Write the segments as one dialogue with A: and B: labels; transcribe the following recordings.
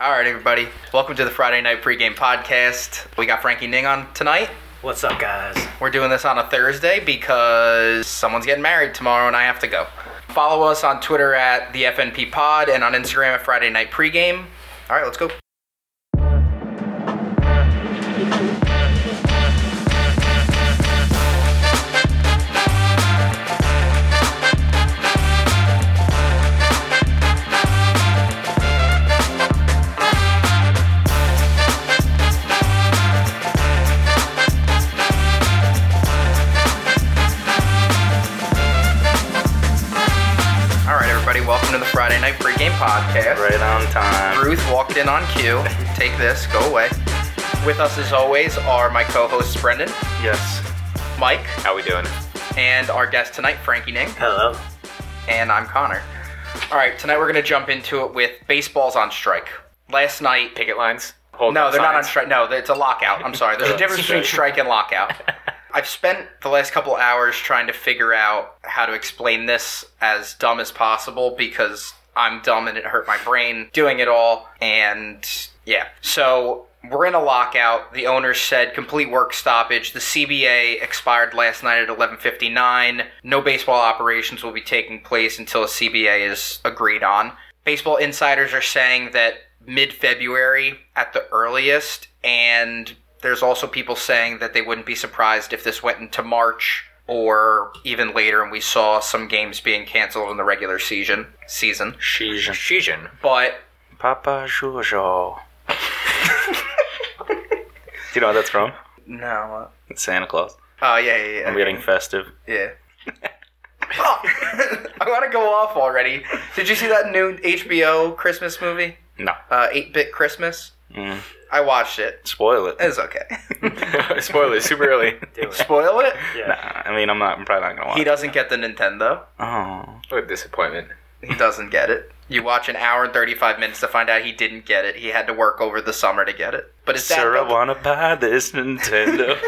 A: All right, everybody. Welcome to the Friday Night Pregame Podcast. We got Frankie Ning on tonight.
B: What's up, guys?
A: We're doing this on a Thursday because someone's getting married tomorrow and I have to go. Follow us on Twitter at the FNP Pod and on Instagram at Friday Night Pregame. All right, let's go. All right, everybody. Welcome to the Friday Night Pregame Podcast.
B: Right on time.
A: Ruth walked in on cue. Take this. Go away. With us, as always, are my co-hosts Brendan,
B: Yes.
A: Mike,
C: How we doing?
A: and our guest tonight, Frankie Ning.
B: Hello.
A: and I'm Connor. All right, tonight we're going to jump into it with baseball's on strike. Last night,
C: Picket lines? Hold
A: no, they're not on strike. No, it's a lockout. I'm sorry. There's a difference between strike and lockout. I've spent the last couple hours trying to figure out how to explain this as dumb as possible because I'm dumb and it hurt my brain doing it all. And yeah, so we're in a lockout. The owners said complete work stoppage. The CBA expired last night at 11:59. No baseball operations will be taking place until a CBA is agreed on. Baseball insiders are saying that mid-February at the earliest, and there's also people saying that they wouldn't be surprised if this went into March or even later, and we saw some games being canceled in the regular season. Season,
B: Sheesh.
C: Shijin.
A: but
B: Papa Jojo. Do you know what that's from?
A: no.
B: It's Santa Claus.
A: Oh yeah, yeah, yeah.
B: I'm getting festive.
A: Yeah. oh, I want to go off already. Did you see that new HBO Christmas movie?
B: No.
A: Uh, 8-Bit Christmas?
B: Mm.
A: I watched it.
B: Spoil it.
A: It's okay.
C: Spoilers, super early.
A: Spoil it?
B: Nah, I mean, I'm not. I'm probably not gonna watch.
A: He doesn't get the Nintendo.
B: Oh,
C: What a disappointment.
A: He doesn't get it. You watch an hour and 35 minutes to find out he didn't get it. He had to work over the summer to get it. But it's that...
B: Sarah, wanna buy this Nintendo?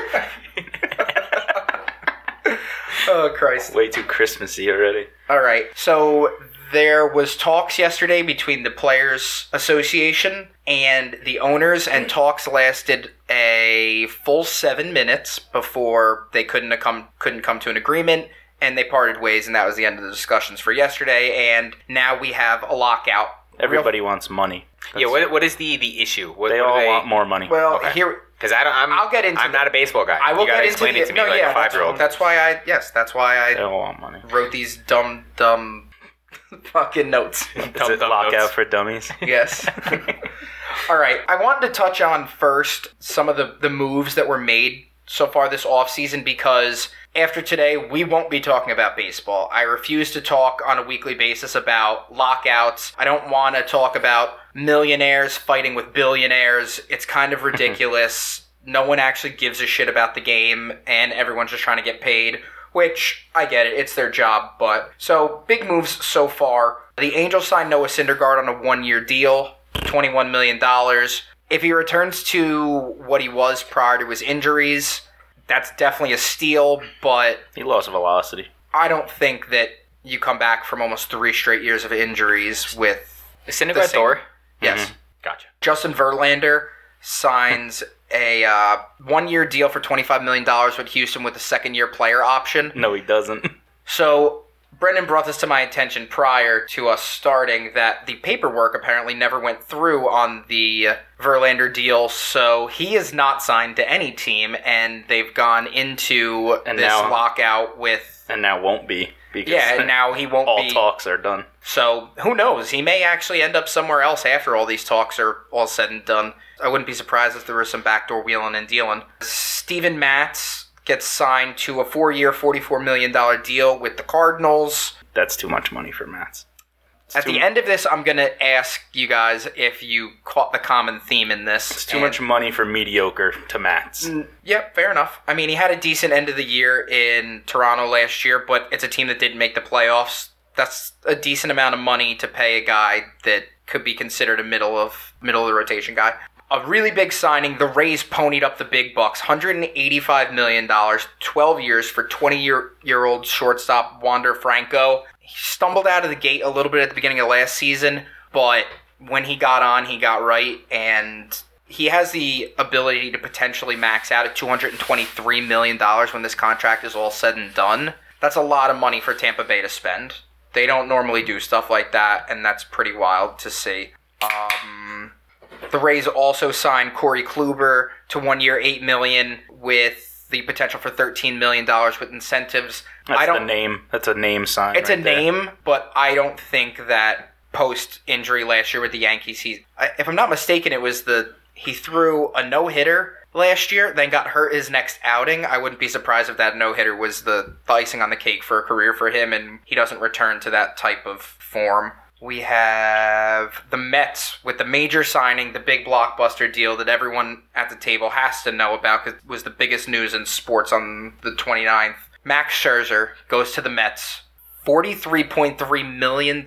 A: oh, Christ.
B: Way too Christmassy already.
A: All right. So there was talks yesterday between the players association and the owners and talks lasted a full 7 minutes before they couldn't come couldn't come to an agreement and they parted ways and that was the end of the discussions for yesterday and now we have a lockout.
B: Everybody wants money.
C: yeah, what, what is the, the issue? What,
B: They
C: what
B: all want more money.
A: Well,
C: Okay.
A: here
C: Because I don't, I'm,
A: I'll get into
C: I'm not a baseball guy.
A: I will
C: you gotta
A: get into
C: explain
A: the,
C: it to me
A: no,
C: like
A: yeah,
C: a five-year-old.
A: That's, that's why I yes, that's why I
B: they all want money.
A: wrote these dumb dumb fucking notes.
B: Is
C: Dumb,
B: it
C: dumb
B: lockout
C: notes.
B: for dummies?
A: Yes. All right. I wanted to touch on first some of the, the moves that were made so far this offseason because after today, we won't be talking about baseball. I refuse to talk on a weekly basis about lockouts. I don't want to talk about millionaires fighting with billionaires. It's kind of ridiculous. no one actually gives a shit about the game, and everyone's just trying to get paid which I get it, it's their job, but so big moves so far. The Angels signed Noah Syndergaard on a one year deal, $21 million. If he returns to what he was prior to his injuries, that's definitely a steal, but
B: He lost velocity.
A: I don't think that you come back from almost three straight years of injuries with.
C: Is
A: the
C: Syndergaard
A: same-
C: Thor?
A: Yes.
C: Gotcha.
A: Justin Verlander signs a uh, one year deal for $25 million with Houston with a second year player option.
B: No, he doesn't.
A: So Brendan brought this to my attention prior to us starting that the paperwork apparently never went through on the uh, Verlander deal, so he is not signed to any team, and they've gone into
B: And
A: this
B: now-
A: lockout with.
B: and now won't be because
A: Yeah, and now he won't
B: all
A: be.
B: talks are done.
A: So who knows? He may actually end up somewhere else after all these talks are all said and done. I wouldn't be surprised if there was some backdoor wheeling and dealing. Steven Matz gets signed to a four-year, forty-four million dollar deal with the Cardinals.
B: That's too much money for Mats.
A: At the
B: too-
A: end of this, I'm gonna ask you guys if you caught the common theme in this.
B: It's too much money for mediocre to Mats.
A: Yep, fair enough. I mean, he had a decent end of the year in Toronto last year, but it's a team that didn't make the playoffs. That's a decent amount of money to pay a guy that could be considered a middle of middle of the rotation guy. A really big signing. The Rays ponied up the big bucks, 185 million dollars, 12 years for 20 year year old shortstop Wander Franco. He stumbled out of the gate a little bit at the beginning of last season, but when he got on, he got right, and he has the ability to potentially max out at $223 million when this contract is all said and done. That's a lot of money for Tampa Bay to spend. They don't normally do stuff like that, and that's pretty wild to see. Um, the Rays also signed Corey Kluber to one year, eight million, with the potential for thirteen million dollars with incentives.
B: That's
A: I don't.
B: the name. That's a name sign.
A: It's
B: right
A: a
B: there.
A: name, but I don't think that post injury last year with the Yankees, he, I- if I'm not mistaken, it was the he threw a no hitter last year, then got hurt his next outing. I wouldn't be surprised if that no hitter was the icing on the cake for a career for him, and he doesn't return to that type of form. We have the Mets with the major signing, the big blockbuster deal that everyone at the table has to know about because it was the biggest news in sports on the 29th. Max Scherzer goes to the Mets $43.3 million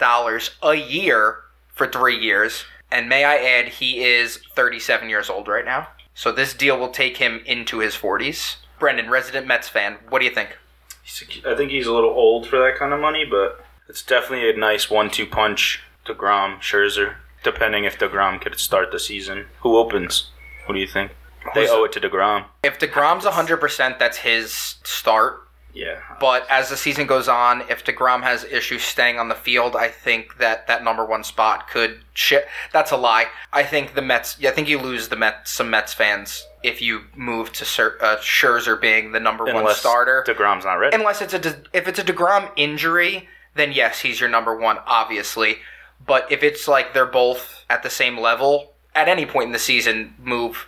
A: a year for three years. And may I add, he is 37 years old right now. So this deal will take him into his 40s. Brendan, resident Mets fan, what do you think?
B: He's- I think he's a little old for that kind of money, but it's definitely a nice one-two punch. Degrom, Scherzer, depending if Degrom could start the season. Who opens? What do you think? They
A: Who's-
B: owe it to Degrom.
A: If DeGrom's 100%, that's his start.
B: Yeah,
A: But as the season goes on, if DeGrom has issues staying on the field, I think that that number one spot could shit. That's a lie. I think the Mets. I think you lose the Mets, some Mets fans if you move to Sir, uh, Scherzer being the number one
B: unless
A: starter.
B: Degrom's not ready.
A: unless it's a de- if it's a Degrom injury, then yes, he's your number one, obviously. But if it's like they're both at the same level at any point in the season, move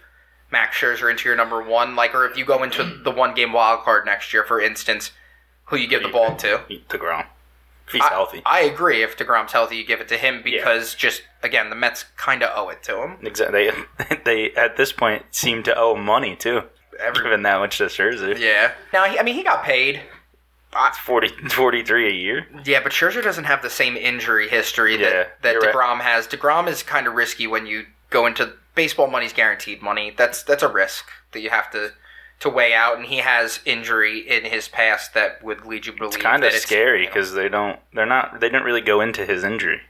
A: Max Scherzer into your number one. Like, or if you go into the one game wild card next year, for instance, who you give the ball to?
B: Eat Degrom. If he's
A: I-
B: healthy.
A: I agree. If Degrom's healthy, you give it to him because just again, the Mets kind of owe it to him.
B: Exactly. They, they at this point seem to owe money too.
A: Every-
B: Given that much to Scherzer,
A: Yeah. Now, he, I mean, he got paid.
B: it's 40, 43 a year.
A: Yeah, but Scherzer doesn't have the same injury history
B: Yeah,
A: that, that
B: you're right.
A: DeGrom has. DeGrom is kind of risky when you go into baseball money's guaranteed money. That's that's a risk that you have to to weigh out and he has injury in his past that would lead you to believe
B: It's kind of
A: that
B: scary because they don't. They're not. They didn't really go into his injury.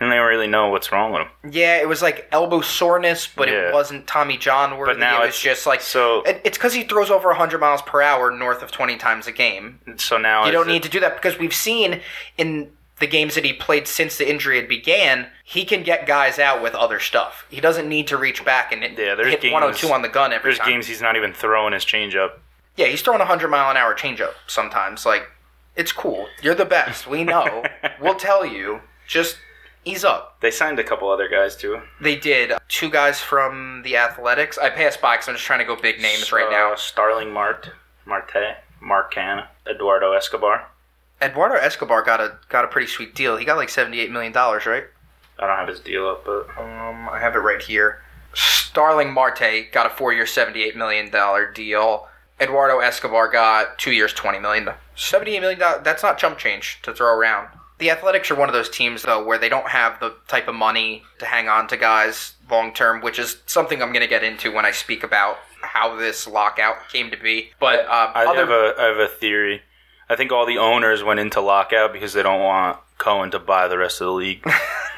B: And they don't really know what's wrong with him.
A: Yeah, it was like elbow soreness, but
B: Yeah.
A: it wasn't Tommy John worthy.
B: now
A: it was
B: it's-
A: just like
B: so-
A: it, it's cuz he throws over 100 miles per hour north of 20 times a game.
B: So now
A: You
B: is
A: don't
B: it-
A: need to do that because we've seen in the games that he played since the injury had began, he can get guys out with other stuff. He doesn't need to reach back and
B: Yeah, there's
A: hit
B: games-
A: 102 on the gun every
B: There's
A: time.
B: games he's not even throwing his changeup.
A: Yeah, he's throwing a 100 mile an hour changeup sometimes. Like, it's cool. You're the best. We know. we'll tell you. Just ease up.
B: They signed a couple other guys too.
A: They did two guys from the Athletics. I passed by because I'm just trying to go big names right now.
B: Starling Mart, Marte, Marcan, Eduardo Escobar.
A: Eduardo Escobar got a got a pretty sweet deal. He got like 78 million dollars, right?
B: I don't have his deal up, but
A: Um, I have it right here. Starling Marte got a four-year, seventy-eight million dollar deal. Eduardo Escobar got two years, twenty million. Seventy-eight million dollars. That's not chump change to throw around. The Athletics are one of those teams though where they don't have the type of money to hang on to guys long term, which is something I'm going to get into when I speak about how this lockout came to be. But uh,
B: I
A: other
B: have a I have a theory. I think all the owners went into lockout because they don't want Cohen to buy the rest of the league.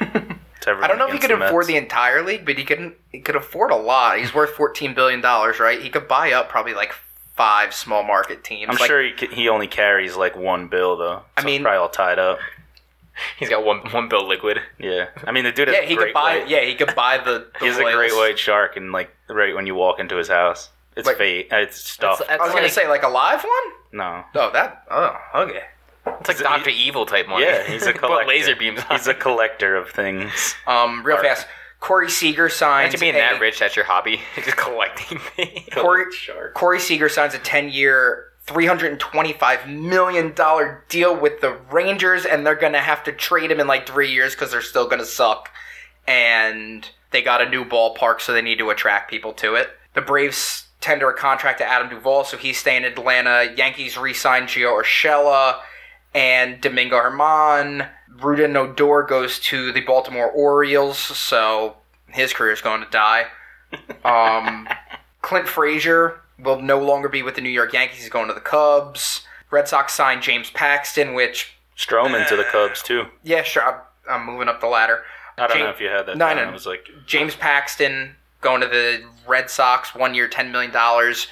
A: I don't know if he could afford the entire league, but he could he could afford a lot. He's worth fourteen billion dollars, right? He could buy up probably like five small market teams.
B: I'm
A: like,
B: sure he, ca- he only carries like one bill though. So
A: I
B: it's
A: mean-
B: probably all tied up.
C: He's got one one bill liquid.
B: Yeah, I mean the dude.
A: Yeah, he could buy. Yeah, he could buy the. the
B: he's a great
A: Royals.
B: white shark, and like right when you walk into his house, it's
A: Like-
B: fate. uh, It's stuff.
C: That's- that's
A: I was gonna
C: like-
A: say like a live one.
B: no,
A: Oh, that. Oh, okay.
C: It's like Doctor Evil type money.
B: Yeah, he's a collector.
C: Put laser beams on.
B: He's a collector of things.
A: Um, real
B: Alright.
A: fast. Corey Seager signs.
C: Imagine being
A: a-
C: that rich. That's your hobby. Just collecting things.
A: Corey,
B: Shark.
A: Corey Seager signs a ten-year. $325 million deal with the Rangers, and they're going to have to trade him in like three years because they're still going to suck. And they got a new ballpark, so they need to attract people to it. The Braves tender a contract to Adam Duvall, so he's staying in Atlanta. Yankees re sign Gio Urshela and Domingo Herman. Rudin Odor goes to the Baltimore Orioles, so his career's going to die. Um, Clint Frazier will no longer be with the New York Yankees. He's going to the Cubs. Red Sox signed James Paxton, which,
B: Stroman to the Cubs too.
A: yeah, sure, I'm, I'm moving up the ladder.
B: I don't
A: Jane-
B: know if you had that.
A: No, I
B: down.
A: know.
B: I was like,
A: James Paxton going to the Red Sox, one year, ten million dollars.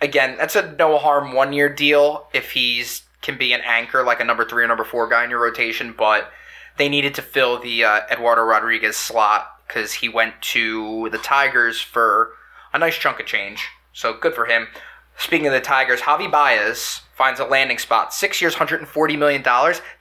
A: Again, that's a no harm one year deal if he's can be an anchor like a number three or number four guy in your rotation. But they needed to fill the uh, Eduardo Rodriguez slot because he went to the Tigers for a nice chunk of change. So good for him. Speaking of the Tigers, Javi Baez finds a landing spot. Six years, $140 million.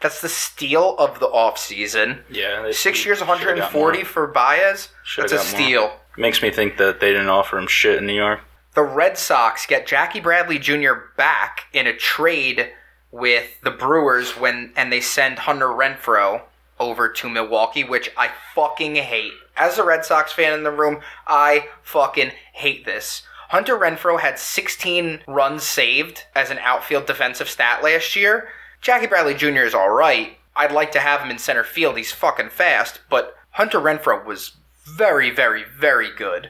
A: That's the steal of the offseason.
B: yeah, they-
A: Six
B: he
A: years,
B: should've got
A: 140
B: more.
A: for Baez.
B: Should've
A: That's a
B: got more.
A: steal.
B: Makes me think that they didn't offer him shit in New York.
A: The Red Sox get Jackie Bradley Jr. back in a trade with the Brewers when and they send Hunter Renfro over to Milwaukee, which I fucking hate. As a Red Sox fan in the room, I fucking hate this. Hunter Renfro had 16 runs saved as an outfield defensive stat last year. Jackie Bradley Jr. is all right. I'd like to have him in center field. He's fucking fast, but Hunter Renfro was very, very, very good.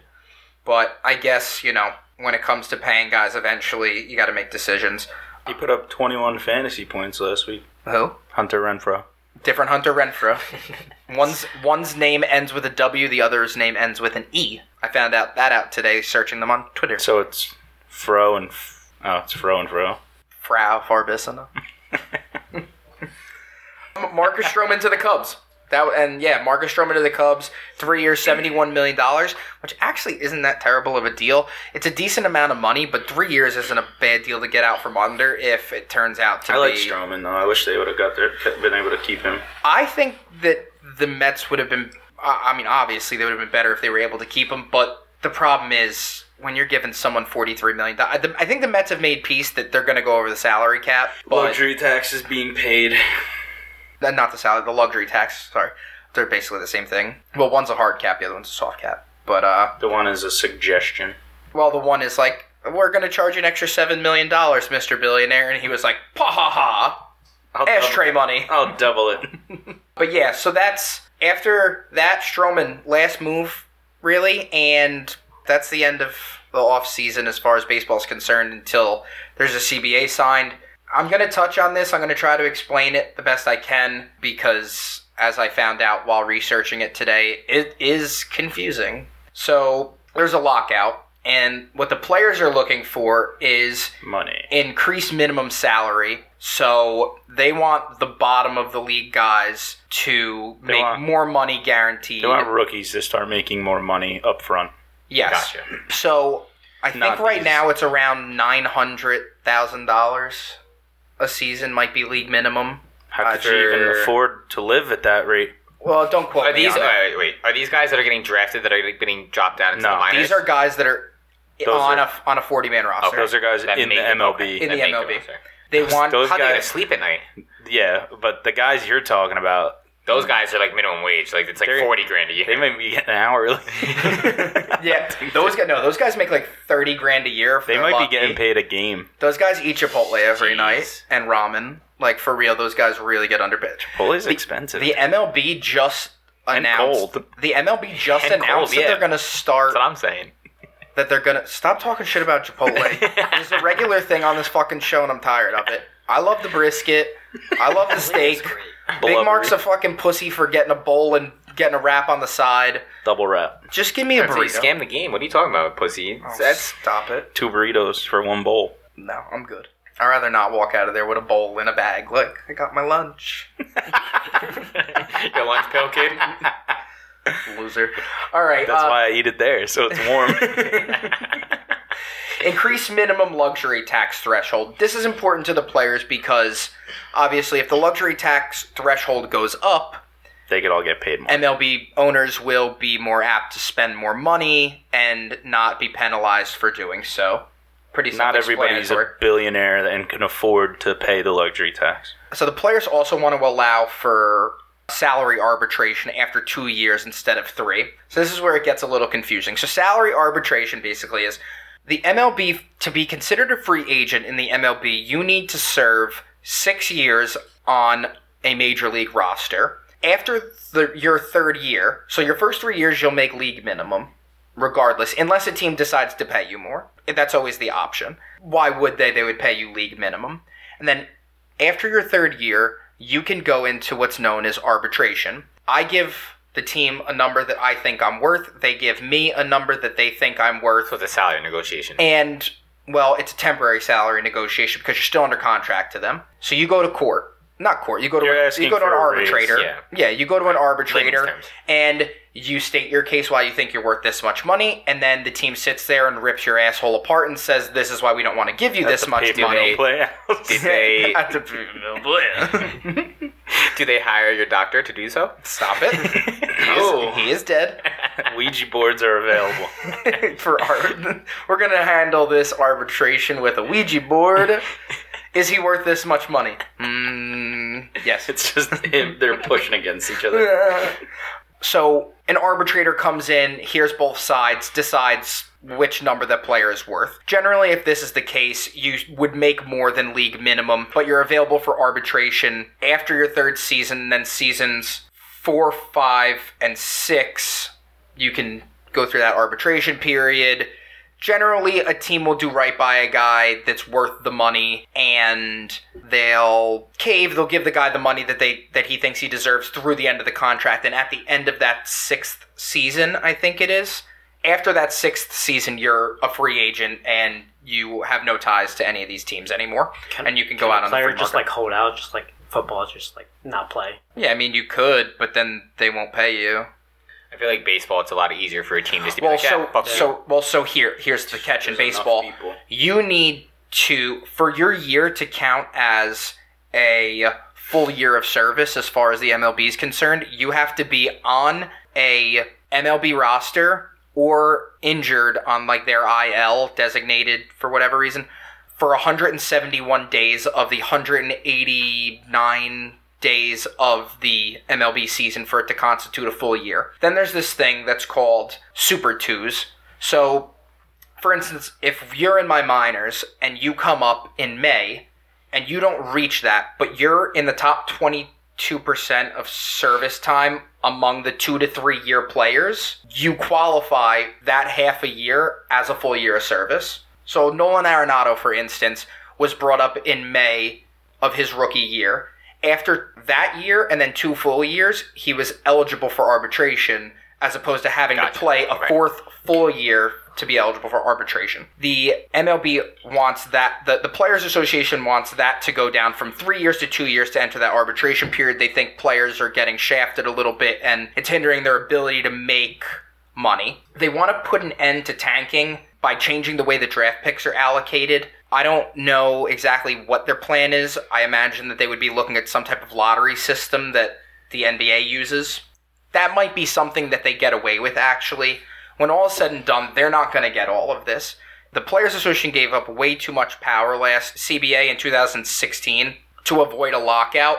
A: But I guess, you know, when it comes to paying guys eventually, you got to make decisions.
B: He put up 21 fantasy points last week.
A: Who?
B: Hunter Renfro.
A: Different Hunter Renfro. one's one's name ends with a W, the other's name ends with an E. I found out that out today searching them on Twitter.
B: So it's Fro and F- oh, it's Fro and Fro.
A: Frau Farbissina. Marcus Stroman to the Cubs. That and yeah, Marcus Stroman to the Cubs, three years, seventy-one million dollars, which actually isn't that terrible of a deal. It's a decent amount of money, but three years isn't a bad deal to get out from under if it turns out to
B: I
A: be.
B: like Stroman though. I wish they would have got there, been able to keep him.
A: I think that the Mets would have been. I I mean, obviously, they would have been better if they were able to keep him. But the problem is when you're giving someone forty-three million. I the- I think the Mets have made peace that they're going to go over the salary cap, but
B: Luxury taxes being paid.
A: uh, not the salary, the luxury tax. Sorry, they're basically the same thing. Well, one's a hard cap, the other one's a soft cap. But uh,
B: The one is a suggestion.
A: well, the one is like we're going to charge you an extra seven million dollars, Mister Billionaire, and he was like, "Pa ha ha,
B: I'll
A: ashtray money."
B: Double, I'll double it.
A: But yeah, so that's after that Stroman last move, really, and that's the end of the off season as far as baseball is concerned until there's a CBA signed. I'm gonna touch on this. I'm gonna try to explain it the best I can because, as I found out while researching it today, it is confusing. So there's a lockout, and what the players are looking for is
B: Money.
A: increase minimum salary. So they want the bottom of the league guys to make
B: want-
A: more money guaranteed.
B: They want rookies to start making more money up front.
A: yes.
C: Gotcha.
A: So I think
B: Not
A: right
B: these.
A: now it's around nine hundred thousand dollars a season might be league minimum.
B: How could you even
C: Roger.
B: afford to live at that rate?
A: Well, don't quote
C: Are
A: me
C: these
A: on that.
C: uh, wait? Are these guys that are getting drafted that are getting dropped down into
B: No.
C: the minors?
A: These are guys that are
B: Those
A: on
B: are- Oh,
A: a on a forty man roster.
B: Those are guys
C: That
B: in the
C: make them-
B: MLB.
A: In
C: that
A: the
C: make them
A: MLB.
C: up there.
A: they want
B: those
C: How do they
B: guys-
C: even sleep at night?
B: Yeah, but the guys you're talking about,
C: Those guys are like minimum wage. Like it's like
B: They're-
C: forty grand a year.
B: they may be getting an hourly.
A: yeah those guys no those guys make like thirty grand a year. If
B: they
A: they're
B: might
A: lucky.
B: be getting paid a game.
A: Those guys eat Chipotle every
C: Jeez.
A: night and ramen. Like for real, those guys really get underpaid.
B: Pull is expensive.
A: The MLB just
B: And
A: announced.
B: cold.
A: The MLB just
C: And
A: announced
C: cold,
A: that
C: yeah.
A: they're gonna start.
C: That's what I'm saying.
A: That they're gonna stop talking shit about Chipotle. it's a regular thing on this fucking show, and I'm tired of it. I love the brisket. I love the steak. Big
B: Blubbery.
A: Mark's a fucking pussy for getting a bowl and getting a wrap on the side.
B: Double wrap.
A: Just give me a
C: That's how you
A: burrito.
C: scam the game. What are you talking about, pussy?
A: Oh,
C: That's
A: stop it.
B: Two burritos for one bowl.
A: No, I'm good. I'd rather not walk out of there with a bowl and a bag. Look, I got my lunch.
C: your lunch pill, kid.
A: Loser. All right.
B: That's
A: uh,
B: why I eat it there, so it's warm.
A: Increase minimum luxury tax threshold. This is important to the players because obviously, if the luxury tax threshold goes up,
B: they could all get paid more.
A: MLB owners will be more apt to spend more money and not be penalized for doing so. Pretty
B: Not everybody's a
A: self-explanatory.
B: billionaire and can afford to pay the luxury tax.
A: So the players also want to allow for salary arbitration after two years instead of three. So this is where it gets a little confusing. So salary arbitration basically is the MLB to be considered a free agent in the MLB, you need to serve six years on a major league roster. After the, your third year, so your first three years, you'll make league minimum, regardless, unless a team decides to pay you more. That's always the option. Why would they? They would pay you league minimum. And then after your third year, you can go into what's known as arbitration. I give the team a number that I think I'm worth. They give me a number that they think I'm worth.
C: So it's a salary negotiation.
A: And, well, it's a temporary salary negotiation because you're still under contract to them. So you go to court. Not court. You go to
B: You're
A: an-
B: asking
A: you go to an
B: for a raise,
A: arbitrator.
C: yeah.
A: you go to an arbitrator
C: terms.
A: and you state your case why you think you're worth this much money, and then the team sits there and rips your asshole apart and says, "This is why we don't want to give you this much
B: Pay-per-view
A: money."
B: play-outs.
C: Did they
A: At the-
C: do they hire your doctor to do so?
A: Stop it! He is,
C: Oh.
A: he is dead.
B: Ouija boards are available.
A: for art. We're gonna handle this arbitration with a Ouija board. Is he worth this much money? Mm, yes.
B: It's just him, they're pushing against each other.
A: so an arbitrator comes in, hears both sides, decides which number the player is worth. Generally, if this is the case, you would make more than league minimum, but you're available for arbitration after your third season, then seasons four, five, and six. You can go through that arbitration period. Generally, a team will do right by a guy that's worth the money, and they'll cave. They'll give the guy the money that they that he thinks he deserves through the end of the contract. And at the end of that sixth season, I think it is. After that sixth season, you're a free agent, and you have no ties to any of these teams anymore,
D: Can-
A: and you can go out on the
D: player
A: free
D: just
A: market.
D: like hold out, just like football, just like not play.
A: yeah, I mean you could, but then they won't pay you.
C: I feel like baseball. It's a lot easier for a team just to be
A: Well,
C: like, yeah,
A: so
C: fuck you.
A: so well, so here here's the catch in
B: There's enough
A: baseball.
B: people.
A: you need to for your year to count as a full year of service as far as the MLB is concerned, you have to be on a MLB roster or injured on like their IL designated for whatever reason for 171 days of the 189 days of the MLB season for it to constitute a full year. Then there's this thing that's called Super Twos. So for instance, if you're in my minors and you come up in May and you don't reach that, but you're in the top 22% of service time among the two to three year players, you qualify that half a year as a full year of service. So Nolan Arenado, for instance, was brought up in May of his rookie year. After that year and then two full years, he was eligible for arbitration as opposed to having
C: Gotcha.
A: to play a
C: Right.
A: fourth full year to be eligible for arbitration. The MLB wants that the, the players association wants that to go down from 3 years to 2 years to enter that arbitration period. They think players are getting shafted a little bit and it's hindering their ability to make money. They want to put an end to tanking by changing the way the draft picks are allocated. I don't know exactly what their plan is. I imagine that they would be looking at some type of lottery system that the NBA uses. That might be something that they get away with, actually. When all is said and done, they're not going to get all of this. The Players Association gave up way too much power last CBA in 2016 to avoid a lockout,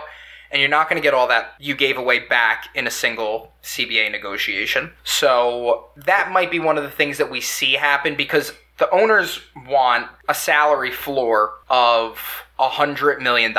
A: and you're not going to get all that you gave away back in a single CBA negotiation. So that might be one of the things that we see happen because the owners want a salary floor of $100 million.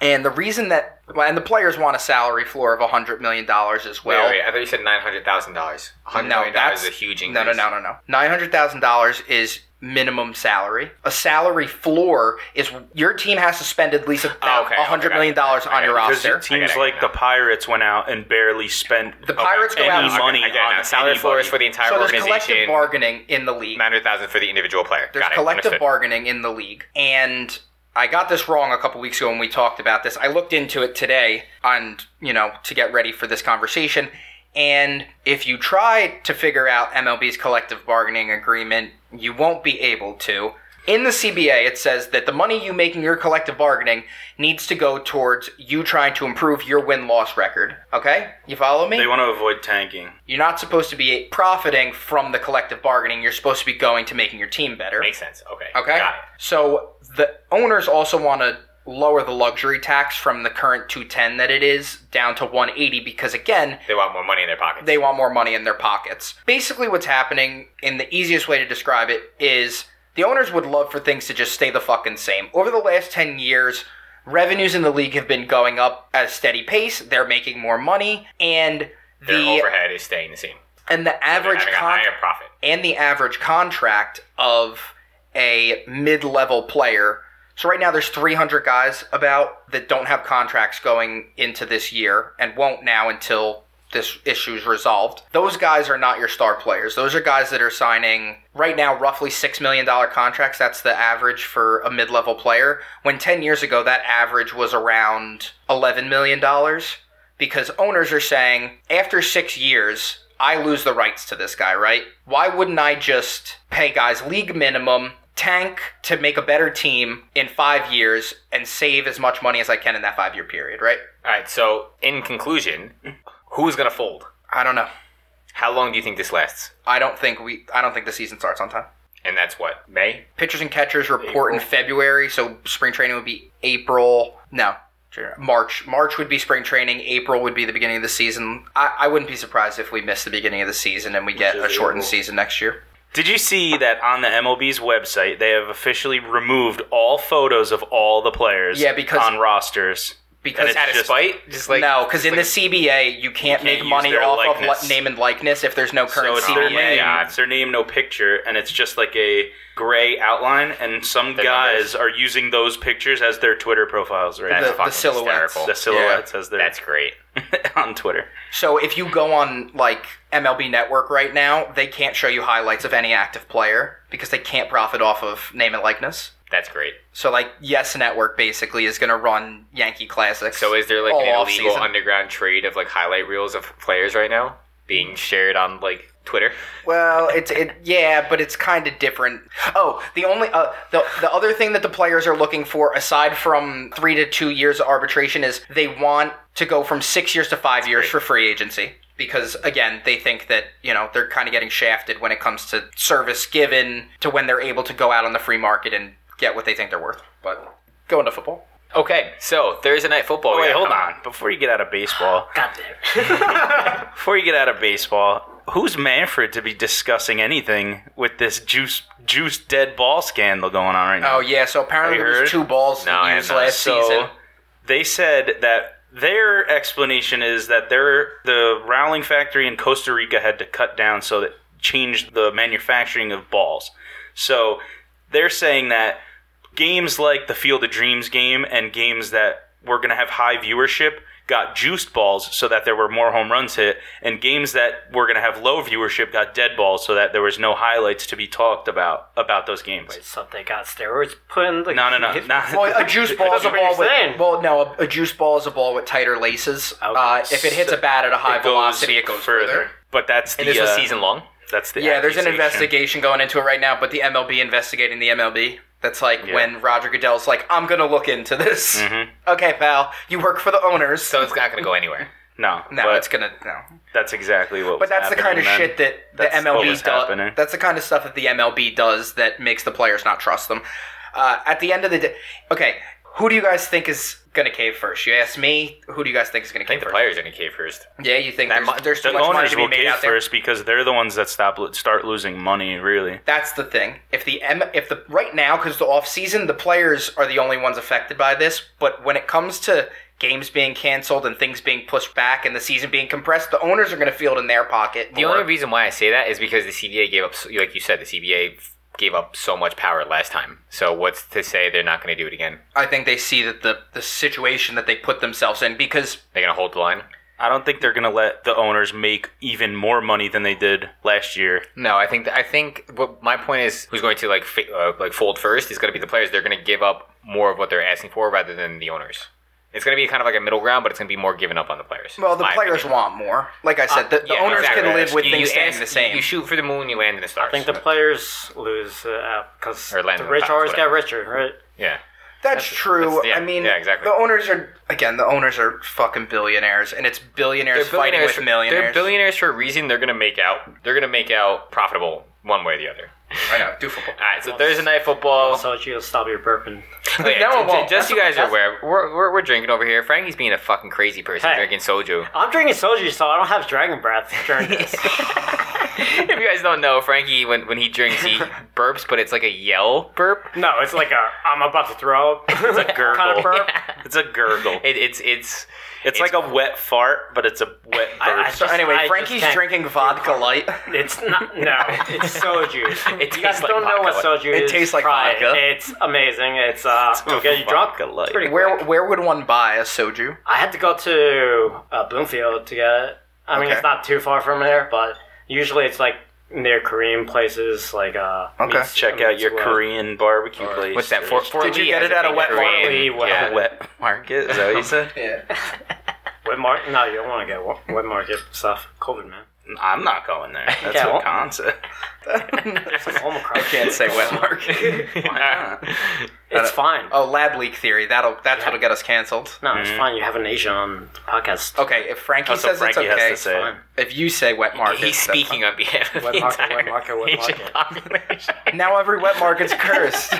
A: And the reason that, well, and the players want a salary floor of $100 million as
C: Wait,
A: well.
C: wait, I thought you said nine hundred thousand dollars. Oh, Hundred
A: No,
C: million dollars is a
A: that's-
C: huge increase.
A: No, no, no, no, no. Nine hundred thousand dollars is minimum salary. A salary floor is your team has to spend at least a
C: Oh, okay, okay,
A: hundred
C: got it.
A: million dollars on
C: Okay,
A: your
B: Because
A: roster.
B: teams
C: I got it
B: like
C: now.
B: the Pirates went out and barely spent
A: The Pirates go
B: any
A: out. and-
B: money
C: Again,
B: on
C: now, salary
B: anybody.
C: floors for the entire
A: So there's collective
C: organization.
A: bargaining in the league.
C: Nine hundred thousand for the individual player.
A: There's
C: got it.
A: collective
C: Understood.
A: bargaining in the league. And I got this wrong a couple weeks ago when we talked about this. I looked into it today on, you know, to get ready for this conversation. And if you try to figure out MLB's collective bargaining agreement, you won't be able to. In the CBA, it says that the money you make in your collective bargaining needs to go towards you trying to improve your win loss record. Okay? You follow me?
B: They want to avoid tanking.
A: You're not supposed to be profiting from the collective bargaining. You're supposed to be going to making your team better.
C: Makes sense. Okay.
A: Okay.
C: Got it.
A: So the owners also want to lower the luxury tax from the current 210 that it is down to 180 because again,
C: They want more money in their pockets.
A: they want more money in their pockets. Basically what's happening in the easiest way to describe it is the owners would love for things to just stay the fucking same. Over the last 10 years, revenues in the league have been going up at a steady pace. They're making more money and
C: their
A: the
C: overhead is staying the same.
A: and the
C: They're
A: average
C: having a
A: contract
C: higher profit.
A: and the average contract of a mid-level player. So right now there's 300 guys about that don't have contracts going into this year and won't now until this issue is resolved. Those guys are not your star players. Those are guys that are signing right now roughly $6 million contracts. That's the average for a mid level player. When 10 years ago, that average was around $11 million because owners are saying after six years, I lose the rights to this guy, right? Why wouldn't I just pay guys league minimum, tank to make a better team in five years, and save as much money as I can in that five year period, right?
C: All right. So, in conclusion, who's gonna fold?
A: I don't know.
C: How long do you think this lasts?
A: I don't think we. I don't think the season starts on time.
C: And that's what May.
A: Pitchers and catchers report in February, so spring training would be April. No, March. March would be spring training. April would be the beginning of the season. I, I wouldn't be surprised if we miss the beginning of the season and we get
B: is
A: a shortened
B: April.
A: season next year.
B: Did you see that on the MLB's website they have officially removed all photos of all the players
A: Yeah, because-
B: on rosters?
A: Because
B: it's
C: Out of
B: just-
C: spite, just like
A: no, because in
C: like-
A: the CBA you can't,
B: can't
A: make
B: use
A: money
B: their
A: off of
B: likeness.
A: li- name and likeness if there's no current
B: So it's their
A: CBA.
B: name,
C: God.
B: it's their name, no picture, and it's just like a gray outline. And some guys
C: numbers.
B: are using those pictures as their Twitter profiles right
C: That's
A: The-
B: now.
A: the
C: fucking
A: silhouettes.
C: hysterical.
B: The silhouettes as their
C: That's great.
B: on Twitter.
A: So if you go on like MLB Network right now, they can't show you highlights of any active player because they can't profit off of name and likeness.
C: That's great.
A: So like Yes Network basically is going to run Yankee Classics.
C: So is there like
A: all
C: an illegal
A: off-season.
C: underground trade of like highlight reels of players right now being shared on like Twitter?
A: Well, it's it yeah, but it's kind of different. Oh, the only uh, the the other thing that the players are looking for aside from 3 to 2 years of arbitration is they want to go from 6 years to 5 years for free agency because again, they think that, you know, they're kind of getting shafted when it comes to service given to when they're able to go out on the free market and get what they think they're worth. But go into football.
C: Okay, so Thursday night football.
B: Oh,
C: we
B: wait,
C: got
B: hold
C: coming.
B: on. Before you get out of baseball,
D: God damn.
B: before you get out of baseball, who's Manfred to be discussing anything with this juice juice dead ball scandal going on right now?
A: Oh yeah, so apparently
B: I
A: there
B: heard.
A: was two balls
C: No, I
A: used
C: have not.
A: last
B: so
A: season.
B: they said that their explanation is that their the Rowling factory in Costa Rica had to cut down so that changed the manufacturing of balls. So they're saying that games like the Field of Dreams game and games that were going to have high viewership got juiced balls so that there were more home runs hit and games that were going to have low viewership got dead balls so that there was no highlights to be talked about about those games.
D: so they got steroids put in the.
B: No, no, no. Not,
A: Well, a juice ball is a
D: That's what
A: ball
D: you're
A: with.
D: saying.
A: Well, no, a, a juice ball is a ball with tighter laces. Uh, if it hits a bat at a high
B: it goes
A: velocity, it goes further.
B: But that's the
C: And this was
B: uh,
C: season long.
B: That's the
A: Yeah, there's an
B: accusation.
A: investigation going into it right now, but the MLB investigating the MLB. That's like when Roger Goodell's like, "I'm gonna look into this."
B: Mm-hmm.
A: Okay, pal, you work for the owners.
C: So it's not going to go anywhere.
B: No,
A: no,
B: but
A: it's gonna no.
B: that's exactly what.
A: But that's the kind of shit that the
B: That's what was
A: MLB
B: happening.
A: does. That's the kind of stuff that the MLB does that makes the players not trust them. Uh, at the end of the day, okay, who do you guys think is gonna cave first? You asked me. Who do you guys think is gonna
C: I
A: cave
C: think the
A: first?
C: players are going to cave first.
A: Yeah, you think
C: That
A: there's,
C: mu-
A: there's too
B: The
A: much money
B: owners
A: to be
B: will
A: made
B: cave
A: out there.
B: first because they're the ones that stop lo- start losing money. Really,
A: That's the thing. If the M, if the right now, because the off season, the players are the only ones affected by this. But when it comes to games being canceled and things being pushed back and the season being compressed, the owners are going to feel it in their pocket.
C: The
A: more.
C: only reason why I say that is because the CBA gave up, so- like you said, the CBA f- gave up so much power last time. So what's to say they're not going to do it again?
A: I think they see that the the situation that they put themselves in because
C: They're going to hold the line.
B: I don't think they're gonna let the owners make even more money than they did last year.
C: No, I think I think what my point is, who's going to like fa- uh, like fold first is going to be the players. They're going to give up more of what they're asking for rather than the owners. It's going to be kind of like a middle ground, but it's going to be more given up on the players.
A: well, the
C: My
A: players
C: opinion.
A: want more. Like I said, the, the
C: Yeah,
A: owners
C: exactly.
A: can live with
C: You-
A: things
C: you
A: staying
C: ask-
A: the same.
C: You shoot for the moon, you land in the stars.
D: I think the players lose because
C: Or land
D: the
C: in the
D: rich
C: pots,
D: always
C: whatever.
D: got richer, right?
C: yeah.
A: That's, true.
C: that's- yeah,
A: I mean,
C: yeah, exactly.
A: the owners are again. The owners are fucking billionaires, and it's billionaires,
C: billionaires
A: fighting with
C: for- They're
A: millionaires.
C: billionaires for a reason. They're going to make out. They're going to make out profitable one way or the other.
A: I know. Do football.
C: All right, so Thursday night football.
D: So you'll stop your burping.
C: Oh, yeah,
A: No,
C: ju-
A: it won't.
C: ju- Just so you guys are
A: That's-
C: aware, we're, we're, we're drinking over here. Frankie's being a fucking crazy person
D: Hey.
C: drinking soju.
D: I'm drinking soju, so I don't have dragon breath during this.
C: if you guys don't know, Frankie, when, when he drinks, he burps, but it's like a yell burp.
D: no, it's like a I'm about to throw up. It's
B: a gurgle.
D: kind of burp.
B: It's a gurgle.
C: It, it's it's
B: it's, like a wet fart, but it's a wet burp.
D: I- I
A: So
D: Just-
A: anyway,
D: I just
A: Frankie's
D: can't
A: drinking vodka light.
D: It's not. No, it's soju.
C: It
D: you guys
C: tastes like
D: don't know what
C: vodka.
D: soju
A: It
D: is.
A: tastes like
D: Try it.
A: vodka.
D: It's amazing. It's uh, it'll get you drunk.
B: Vodka light.
D: Pretty
A: Where where would one buy a soju?
D: I had to go to uh, Bloomfield to get it. I mean,
A: Okay.
D: it's not too far from there, but usually it's like near Korean places, like uh.
A: Okay.
D: meets-
B: Check out
D: meets
B: your
D: West.
B: Korean barbecue place.
C: What's that?
B: There's
C: Fort, Fort
A: Did you
C: Lee
A: get
C: has
A: it
C: a
A: at a
C: big
A: wet
C: Korean-
D: Fort Lee wet-
C: yeah.
B: a wet market. Is that what you said?
A: Yeah.
D: Wet market? No, you don't want to get wet- wet market stuff. COVID, man.
B: I'm not going there. That's
D: Yeah,
B: a
D: well-
B: concept.
D: Omicron.
A: Can't say wet market.
B: Why not?
D: It's fine.
A: oh, lab leak theory. That'll that's what'll get us canceled.
D: No, it's fine. You have an Asian on the podcast.
A: Okay, if Frankie
B: Also,
A: says
B: Frankie
A: it's okay,
B: has to say it.
A: if you say wet market,
C: He's
A: that's fine.
C: speaking on behalf of
D: Wet
C: the
D: market,
C: entire
D: wet market, wet
C: Asian
D: market.
C: population.
A: Now every wet market's cursed.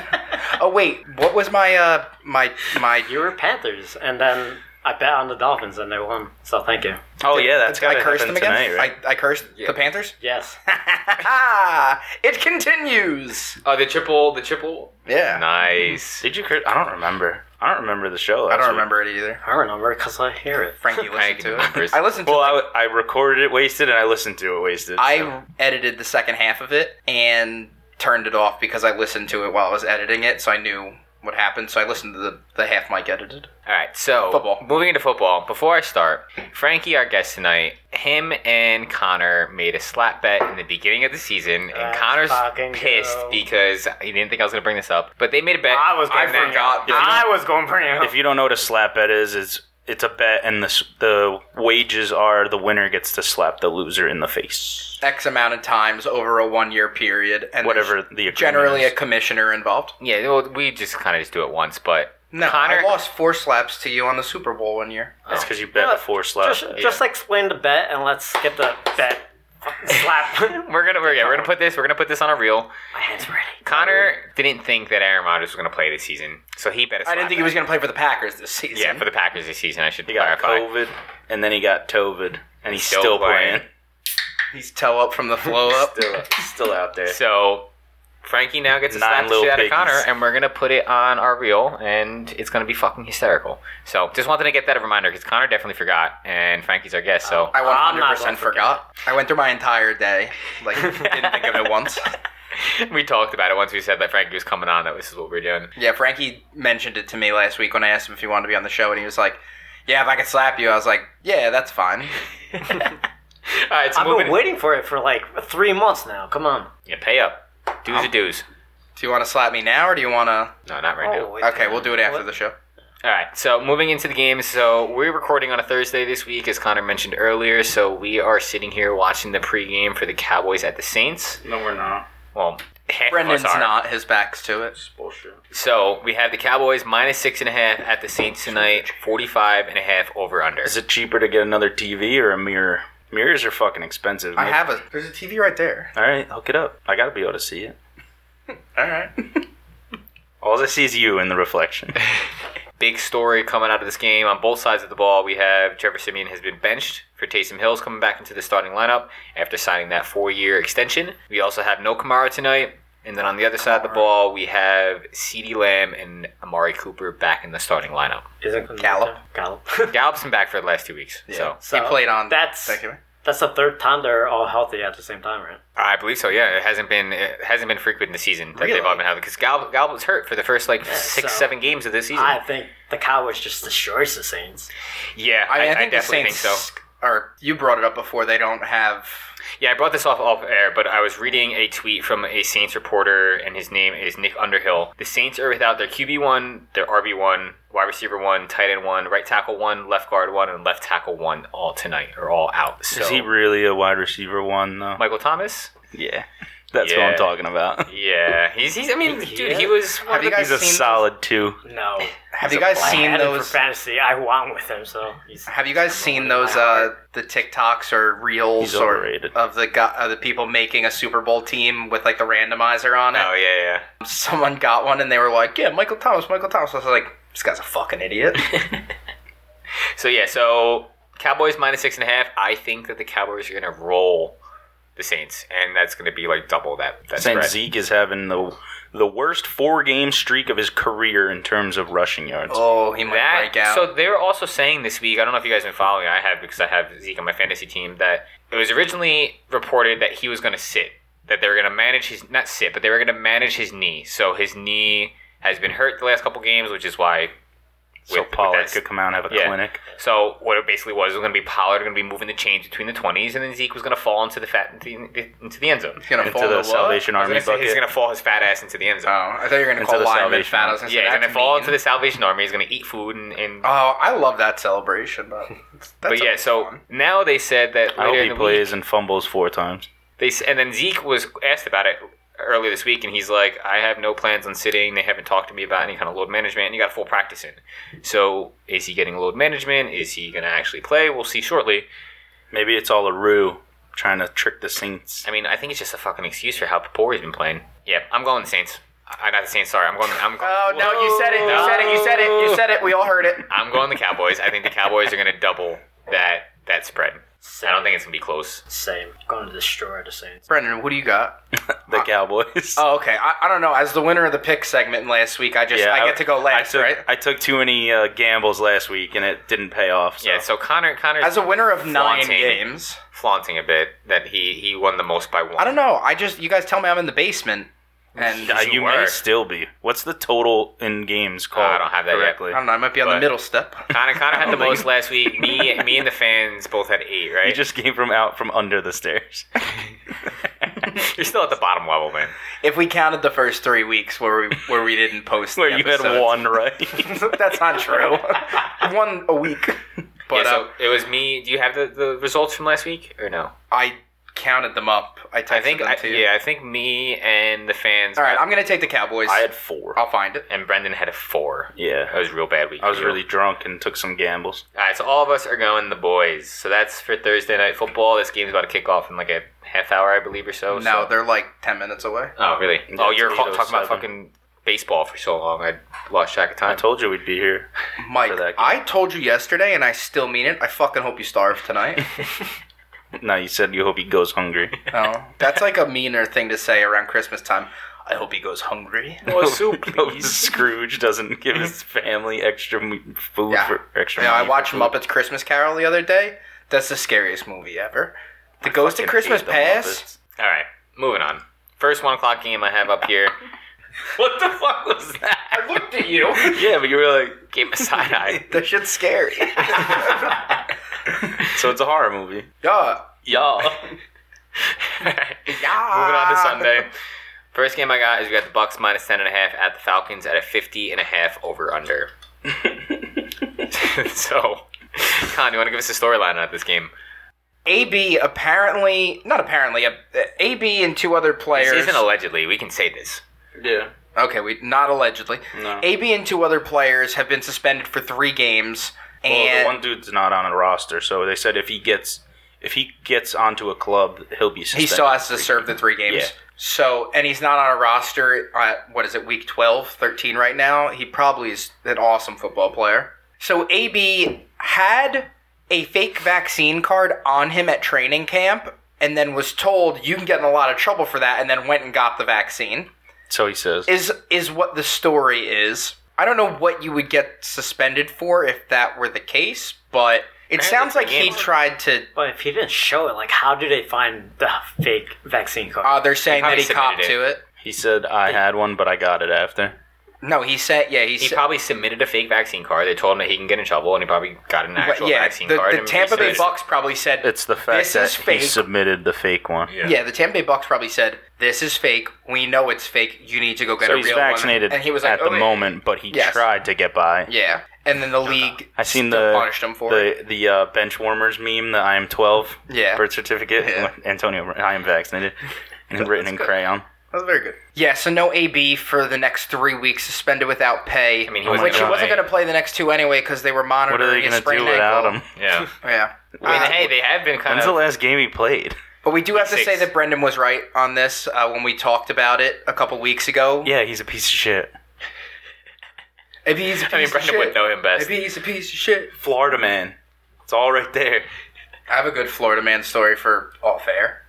A: oh wait, what was my uh my my
D: You were Panthers, and then I bet on the Dolphins, and they won. So thank you.
B: Oh yeah, that's
A: I
B: gotta
A: cursed
B: happen
A: them again?
B: tonight, right?
A: I, I cursed the Panthers?
D: Yes.
A: it continues.
C: Oh, the triple, the triple.
A: Yeah. Mm-hmm.
C: Nice.
B: Did you curse? I don't remember. I don't remember the show.
A: I
B: last
A: don't
B: week.
A: remember it either.
D: I remember because I hear it.
A: Frankie listened to
C: remembers.
A: it. I listened to
B: Well,
A: it.
B: I, w- I recorded it wasted and I listened to it wasted. so.
A: I edited the second half of it and turned it off because I listened to it while I was editing it, so I knew what happened. So I listened to the, the half Mike edited.
C: All right, so
A: Football.
C: Moving into football. Before I start, Frankie, our guest tonight, him and Connor made a slap bet in the beginning of the season, and
D: Let's
C: Connor's
D: fucking
C: pissed
D: go.
C: because he didn't think I was going to bring this up, but they made a bet.
D: I was going
C: I
D: to bring it up.
C: forgot.
D: I was going to bring it up.
B: If you don't know what a slap bet is, it's it's a bet, and the s- the wages are the winner gets to slap the loser in the face.
A: X amount of times over a one year period and
B: Whatever
A: there's
B: the agreement
A: generally a
B: is.
A: commissioner involved.
C: Yeah, well, we just kind of just do it once, but
A: No,
C: Connor.
A: I lost four slaps to you on the Super Bowl one year.
B: That's because you bet before slap.
D: Just, just explain the bet, and let's get the bet slap.
C: We're gonna we're, yeah, we're gonna put this we're gonna put this on a reel.
D: My hands ready.
C: Connor didn't think that Aaron Rodgers was gonna play this season, so he bet. A
A: I didn't
C: slap
A: think he
C: bet.
A: was going to play for the Packers this season.
C: Yeah, for the Packers this season, I should
B: He got
C: clarify.
B: COVID, and then he got tovid, and he's
C: Still
B: still,
C: playing.
B: playing.
A: He's toe up from the flow up.
B: Still, still out there.
C: So Frankie now gets a
B: Nine
C: slap the
B: little
C: shit out of
B: piggies.
C: Connor, and we're gonna put it on our reel, and it's gonna be fucking hysterical. So just wanted to get that a reminder because Connor definitely forgot, and Frankie's our guest. So
A: I
D: I'm not
A: 100%
D: gonna
A: forgot. I went through my entire day. Like, didn't think of it once.
C: we talked about it once we said that Frankie was coming on. That this is what we are doing.
A: Yeah, Frankie mentioned it to me last week when I asked him if he wanted to be on the show, and he was like, Yeah, if I could slap you. I was like, Yeah, that's fine.
C: All right, so
D: I've
C: moving.
D: been waiting for it for like three months now. Come on.
C: yeah, pay up. Dues or dues.
A: Do you want to slap me now, or do you want to.
C: No, not right now.
D: wait.
A: Oh, Okay, we'll do it after the show.
C: All right, so moving into the game. So we're recording on a Thursday this week, as Connor mentioned earlier. So we are sitting here watching the pregame for the Cowboys at the Saints.
B: No, we're not.
C: Well, half of us
A: Brendan's
C: are.
A: not. His back's to it.
B: Bullshit.
C: So we have the Cowboys minus six and a half at the Saints tonight, 45 and a half over under.
B: Is it cheaper to get another TV or a mirror? Mirrors are fucking expensive.
A: I
B: mate.
A: have a. There's a TV right there.
B: All right, hook it up. I gotta be able to see it.
A: All right.
B: All I see is you in the reflection.
C: Big story coming out of this game on both sides of the ball. We have Trevor Simeon has been benched for Taysom Hill's coming back into the starting lineup after signing that four year extension. We also have no Kamara tonight. And then on the other side of the ball, we have CeeDee Lamb and Amari Cooper back in the starting lineup.
D: Isn't
A: Gallop.
D: Gallop.
C: Gallup's been back for the last two weeks. So
A: He played on.
D: That's
A: Thanksgiving.
D: that's the third time they're all healthy at the same time, right?
C: I believe so. Yeah, it hasn't been it hasn't been frequent this season that they've
A: Really?
C: all been having because Gallup, Gallup was hurt for the first like six
D: so-
C: seven games of this season.
D: I think the Cowboys just destroys the Saints.
C: Yeah,
A: I,
C: I,
A: mean, I,
C: I
A: think the
C: definitely
A: Saints
C: think so.
A: Or you brought it up before. They don't have.
C: Yeah, I brought this off off air, but I was reading a tweet from a Saints reporter, and his name is Nick Underhill. The Saints are without their QB one, their RB one, wide receiver one, tight end one, right tackle one, left guard one, and left tackle one all tonight are all out. So
B: Is he really a wide receiver one though?
C: Michael Thomas?
B: yeah, that's what
C: Yeah.
B: I'm talking about.
C: Yeah, he's he's. I mean, dude, he was.
A: Have you guys
B: He's a
A: seen?
B: solid two.
D: No.
A: Have you guys
D: I
A: seen
D: had him for
A: those?
D: fantasy. I won with him, so he's
A: Have you guys seen those?
D: my
A: Uh, the TikToks or reels
B: He's
A: or
B: overrated.
A: of the gu- of the people making a Super Bowl team with like the randomizer on it.
C: Oh yeah, yeah.
A: Someone got one and they were like, "Yeah, Michael Thomas, Michael Thomas." I was like, "This guy's a fucking idiot."
C: So yeah, so Cowboys minus six and a half. I think that the Cowboys are gonna roll the Saints, and that's gonna be like double that. that
B: Saying
C: spread.
B: Zeke is having the the worst four game streak of his career in terms of rushing yards.
A: oh, he might
C: That-
A: break out.
C: So they were also saying this week. I don't know if you guys have been following. I have because I have Zeke on my fantasy team. That it was originally reported that he was going to sit. That they were going to manage his not sit, but they were going to manage his knee. So his knee has been hurt the last couple games, which is why with,
B: so
C: with
B: Pollard
C: that
B: could come out and have a
C: yeah.
B: clinic.
C: So what it basically was was going to be Pollard going to be moving the chains between the twenties, and then Zeke was going to fall into the fat into the, into the end zone.
A: He's gonna
B: Into
A: fall
B: the
A: what?
B: Salvation
C: I was
B: Army
C: gonna say
B: bucket.
C: he's going to fall his fat ass into the end
A: Oh,
C: zone.
A: I thought you were gonna
B: Into
A: call
B: the
A: lineman
B: Salvation
A: fat. I
B: Army.
A: was gonna say
C: yeah, he's
A: Oh, that's
C: going to fall
A: mean.
C: into the Salvation Army. He's going to eat food and. and
A: Oh, I love that celebration, but that's
C: but yeah,
A: always
C: so
A: fun.
C: now they said that
B: I hope
C: later
B: he
C: in the week,
B: plays and fumbles four times.
C: They s- and then Zeke was asked about it earlier this week, and he's like, "I have no plans on sitting. They haven't talked to me about any kind of load management. And he got full practice in. So is he getting load management? Is he going to actually play? We'll see shortly.
B: Maybe it's all a rue trying to trick the Saints.
C: I mean, I think it's just a fucking excuse for how poor he's been playing. Yeah, I'm going the Saints. I not the Saints. Sorry, I'm going. I'm going.
A: Oh no, you said it. You said it. You said it. You said it. We all heard it.
C: I'm going the Cowboys. I think the Cowboys are going to double that that spread. I don't think it's going to be close.
D: Same. Going to destroy the Saints.
A: Brendan, what do you got?
B: The
C: uh,
B: Cowboys.
A: Oh, okay. I, I don't know. As the winner of the pick segment last week, I just
B: Yeah,
A: I,
B: I-
A: get to go
B: I
A: last,
B: took,
A: right?
B: I took too many uh, gambles last week and it didn't pay off. So.
C: Yeah. So Connor, Connor's
A: As a winner of nine
C: Flaunting.
A: games,
C: flaunting a bit that he he won the most by one.
A: I don't know. I just you guys tell me I'm in the basement, and
B: Uh,
A: I
C: Yes,
B: you
C: you were.
B: may still be. What's the total in games called?
C: I don't have that yet.
B: correctly?
A: don't know. I might be on the
C: But-
A: middle step.
C: Connor, Connor had the most last week. Me, me, and the fans both had eight. Right?
B: You just came from out from under the stairs.
C: you're still at the bottom level, man.
A: If we counted the first three weeks where we where we didn't post,
B: Where
A: the
B: you had
A: episodes.
B: one right.
A: That's not true. one a week. But
C: yeah, so
A: uh,
C: it was me. Do you have the, the results from last week or no?
A: I counted them up. I texted
C: I think
A: them
C: I,
A: to you.
C: yeah, I think me and the fans.
A: All right, I'm gonna take the Cowboys.
B: I had four.
A: I'll find it.
C: and Brendan had a four. That
B: Yeah.
C: was a real bad week.
B: I was
C: for you.
B: really drunk and took some gambles.
C: All right, so all of us are going the boys. So that's for Thursday night football. This game's about to kick off in like a half hour, I believe, or
B: Oh,
C: so.
A: No,
C: so.
A: they're like ten minutes away.
C: Oh, really?
B: Yeah,
C: Oh,
B: it's
C: you're ca- talking about
B: 8:07.
C: fucking baseball for so long. I lost track of
B: I
C: time.
B: told you we'd be here.
A: Mike,
B: For that game.
A: I told you yesterday, and I still mean it. I fucking hope you starve tonight.
B: No, you said you hope he goes hungry.
A: oh, that's like a meaner thing to say around Christmas time. I hope he goes hungry.
C: More soup,
B: You hope Scrooge doesn't give his family extra m- food
A: Yeah.
B: for extra.
A: You know, I
B: money for
A: watched
B: food.
A: Muppets Christmas Carol the other day. That's the scariest movie ever. The Ghost of
B: Fucking
A: Christmas
B: hate the
A: Past.
C: All right, moving on. First one o'clock game I have up here.
B: Muppets. What the fuck was that?
A: I looked at you.
B: yeah, but you were like,
C: Gave him a side eye.
A: that shit's scary.
B: so it's a horror movie.
A: yeah.
B: Y'all.
C: Moving on to Sunday. First game I got is we got the Bucks minus ten and a half at the Falcons at a fifty and a half over under. so, Con, you want to give us a storyline out of this game?
A: AB apparently, not apparently, uh, AB and two other
C: This
A: players.
C: isn't allegedly. We can say this.
B: yeah.
A: okay, we not allegedly.
B: No.
A: AB and two other players have been suspended for three games,
B: Well, the
A: and
B: one dude's not on a roster, so they said if he gets if he gets onto a club, he'll be
A: he
B: suspended.
A: still has to serve the three games.
B: Yeah.
A: So, and he's not on a roster at, what is it, week 12, 13 right now. He probably is an awesome football player. So, AB had a fake vaccine card on him at training camp and then was told you can get in a lot of trouble for that and then went and got the vaccine.
B: So he says.
A: is is what the story is. I don't know what you would get suspended for if that were the case, but it
C: Man,
A: sounds
C: the
A: like he
C: games-
A: tried to.
D: But if he didn't show it, like, how do they find the fake vaccine card?
A: Uh, they're saying that
C: probably
A: he copped
C: submitted
A: to it.
B: he said I had one, but I got it after.
A: No, he said, yeah, he,
C: He
A: said.
C: probably submitted a fake vaccine card. They told him that he can get in trouble, and he probably got an
A: but
C: actual
A: yeah,
C: vaccine
A: the,
C: card.
A: the
C: and
A: Tampa Bay
C: resubmitted it.
A: Bucks probably said,
B: It's the fact
A: This
B: that
A: is
B: he
A: fake.
B: submitted the fake one.
C: Yeah.
A: yeah, the Tampa Bay Bucks probably said, this is fake. We know it's fake. You need to go get
B: So
A: a
B: he's
A: real
B: vaccinated
A: one. And he was like,
B: at the
A: "Okay."
B: moment, but he
A: Yes.
B: tried to get by.
A: Yeah, and then the league
B: I seen
A: still
B: the
A: punished him for it.
B: the the uh, bench warmers meme, the I am twelve
A: Yeah.
B: birth certificate.
A: Yeah.
B: Antonio, I am vaccinated, and written in crayon.
A: That was very good. Yeah, so no AB for the next three weeks, suspended without pay. I
C: mean, he
A: which
C: wasn't
A: he
C: gonna
A: wasn't
C: play.
A: going to play the next two anyway because they were monitoring
B: What are they
A: his
B: gonna do
A: sprained
B: without
A: ankle.
B: him?
C: Yeah.
A: Yeah.
C: I mean,
A: Uh,
C: hey, they have been kind
B: When's the
C: of.
B: last game he played?
A: but we do have to
C: Six.
A: say that Brendan was right on this uh, when we talked about it a couple weeks ago.
B: Yeah, he's a piece of shit.
A: If he's a piece
C: I mean,
A: of
C: Brendan
A: shit,
C: would know him best.
A: If he's a piece of shit.
B: Florida man. It's all right there.
A: I have a good Florida man story for off air.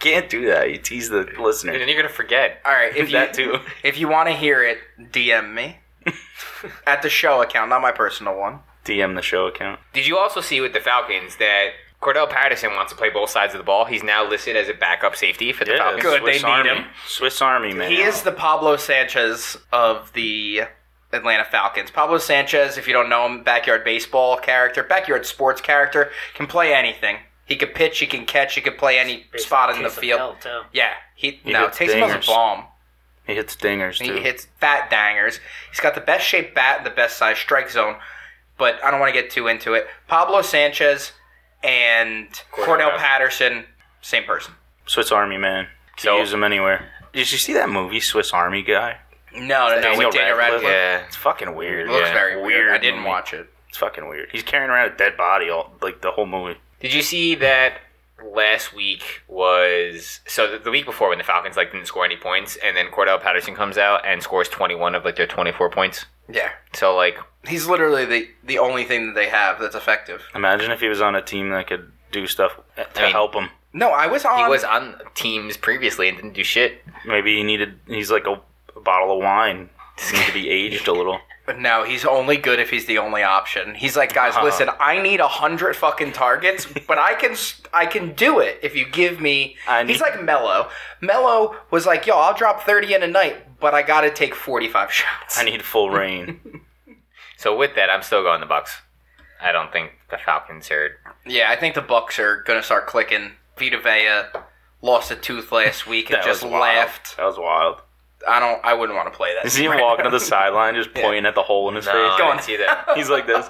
B: Can't do that. You tease the
C: And
B: listener.
C: then you're gonna forget.
A: All right, if you
B: That too.
A: if you want to hear it, DM me at the show account, not my personal one.
B: DM the show account.
C: Did you also see with the Falcons that Cordell Patterson wants to play both sides of the ball? He's now listed as a backup safety for the Falcons.
A: Good, they need
B: Army.
A: him.
B: Swiss Army man.
A: He is the Pablo Sanchez of the Atlanta Falcons. Pablo Sanchez, if you don't know him, backyard baseball character, backyard sports character, can play anything. He could pitch, he can catch, he could play any spot in the
D: Taste of
A: field.
D: hell, too.
A: Yeah, he,
B: He
A: no,
B: hits
A: Taysom Hill's
B: dingers.
A: a bomb.
B: He hits dingers too.
A: He hits fat dangers. He's got the best shaped bat and the best size strike zone. But I don't want to get too into it. Pablo Sanchez and
C: Cordell
A: Cordell
C: Patterson.
A: Patterson, same person.
B: Swiss Army man. Can
C: So-
B: use him anywhere. Did you see that movie Swiss Army guy?
A: No, no, no.
B: Daniel
A: With Daniel
B: Radcliffe?
A: Radcliffe.
C: Yeah.
B: It's fucking weird.
A: It looks
C: Yeah,
A: very weird.
B: weird
A: I didn't
B: movie.
A: watch it.
B: It's fucking weird. He's carrying around a dead body all like the whole movie.
C: Did you see that last week was so the, the week before when the Falcons like didn't score any points and then Cordell Patterson comes out and scores 21 of like their 24 points.
A: Yeah.
C: So like
A: He's literally the, the only thing that they have that's effective.
B: Imagine if he was on a team that could do stuff to
C: mean-
B: help him.
A: No, I was on.
C: he was on teams previously and didn't do shit.
B: Maybe he needed. He's like a, a bottle of wine. Just Need to be aged a little.
A: But no, he's only good if he's the only option. He's like, guys, listen, I need a hundred fucking targets, but I can I can do it if you give me.
B: I
A: he's
B: need-
A: like Mello. Mello was like, yo, I'll drop thirty in a night, but I gotta take forty five shots.
B: I need full reign.
C: So with that, I'm still going the Bucks. I don't think the Falcons are.
A: yeah, I think the Bucks are gonna start clicking. Vita Vea lost a tooth last week and
B: That
A: just
B: was wild.
A: left.
B: That was wild.
A: I don't. I wouldn't want to play that.
B: Is he walking to the sideline, just pointing at the hole in his
C: No,
B: face?
C: I
A: Go on.
C: don't see that.
B: He's like this,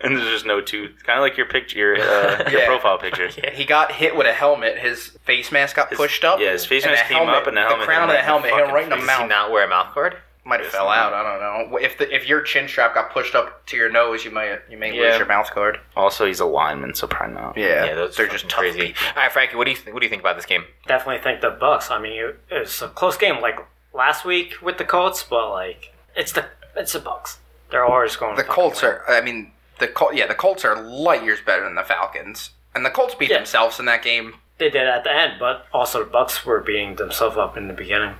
B: and there's just no tooth. Kind of like your picture, your uh, your
A: Yeah.
B: profile picture.
A: He got hit with a helmet. His face mask got pushed up.
B: yeah, his face
A: and
B: mask
A: the
B: came up and the helmet hit
A: crown
B: him
A: of the
B: right in
A: helmet
B: the
A: hit him
B: fucking
A: right in the
B: face.
C: Does he
A: mouth.
C: not wear a mouth guard?
A: Might have
B: Yes,
A: fell
B: I
A: out. I don't know. If the, if your chin strap got pushed up to your nose, you might you may
C: Yeah.
A: lose your mouth guard.
B: Also, he's a lineman, so probably not.
A: Yeah,
C: those are
A: they're just tough.
C: crazy. All right, Frankie, what do you th- what do you think about this game?
D: Definitely think the Bucks. I mean, it, it was a close game like last week with the Colts, but like it's the it's the Bucks. They're always going.
A: The
D: to fucking
A: Colts
D: win.
A: are. I mean, the Col- yeah, the Colts are light years better than the Falcons, and the Colts beat
D: Yeah.
A: themselves in that game.
D: They did at the end, but also the Bucks were beating themselves up in the beginning.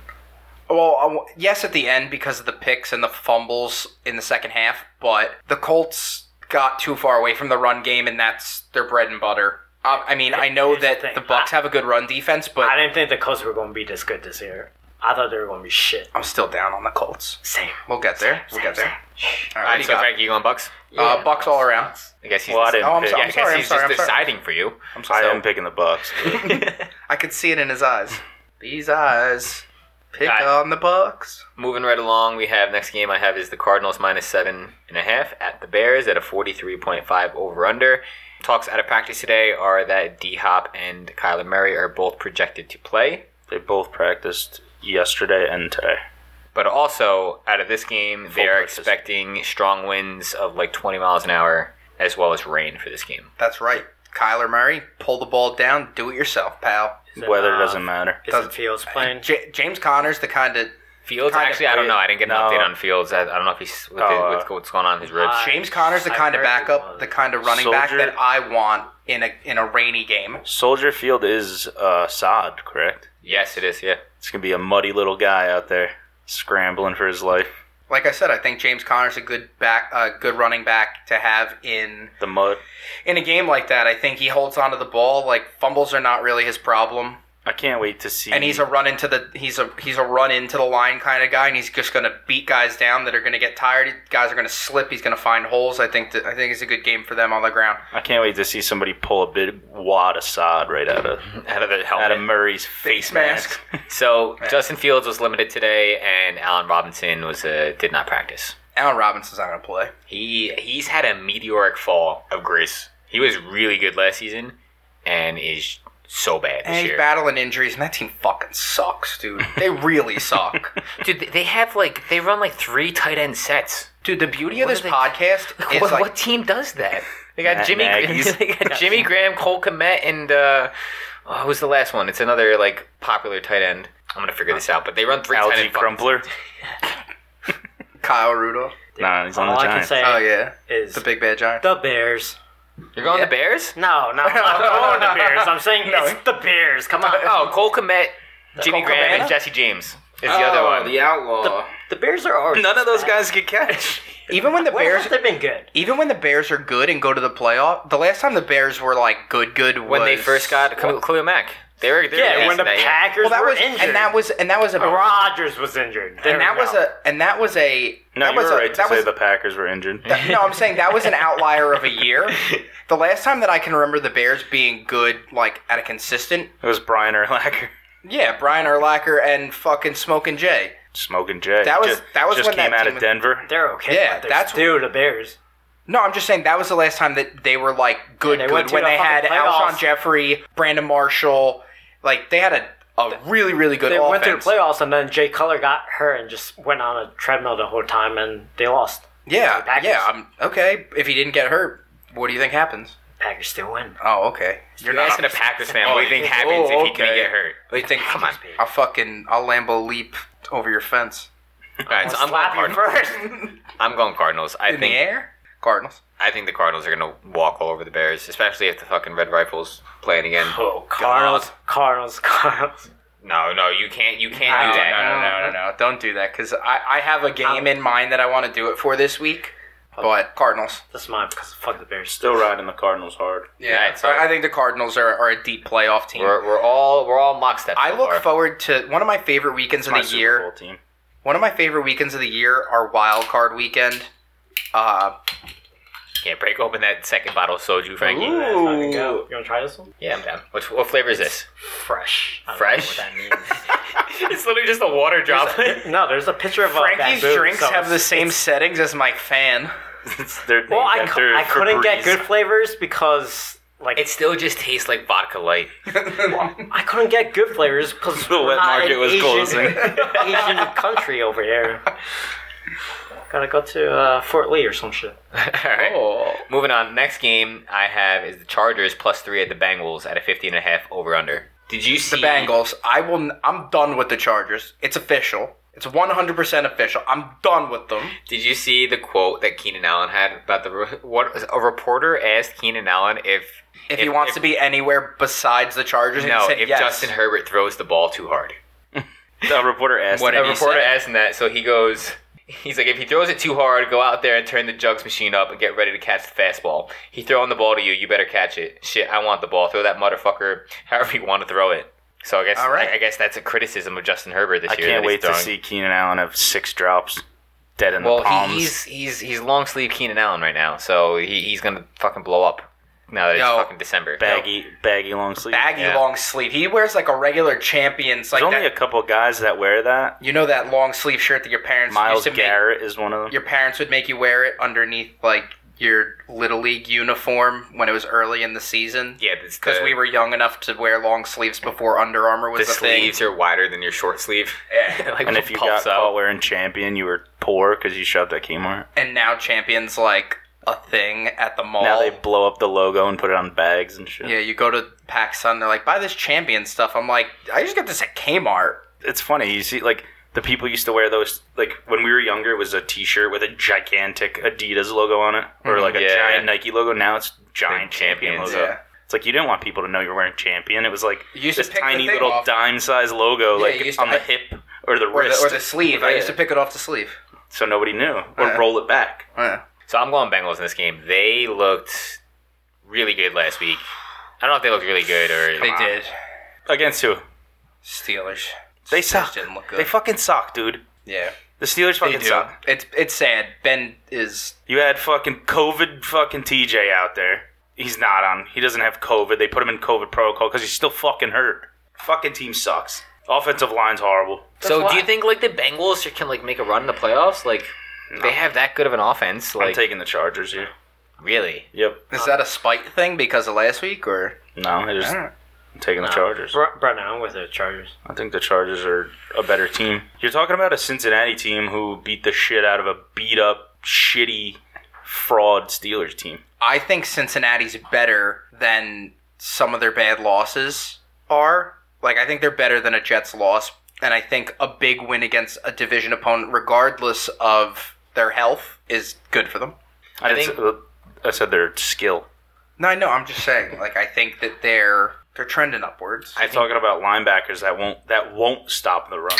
A: Well, I w- yes, at the end because of the picks and the fumbles in the second half, but the Colts got too far away from the run game, and that's their bread and butter. Uh, I mean, I know
D: Here's the
A: that
D: thing.
A: the Bucks have a good run defense,
D: I
A: but
D: didn't think the Colts were going to be this good this year. I thought they were going to be shit.
A: I'm still down on the Colts.
D: Same.
A: We'll get there. We'll get there. All
C: All
A: right, what
C: right, so
A: do you got?
C: Frankie, you going Bucks?
A: Uh, Bucks all around.
C: I guess he's.
B: Well, I didn't
A: Oh, I'm,
B: pick.
A: so,
C: yeah,
A: I'm
C: I guess
A: sorry. I'm
C: he's
A: sorry. I'm
C: just
A: sorry.
C: deciding for you.
A: I'm
B: I
A: so-
B: am picking the Bucks.
A: I could see it in his eyes. These eyes. Pick
C: Alright.
A: on the Bucks.
C: Moving right along, we have next game I have is the Cardinals minus seven and a half at the Bears at a 43.5 over under. Talks out of practice today are that D Hop and Kyler Murray are both projected to play,
B: they both practiced yesterday and today.
C: but also out of this game, they are
B: practice.
C: expecting strong winds of like 20 miles an hour as well as rain for this game.
A: That's right. Kyler Murray, pull the ball down. Do it yourself, pal.
D: Is it,
B: Weather
D: uh,
B: doesn't matter.
D: Is
A: Doesn't-
D: it Fields playing?
A: J- James Connor's the kind of.
C: Fields,
A: Kind of
C: actually, I don't
A: played-
C: know. I didn't get
B: no.
C: an update on Fields. I, I don't know if he's with
B: Oh,
C: the,
B: uh,
C: with what's going on in his ribs.
D: I-
A: James Connor's the
D: I
A: kind of
D: heard he
A: backup,
D: was.
A: the kind of running back
B: Soldier.
A: that I want in a in a rainy game.
B: Soldier Field is uh, sod, correct?
C: yes, it is. Yeah.
B: It's gonna be a muddy little guy out there scrambling for his life.
A: Like I said, I think James Connor's a good back, a good running back to have in
B: The mud.
A: in a game like that. I think he holds onto the ball. Like fumbles are not really his problem.
B: I can't wait to see.
A: and he's a run into the he's a he's a run into the line kind of guy, and he's just going to beat guys down that are going to get tired. Guys are going to slip. He's going to find holes. I think that, I think it's a good game for them on the ground.
B: I can't wait to see somebody pull a big wad of sod right out of
C: Out of the
A: Oh,
C: helmet.
B: out of Murray's face mask.
C: So Justin Fields was limited today, and Allen Robinson was uh, did not practice.
A: Allen Robinson's not going to play.
C: He he's had a meteoric fall of grace. He was really good last season, and is so bad this
A: And he's
C: year.
A: battling injuries, and that team fucking sucks, dude. They really suck,
C: Dude, th- they have like they run like three tight end sets.
A: dude. The beauty of
C: What
A: this
C: are they-
A: podcast is
C: What,
A: like
C: what team does that? They got
B: Matt
C: Jimmy.
B: Nagy's.
C: they got Jimmy Graham, Cole Komet, and uh, oh, who's the last one? It's another like popular tight end. I'm gonna figure this out, but they run three tight
B: Algae
C: end. fucking-
B: crumpler.
A: Kyle Rudolph.
B: Nah, he's on
D: All
B: the
D: I
B: Giants.
D: can say
A: Oh yeah,
D: is
A: the
D: the,
A: big bad giant.
D: Bears.
C: You're going to
A: Yeah.
C: the Bears?
D: No, no, I'm going the Bears. I'm saying it's the Bears. Come on.
C: Oh, Cole Komet, Jimmy
A: Cole
C: Graham,
A: Kmet?
C: and Jesse James is the other one.
A: outlaw.
D: The Bears are already.
B: Oh, None of those guys could catch.
A: even when the
D: Where
A: Bears,
D: have they been good?
A: even when the Bears are good and go to the playoff, the last time the Bears were like good, good
C: when they
A: was-
C: first got Khalil Mack. They were, they were
D: Yeah, when the
C: decent that year.
D: Packers
A: Well, that
D: were
A: was
D: injured,
A: and that was and that was a
C: Oh,
D: Rodgers was injured,
A: and that was a and that was a
B: No,
A: that
B: you
A: was
B: were
A: a-
B: right to
A: that
B: say
A: was-
B: the Packers were injured.
A: that- no, I'm saying that was an outlier of a year. The last time that I can remember the Bears being good, like at a consistent,
B: It was Brian Erlacher.
A: yeah, Brian Erlacher and fucking Smoking Jay.
B: Smoking Jay.
A: That was-
B: just,
A: that was
B: just
A: when
B: came
A: that
B: out
A: team
B: of
A: was-
B: Denver.
D: They're okay.
A: Yeah,
D: but they're
A: that's-
D: still the Bears.
A: No, I'm just saying that was the last time that they were like good,
D: Yeah, they went
A: good
D: to
A: when
D: the
A: they had
D: fucking playoffs.
A: Alshon Jeffrey, Brandon Marshall. Like they had a, a really really good
D: They
A: offense.
D: went to the playoffs, and then Jay Cutler got hurt and just went on a treadmill the whole time, and they lost.
A: Yeah,
D: The Packers.
A: yeah. I'm, okay, if he didn't get hurt, what do you think happens?
D: Packers still win.
A: Oh, okay. You're
C: You're asking a Packers fan what do you think happens
A: Oh,
C: if he can
A: okay.
C: get hurt.
A: They think, come on,
D: on.
A: I'll fucking, I'll Lambo leap over your fence
C: All right, so I'm going
D: slap you
C: Cardinals.
D: first.
C: I'm going Cardinals. I
A: in
C: think
A: the air. Cardinals.
C: I think the Cardinals are gonna walk all over the Bears, especially if the fucking Red Rifles playing again.
D: Oh, Cardinals, Cardinals, Cardinals.
C: No, no, you can't. You can't
A: No,
C: do
A: no,
C: that.
A: no, no, no, no. Don't do that because I, I have a game in mind that I want to do it for this week. But Cardinals.
D: That's mine because fuck the Bears.
B: Still riding the Cardinals hard.
A: Yeah,
C: it's all right.
A: I, I think the Cardinals are, are a deep playoff team.
C: We're, we're all we're all mock steps.
A: I
C: so
A: look
C: far.
A: forward to one of my favorite weekends of
B: My
A: the
B: Super
A: year.
B: Bowl team.
A: One of my favorite weekends of the year are Wild Card Weekend. Uh,
C: Yeah, break open that second bottle of soju, Frankie.
A: Ooh.
D: You want to try this one?
C: Yeah, I'm down. What, what flavor is this?
D: Fresh. I don't know
C: Fresh?
D: what that means.
C: it's literally just a water droplet.
D: no, there's a picture of uh,
A: Frankie's
D: bamboo,
A: drinks
D: so
A: have the
D: it's-
A: same settings as my fan.
B: It's their
D: Well, I,
B: named
D: cou-
B: after
D: I couldn't get
B: Febreze.
D: good flavors because like
C: It still just tastes like vodka light.
D: I couldn't get good flavors because
B: The wet market was
D: Asian,
B: closing.
D: Asian country over here. Gotta go to uh, Fort Lee or some shit.
C: all right.
B: Oh.
C: Moving on. Next game I have is the Chargers plus three at the Bengals at a 50 and a half over under. Did you see
A: the Bengals. I will. n- I'm done with the Chargers. It's official. It's 100% official. I'm done with them.
C: Did you see the quote that Keenan Allen had about the what? A reporter asked Keenan Allen if
A: If, he wants to be anywhere besides the Chargers, and he
C: no
A: said
C: if
A: yes.
C: Justin Herbert throws the ball too hard.
B: A reporter asked.
A: What
B: him.
A: did
C: a
A: he
C: reporter
A: say?
C: asked him that, so he goes, he's like, if he throws it too hard, go out there and turn the jugs machine up and get ready to catch the fastball. He throwing the ball to you, you better catch it. Shit, I want the ball. Throw that motherfucker however you want to throw it. So I guess
A: All right.
C: I, I guess that's a criticism of Justin Herbert this
B: I
C: year.
B: can't
C: that he's
B: wait to
C: throwing.
B: see Keenan Allen have six drops, dead in the
C: Well,
B: palms.
C: he, he's he's he's long sleeve Keenan Allen right now, so he, he's gonna fucking blow up. Now that it's
A: Yo,
C: fucking December.
B: baggy, baggy long sleeve.
A: baggy
C: Yeah.
A: long sleeve. He wears like a regular champions like
B: There's only
A: that.
B: a couple guys that wear that.
A: you know that long sleeve shirt that your parents
B: Miles
A: used to make,
B: Garrett is one of them.
A: your parents would make you wear it underneath like your little league uniform when it was early in the season.
C: Yeah, because
A: Because we were young enough to wear long sleeves before Under Armour
C: the
A: was a thing.
C: sleeves are wider than your short sleeve. like,
B: And if you got
C: puffs out.
B: caught wearing champion, you were poor because you shopped at Kmart.
A: And now champions like a thing at the mall.
B: Now they blow up the logo and put it on bags and shit.
A: Yeah, you go to PacSun, they're like, buy this champion stuff. I'm like, I just got this at Kmart.
B: It's funny. You see, like the people used to wear those. Like when we were younger, it was a T-shirt with a gigantic Adidas logo on it, or like a
C: yeah.
B: giant Nike logo. Now it's giant
C: Big
B: champion
C: champions,
B: logo.
A: yeah.
B: It's like you didn't want people to know you were wearing champion. It was like
A: You used to
B: this
A: pick the
B: tiny
A: thing
B: little
A: off.
B: dime-sized
A: Yeah,
B: logo,
A: you
B: like
A: used to-
B: on the
A: I-
B: hip or the
A: Or the,
B: wrist,
A: or the sleeve. I
B: Yeah.
A: used to pick it off the sleeve.
B: so nobody knew, or
A: Yeah.
B: roll it back.
A: Yeah.
C: So I'm going Bengals in this game. They looked really good last week. I don't know if they looked really good or
A: They did.
B: Against who?
A: Steelers.
B: They
A: Steelers
B: suck.
A: Didn't look good.
B: They fucking suck, dude.
A: yeah.
B: The Steelers
A: They
B: fucking
A: do.
B: suck.
A: It's, it's sad. Ben is.
B: You had fucking COVID fucking TJ out there. He's not on. He doesn't have COVID. They put him in COVID protocol because he's still fucking hurt. Fucking team sucks. Offensive line's horrible.
C: So
D: That's
C: do you
D: why.
C: think like the Bengals can like make a run in the playoffs? Like they have that good of an offense?
B: I'm
C: Like
B: taking the Chargers here.
C: really?
B: Yep.
A: Is that a spite thing because of last week? or?
B: No, I just
A: Alright.
B: I'm taking the Chargers.
D: Br- Brennan, I'm with the Chargers.
B: I think the Chargers are a better team. You're talking about a Cincinnati team who beat the shit out of a beat up, shitty, fraud Steelers team.
A: I think Cincinnati's better than some of their bad losses are. Like I think they're better than a Jets loss, and I think a big win against a division opponent, regardless of their health, is good for them.
B: I,
C: think-
B: I said their skill.
A: No, I know. I'm just saying. Like I think that they're they're trending upwards.
B: I'm talking about linebackers that won't that won't stop the run.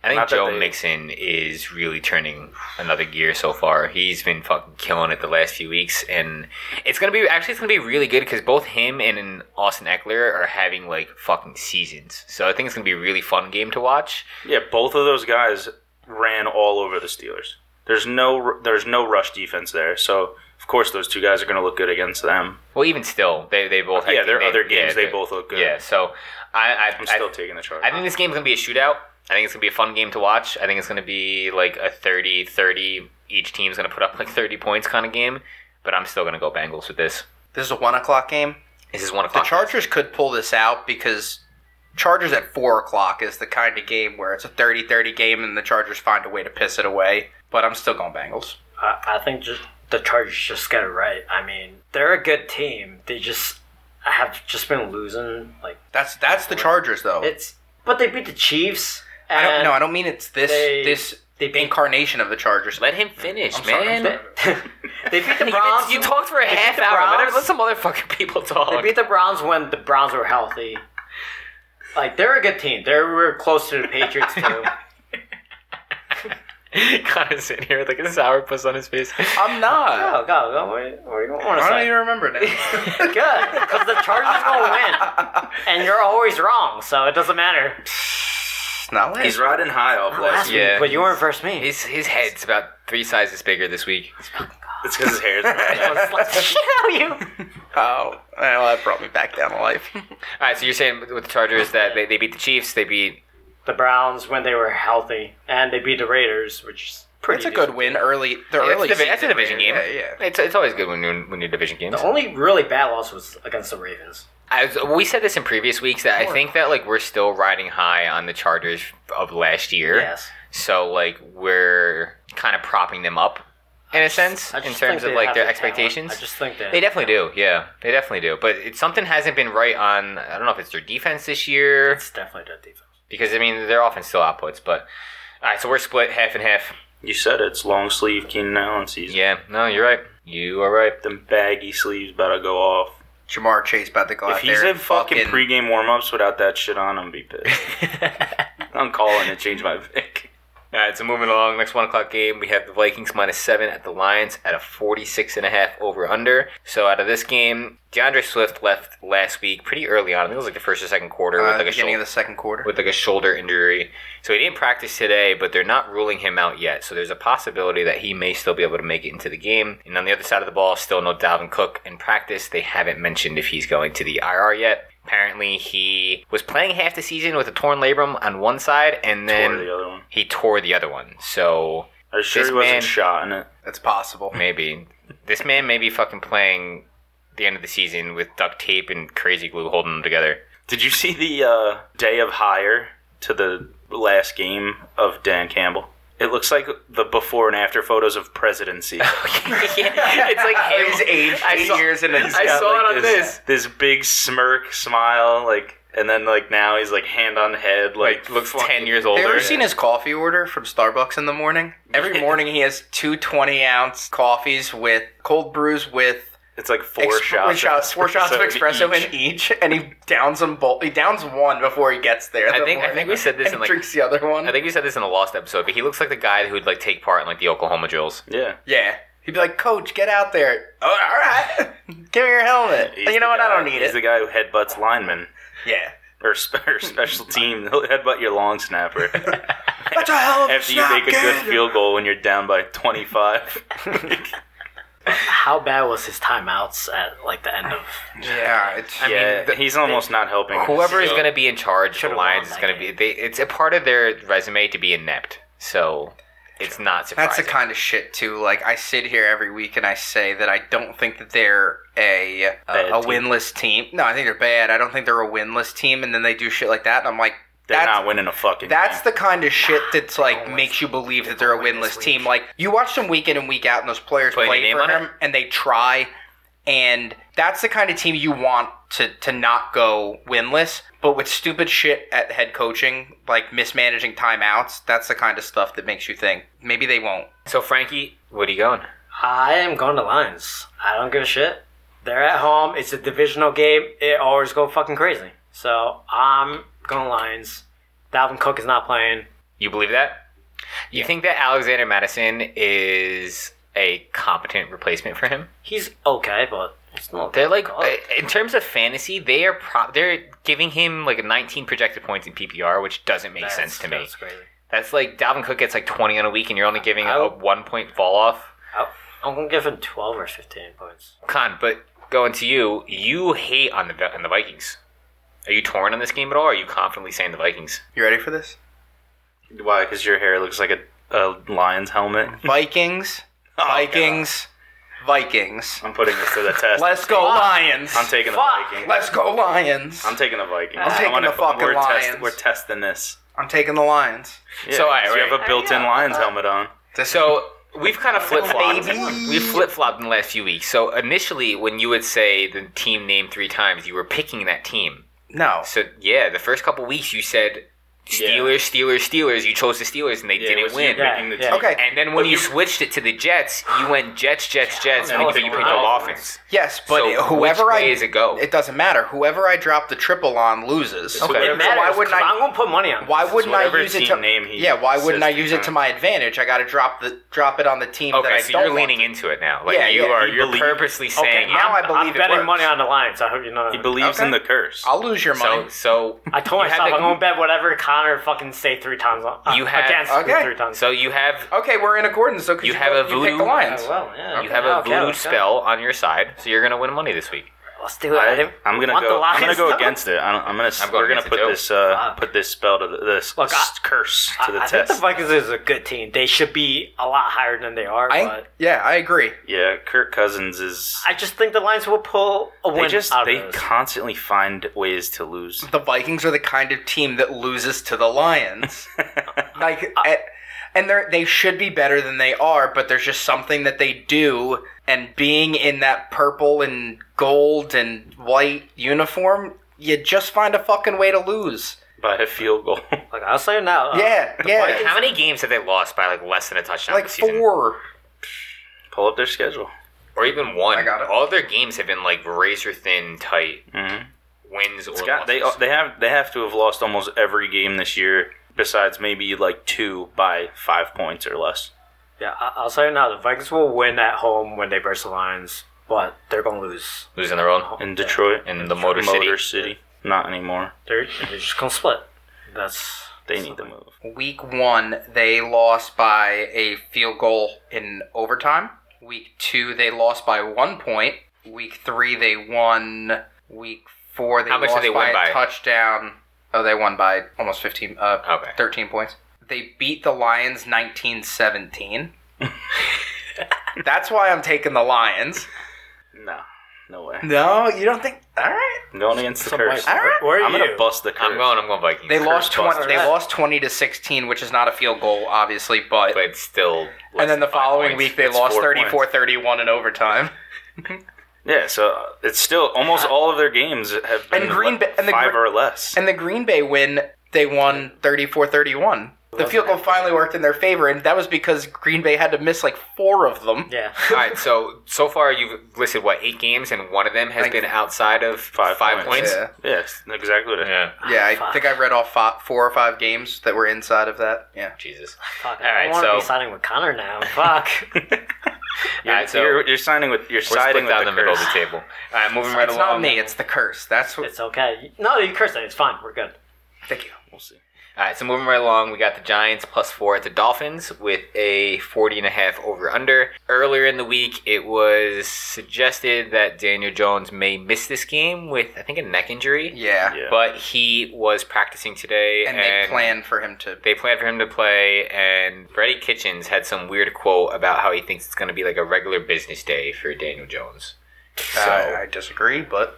C: I think
B: Not that
C: Joe
B: they-
C: Mixon is really turning another gear so far. He's been fucking killing it the last few weeks, and it's gonna be actually it's gonna be really good because both him and Austin Eckler are having like fucking seasons. So I think it's gonna be a really fun game to watch.
B: Yeah, both of those guys ran all over the Steelers. There's no there's no rush defense there, so of course those two guys are going to look good against them.
C: Well, even still, they they both had
B: yeah, their
C: good-
B: other games
C: yeah,
B: they
C: they're-
B: both look good.
C: Yeah, so I, I
B: I'm still
C: I,
B: taking the charge.
C: I think this game's going to be a shootout. I think it's going to be a fun game to watch. I think it's going to be like a 30 30. Each team's going to put up like 30 points kind of game, but I'm still going to go Bengals with this.
A: This is a one o'clock game.
C: This is one
A: The
C: o'clock.
A: Chargers could pull this out because Chargers at four o'clock is the kind of game where it's a 30-30 game and the Chargers find a way to piss it away. But I'm still going Bengals.
D: I, I think just the Chargers just got it right. I mean, they're a good team. They just have just been losing. Like
A: That's that's the Chargers though.
D: it's, but they beat the Chiefs.
A: I don't
D: and
A: know. I don't mean it's this
D: they-
A: this
D: they beat,
A: incarnation of the Chargers.
C: Let him finish,
A: I'm sorry,
C: man.
A: I'm sorry.
D: they beat the
C: You-
D: Browns.
C: you talked for a
D: They beat
C: half
D: the
C: hour. Let,
D: Browns.
C: let some motherfucking people
D: They
C: talk.
D: beat the Browns when the Browns were healthy. Like they're a good team. They were close to the Patriots too.
C: Connor's sitting here with like a sourpuss on his face.
A: I'm not.
D: Go go go! What do you- what do you want to
A: I don't
D: say?
A: even remember now.
D: Good, because the Chargers gonna win, and you're always wrong, so it doesn't matter.
A: It's not last.
B: he's riding high off last
D: Last
B: year.
C: Yeah.
D: week, but you weren't versus me.
C: His, his head's about three sizes bigger this week.
B: It's because his hair's
D: I was like, shit out of you.
A: Oh, well, that brought me back down to life.
C: All right, so you're saying with the Chargers that they, they beat the Chiefs, they beat
D: The Browns when they were healthy, and they beat the Raiders, which is pretty.
A: It's a good
D: decent.
A: win early. The
C: Yeah, it's
A: early
C: divi-
A: season
C: that's a division
A: win.
C: game.
A: Yeah, yeah.
C: It's, it's always good when you when you division games.
D: The only really bad loss was against the Ravens.
C: I was, we said this in previous weeks that I think that like we're still riding high on the Chargers of last year.
D: Yes,
C: So like we're kind of propping them up in a sense
D: I just
C: in
D: think
C: terms of
D: they
C: like
D: have
C: their
D: the talent.
C: expectations.
D: I just think that
C: They definitely do. Yeah, they definitely do. But it, something hasn't been right on. I don't know if it's their defense this year
D: It's definitely the defense.
C: because I mean their offense still outputs. But all right, so we're split half and half.
B: You said it's long sleeve Keenan Allen season.
C: Yeah. No, you're right. You are right.
B: Them baggy sleeves about to go off.
A: Jamar Chase about to go
B: If
A: out
B: he's
A: there
B: in
A: and
B: fucking pregame warm-ups without that shit on, I'm be pissed. I'm calling to change my pick.
C: All right, so moving along, next one o'clock game, we have the Vikings minus seven at the Lions at a 46 and a half over under. So out of this game, DeAndre Swift left last week pretty early on. I think it was like the first or second quarter
A: uh,
C: with like a
A: beginning
C: shoulder
A: of the second quarter.
C: with like a shoulder injury. So he didn't practice today, but they're not ruling him out yet. So there's a possibility that he may still be able to make it into the game. And on the other side of the ball, still no Dalvin Cook in practice. They haven't mentioned if he's going to the IR yet. Apparently, he was playing half the season with a torn labrum on one side, and then
B: Or the other one.
C: he tore the other one. So
B: Are you sure
C: This
B: he wasn't
C: man-
B: shot in it?
A: That's possible.
C: maybe this man may be fucking playing the end of the season with duct tape and crazy glue holding them together.
B: Did you see the uh, day of hire to the last game of Dan Campbell? It looks like the before and after photos of presidency.
C: it's like him.
A: His age,
C: I
A: eight
C: saw-
A: years in a
C: I
B: Got,
C: saw it on
B: this, this. big smirk smile, like, and then like now he's like hand on head, like,
C: Like looks
B: fucking-
C: ten years
A: Have
C: older.
A: you ever seen his coffee order from Starbucks in the morning? Every morning he has two 20 ounce coffees with cold brews with
B: It's like four
A: ex-
B: shots,
A: four shots of espresso
B: each.
A: in each, and he downs them both. He downs one before he gets there.
C: I
A: the
C: think- I
A: morning,
C: think we said this
A: and
C: in, like-
A: drinks the other one.
C: I think we said this in the lost episode, but he looks like the guy who would like take part in like the Oklahoma drills.
B: Yeah,
A: yeah, he'd be like, "Coach, get out there! Oh, all right, give me your helmet.
B: He's
A: you know
B: the
A: what? I
B: guy-
A: don't need
B: He's
A: it.
B: the guy who headbutts linemen
A: yeah,
B: or, spe- or special team. He'll headbutt your long snapper
A: that's a hell of a
B: after you make a good field goal when you're down by 25.
D: How bad was his timeouts at like the end of?
A: Yeah, it's,
C: mean,
B: yeah,
C: the-
B: he's almost not helping. us.
C: Whoever is
B: So-
C: going to be in charge of the
D: Should've
C: Lions
D: won
C: is
D: that
C: going to be. They, it's a part of their resume to be inept, so it's not surprising.
A: that's the kind of shit too. Like I sit here every week and I say that I don't think that they're a a,
B: Bad
A: a
B: team.
A: winless team. No, I think they're bad. I don't think they're a winless team, and then they do shit like that, and I'm like,
B: They're
A: that's
B: not winning a fucking.
A: That's
B: game.
A: the kind of shit that's like makes you believe that they're a
D: win this
A: winless
D: week.
A: team. Like you watch them week in and week out, and those players
C: Putting
A: play
C: your name
A: for
C: on it?
A: them, and they try. And that's the kind of team you want to to not go winless. But with stupid shit at head coaching, like mismanaging timeouts, that's the kind of stuff that makes you think maybe they won't.
C: so Frankie, what are you going?
D: I am going to Lions. I don't give a shit. They're at home. It's a divisional game. It always go fucking crazy. So I'm going Lions. Dalvin Cook is not playing.
C: You believe that? You think that Alexander Madison is a competent replacement for him?
D: He's okay, but it's not.
C: They're like
D: God.
C: uh, in terms of fantasy, they are pro- they're giving him like 19 projected points in PPR, which doesn't make
D: That's-
C: sense to me.
D: That's crazy.
C: That's like Dalvin Cook gets like 20 on a week, and you're only giving
D: I-
C: a one point fall off.
D: I- I'm gonna give him 12 or 15 points.
C: Con, but going to you, you hate on the on the Vikings. Are you torn on this game at all? Or are you confidently saying the Vikings?
A: You ready for this?
B: Why? Because your hair looks like a, a lion's helmet.
A: Vikings, Vikings, Vikings.
B: Oh, I'm putting this to the test.
A: Let's go Lions.
B: I'm taking the
D: Fuck.
B: Vikings.
A: Let's go Lions.
B: I'm taking the Vikings.
A: I'm
B: I
A: taking
B: wanna-
A: the fucking
B: we're
A: Lions.
B: we're testing this.
A: I'm taking the Lions.
B: Yeah,
C: So, all right,
B: 'cause you
C: right.
B: have a built-in Lions helmet on.
A: This
C: So we've kind of flip flopped.
A: Baby.
C: We've flip flopped in the last few weeks. So initially, when you would say the team name three times, you were picking that team.
A: no.
C: So yeah, the first couple weeks you said
B: Yeah.
C: Steelers, Steelers, Steelers. You chose the Steelers, and they
B: Yeah, it
C: didn't
B: was
C: win.
B: You picking the
D: Yeah, yeah.
B: team.
A: Okay.
C: And then when
B: But you-
C: you, switched it to the Jets, you went Jets, Jets, Jets,
B: Yeah,
C: and
B: I
C: you
B: was
C: picked
B: going
C: the
B: offense.
C: offense.
A: Yes, but
C: So
A: whoever
C: which
A: I
C: way does it go?
A: It doesn't matter. Whoever I drop the triple on loses.
C: Okay.
D: It
A: So
D: matters.
A: why wouldn't
D: 'cause
A: I?
D: I'm gonna put money on. it.
A: Why wouldn't I
B: whatever
A: use it
B: team
A: to?
B: name he
A: yeah, why wouldn't
B: says
A: I use
B: three
A: it to
B: times.
A: my advantage? I got to drop the drop it on the team that I
C: Okay, so
A: don't
C: you're
A: want
C: leaning
A: to.
C: into it now. Like
A: Yeah,
C: you
A: yeah,
C: are,
A: you
C: you're
B: believe-
C: purposely saying.
A: Okay, now I
C: I'm-
A: believe
D: I'm
A: it
D: betting
A: works.
D: money on the Lions. I hope you know.
B: He
D: that.
B: believes
A: Okay.
B: in the curse.
A: I'll lose your money.
C: So, so
D: I told
C: you had
D: myself
C: the-
D: I'm gonna bet whatever Connor fucking say three times. On, uh,
C: You have-
D: against me
A: Okay.
D: three times.
C: So you have
A: okay, we're in accordance. So 'cause
C: You have a
A: you pick
C: voodoo-
A: the Lions.
D: Oh, well, yeah.
C: you have a voodoo spell on your side, so you're gonna win money this week.
D: Let's do it.
B: I, am gonna
D: want the
B: go. I'm gonna
D: Lions,
B: go
D: though.
B: against it. I don't, I'm gonna.
C: I'm
B: I'm
C: going
B: we're gonna
C: against it,
B: put
C: too.
B: this. Uh,
D: Fuck.
B: put this spell to the, this
D: Look, I-
B: s- curse to the
D: I think
B: test.
D: the Vikings is a good team. They should be a lot higher than they are.
A: I
D: but
A: yeah, I agree.
B: yeah, Kirk Cousins is.
D: I just think the Lions will pull a win
B: they just
D: out
B: they
D: of this.
B: constantly find ways to lose.
A: The Vikings are the kind of team that loses to the Lions. like, at, and they they should be better than they are, but there's just something that they do. And being in that purple and gold and white uniform, you just find a fucking way to lose.
B: by a field goal.
D: Like I'll say now. uh,
A: yeah, yeah.
C: How many games have they lost by like less than a touchdown
A: like
C: this season?
A: four.
B: Pull up their schedule.
C: or even one?
A: I got it.
C: All their games have been like razor thin, tight
B: hmm
C: wins or
B: Scott, they
C: losses.
B: they have they have to have lost almost every game this year, besides maybe like two by five points or less.
D: yeah. I- I'll say now. The Vikings will win at home when they versus the Lions, but they're gonna lose.
C: Losing their own.
B: In Detroit,
C: In the Motor City.
B: City. not anymore.
D: They're, they're just gonna split. That's
B: They need to move.
A: Week one, they lost by a field goal in overtime. Week two, they lost by one point. Week three, they won. Week four, they
C: How much did
A: lost
C: they
A: by
C: win
A: a
C: by?
A: touchdown. Oh, they won by almost 15, uh,
C: Okay.
A: 13 points. They beat the Lions 19 17. That's why I'm taking the Lions.
B: No, no way.
A: No, you don't think? All right.
B: I'm going against the
D: Some
B: curse.
D: Vikings.
A: Alright.
D: Where are
B: I'm
D: you?
B: gonna bust the curse.
C: I'm going. I'm going Vikings.
A: They lost
B: Curse
A: 20, they
D: buster.
A: lost 20 to 16, which is not a field goal, obviously, but
C: but it's still.
A: and
C: less
A: then
C: than
A: the
C: five
A: following
C: points.
A: week they
B: That's
A: lost
B: four
A: 34 31 in overtime.
B: Yeah, so uh, it's still almost all of their games have been
A: And Green
B: le-
A: Bay- and the
B: five
A: Gre-
B: or less.
A: And the Green Bay win, they won 34 31. The field goal finally worked in their favor, and that was because Green Bay had to miss like four of them.
D: Yeah.
C: All right. So so far you've listed what eight games, and one of them has
A: Like-
C: been outside of
B: Five points.
C: points.
A: Yeah,
B: yes, exactly. What I-
C: yeah.
A: yeah I
D: Fuck.
A: think I read all five, four or five games that were inside of that. Yeah.
C: Jesus.
D: Fuck, I
C: Alright,
D: don't want to
C: so-
D: be signing with Connor now. Fuck.
B: You're,
C: Alright, so-
B: you're, you're signing with you're
C: We're
B: siding
C: split
B: with
C: down
B: the
C: the, middle of
B: curse.
C: the table. All right, moving right
A: It's not
C: along.
A: me, it's the curse. That's what.
D: it's okay. No, you curse it. It's fine. We're good.
A: Thank you.
B: We'll see.
C: All right, so moving right along, we got the Giants plus four at the Dolphins with a 40 and a half over under. Earlier in the week, it was suggested that Daniel Jones may miss this game with, I think, a neck injury.
A: Yeah.
B: Yeah.
C: But he was practicing today.
A: And they planned for him to.
C: They planned for him to play, and Freddie Kitchens had some weird quote about how he thinks it's going to be like a regular business day for Daniel Jones. So,
A: I, I disagree, but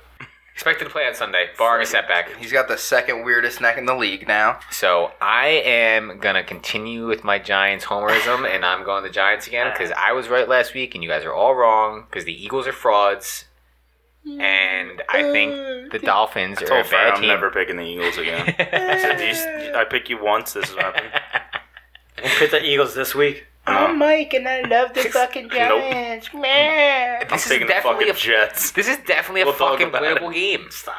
C: expected to play on Sunday, barring a setback.
A: he's got the second weirdest neck in the league now.
C: So I am gonna continue with my Giants homerism, and I'm going the Giants again because I was right last week, and you guys are all wrong because the Eagles are frauds, and I
A: Mm.
C: think the Dolphins are a
B: Told Fred
C: bad
B: I'm
C: team.
B: never picking the Eagles again. I said, "These- I pick you once. This is what happened.
D: We'll pick the Eagles this week.
B: I'm
A: Mike, and I love the fucking
B: Giants.
A: Man.
B: I'm
C: This is
B: taking the
C: definitely
B: fucking
C: a-
B: Jets.
C: This is definitely a
B: We'll talk
C: fucking
B: about it.
C: winnable game.
D: Stop.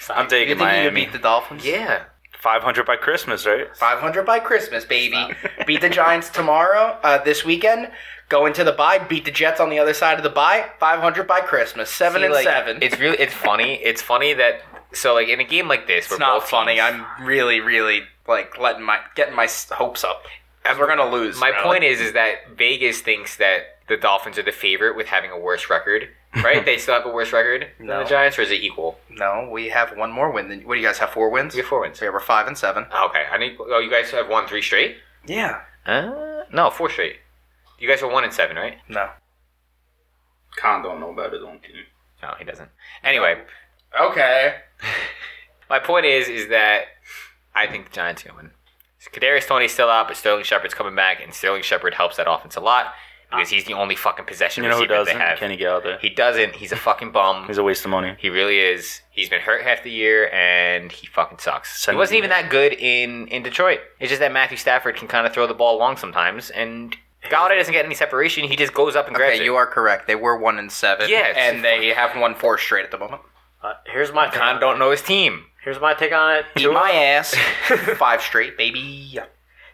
D: Stop.
B: I'm
A: You
B: taking
A: think you
B: Miami.
A: beat the Dolphins?
C: Yeah,
B: 500 by Christmas, right?
A: 500 by Christmas, baby. beat the Giants tomorrow, uh, this weekend. Go into the bye, beat the Jets on the other side of the bye. 500 by Christmas, seven
C: See,
A: and
C: like,
A: seven.
C: It's really it's funny. It's funny that so like in a game like this,
A: It's not funny.
C: Teams,
A: I'm really, really like letting my getting my s- hopes up. As we're gonna lose.
C: my point is is that Vegas thinks that the Dolphins are the favorite with having a worse record, right? they still have a worse record than
A: No.
C: the Giants, or is it equal?
A: no, we have one more win. Than, what do you guys have? Four wins.
C: We have four wins.
A: Yeah, we're five and seven.
C: Okay, I need. Oh, you guys have won three straight.
A: Yeah.
C: Uh, no, four straight. You guys were one and seven, right?
A: No.
B: Khan don't know about his own team.
C: No, he doesn't. Anyway,
A: Okay.
C: my point is is that I think the Giants are gonna win. Kadarius Tony's still out, but Sterling Shepard's coming back, and Sterling Shepard helps that offense a lot because he's the only fucking possession
B: You know who
C: receiver
B: doesn't?
C: they have.
B: Kenny Galladay.
C: He doesn't. He's a fucking bum.
B: He's a waste of money.
C: He really is. He's been hurt half the year, and he fucking sucks.
B: Send
C: he wasn't
B: him
C: even that good in in Detroit. It's just that Matthew Stafford can kind of throw the ball long sometimes, and Galladay doesn't get any separation. He just goes up and grabs
A: Okay,
C: it.
A: you are correct. They were one and seven.
C: Yes.
A: And they have won four straight at the moment.
D: Uh, here's my take
C: kind
D: on
C: of
D: it.
C: don't know his team.
D: Here's my take on it.
A: Eat my
D: Tua,
A: ass. five straight, baby.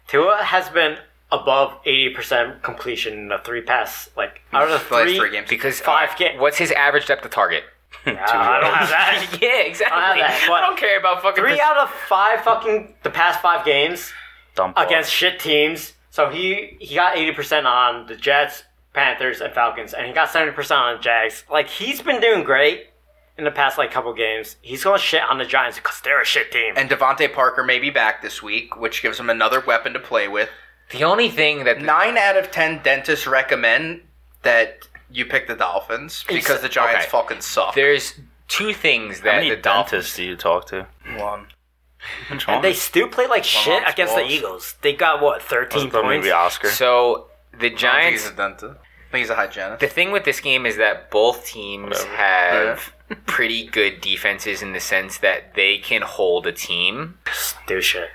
D: Tua has been above eighty percent completion in the three pass like out of the
A: The last
D: three.
A: three games.
C: Because
D: Five
C: uh,
D: ga-
C: What's his average depth of target?
D: Nah, I don't have that.
C: yeah, exactly.
D: I don't have that.
C: I don't care about fucking
D: Three
C: pers-
D: out of five fucking the past five games
B: Dump ball.
D: against shit teams. So he he got eighty percent on the Jets, Panthers, and Falcons, and he got seventy percent on the Jags. Like he's been doing great in the past like couple games. He's going shit on the Giants because they're a shit team.
A: And Devontae Parker may be back this week, which gives him another weapon to play with.
C: The only thing that
A: Nine out of ten dentists recommend that you pick the Dolphins because the Giants
C: okay.
A: fucking suck.
C: there's two things
B: How
C: that
B: many
C: the Dolphins.
B: dentists do you talk to?
A: one.
B: Which
D: And they still play like shit
A: Lawrence
D: against
A: Walls.
D: the Eagles. They got what thirteen points.
B: maybe Oscar.
C: So the
A: I think he's
C: Giants.
A: a dentist. I think he's a hygienist.
C: The thing with this game is that both teams
B: Whatever.
C: have pretty good defenses in the sense that they can hold a team.
D: Do shit.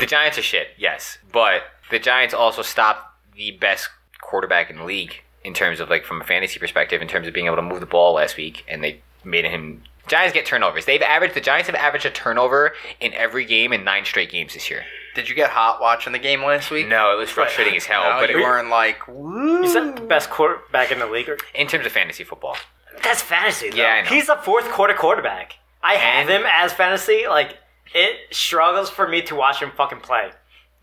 C: The Giants are shit, yes, but the Giants also stopped the best quarterback in the league in terms of like from a fantasy perspective, in terms of being able to move the ball last week, and they made him. Giants get turnovers. They've averaged the Giants have averaged a turnover in every game in nine straight games this year.
A: Did you get hot watching the game last week?
C: No, it was frustrating as hell.
A: No,
C: but
A: you
C: it,
A: weren't like, woo.
D: Is that the best quarterback in the league? Or-
C: in terms of fantasy football,
D: That's fantasy. Though.
C: Yeah, I know.
D: he's a fourth quarter quarterback. I have
C: And-
D: him as fantasy. Like it struggles for me to watch him fucking play.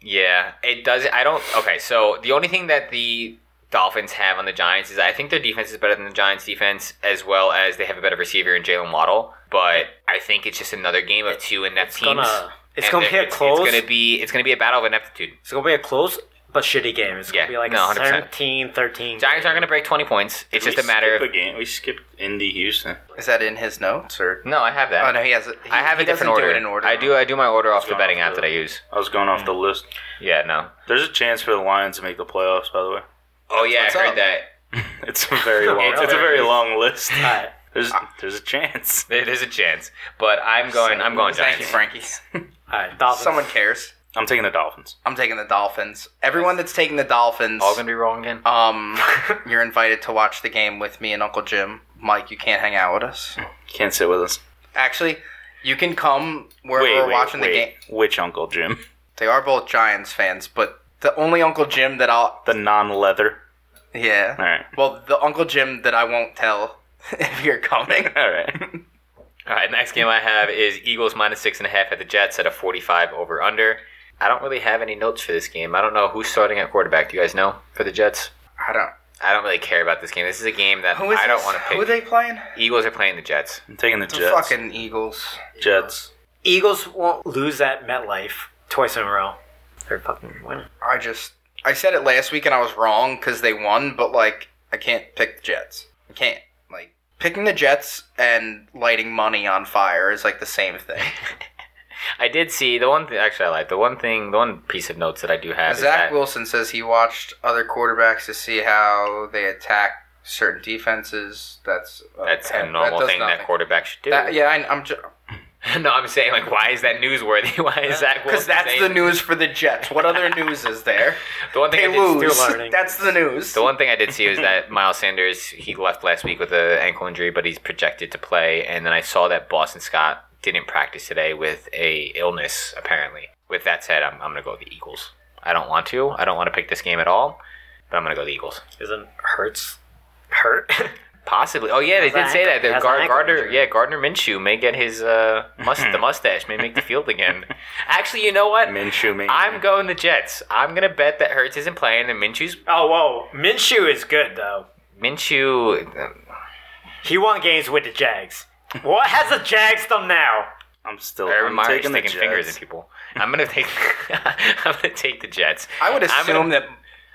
C: Yeah, it does. I don't. Okay, so the only thing that the Dolphins have on the Giants is I think their defense is better than the Giants' defense, as well as they have a better receiver in Jalen Waddle. But I think it's just another game of two inept
D: It's
C: teams.
D: gonna it's
C: and
D: gonna
C: they're-
D: be a
C: it's-
D: close.
C: It's gonna be it's gonna be a battle of ineptitude.
D: It's gonna be a close but shitty game. It's gonna
C: Yeah,
D: be like
C: no, 100%.
D: a 17 13.
C: Giants aren't gonna break twenty points. It's just
B: We
C: a matter
B: skip
C: of
B: a game. We skipped Indy Houston.
A: Is that in his notes or?
C: no. I have that.
A: Oh no, he has. it. he-
C: I have
A: he
C: a
A: doesn't
C: different order.
A: Do it in order.
C: I do. I do my order off the
B: gone
C: betting
B: off
C: app
B: the-
C: that I use.
B: I was going
C: Hmm.
B: off the list.
C: Yeah. No.
B: There's a chance for the Lions to make the playoffs, by the way.
C: Oh yeah,
A: what's
C: I heard
A: up.
C: that.
B: It's a very long. it's, a very long list.
D: Alright.
B: There's
A: Uh,
B: there's a chance.
C: There- There's a chance, but I'm going. I'm going
A: Thank you,
C: Giants.
A: Frankie.
D: Alright, Dolphins.
A: Someone cares.
B: I'm taking the Dolphins.
A: I'm taking the Dolphins. Everyone that's taking the Dolphins,
C: All gonna be wrong again.
A: um, you're invited to watch the game with me and Uncle Jim. Mike, you can't hang out with us.
B: Can't sit with us. Actually,
A: You can come wherever
B: wait,
A: we're
B: wait,
A: watching
B: wait.
A: the game.
B: Which Uncle Jim?
A: They are both Giants fans, but the only Uncle Jim that I'll
B: The non-leather.
A: yeah.
B: All right.
A: Well, the Uncle Jim that I won't tell if you're coming.
B: All right.
C: All right, Uh, next game I have is Eagles minus six and a half at the Jets at a 45 over under. I don't really have any notes for this game. I don't know who's starting at quarterback. Do you guys know for the Jets?
A: I don't.
C: I don't really care about this game. This is a game that
A: Who is
C: I don't
A: this?
C: want to
A: Who are
C: pick.
A: they playing?
C: Eagles are playing the Jets.
B: I'm taking the
A: The
B: Jets.
A: fucking Eagles.
B: Jets.
D: Eagles won't lose at MetLife twice in a row. They're fucking winning.
A: I just I said it last week and I was wrong because they won, but like I can't pick the Jets. I can't like picking the Jets and lighting money on fire is like the same thing.
C: I did see the one thing. Actually, I lied. The one thing, the one piece of notes that I do have is
A: Zach
C: that
A: Wilson says he watched other quarterbacks to see how they attack certain defenses. That's
C: that's
A: okay,
C: a normal
A: does
C: thing that
A: nothing.
C: quarterback should do.
A: That- yeah, I, I'm just
C: no, I'm saying like, why is that newsworthy? Why is Zach?
A: because
C: Wilson
A: that's
C: saying-
A: the news for the Jets. What other news is there?
C: The one thing
A: They
C: I did-
A: lose.
D: learning.
A: That's the news.
C: The one thing I did see was that Miles Sanders he left last week with an ankle injury, but he's projected to play. And then I saw that Boston Scott didn't practice today with a illness apparently. With that said, I'm, I'm gonna go with the Eagles. I don't want to. I don't want to pick this game at all, but I'm gonna go with the Eagles.
D: Isn't Hurts hurt?
C: Possibly. Oh yeah, they
D: Has
C: did
D: an
C: say
D: ankle-
C: that. The
D: has an
C: Gar-
D: ankle
C: Gardner,
D: injury.
C: yeah, Gardner Minshew may get his uh, must- the mustache may make the field again. Actually, you know what?
B: Minshew, man.
C: I'm going the Jets. I'm gonna bet that Hurts isn't playing and Minshew's
D: oh whoa, Minshew is good though.
C: Minshew.
D: He won games with the Jags. What has the Jags done now?
B: I'm still.
C: Urban
B: I'm
C: Meyer's
B: taking the
C: sticking fingers at
B: Jets.
C: people. I'm gonna take. I'm gonna take the Jets.
A: I would
C: I'm
A: assume
C: gonna-
A: that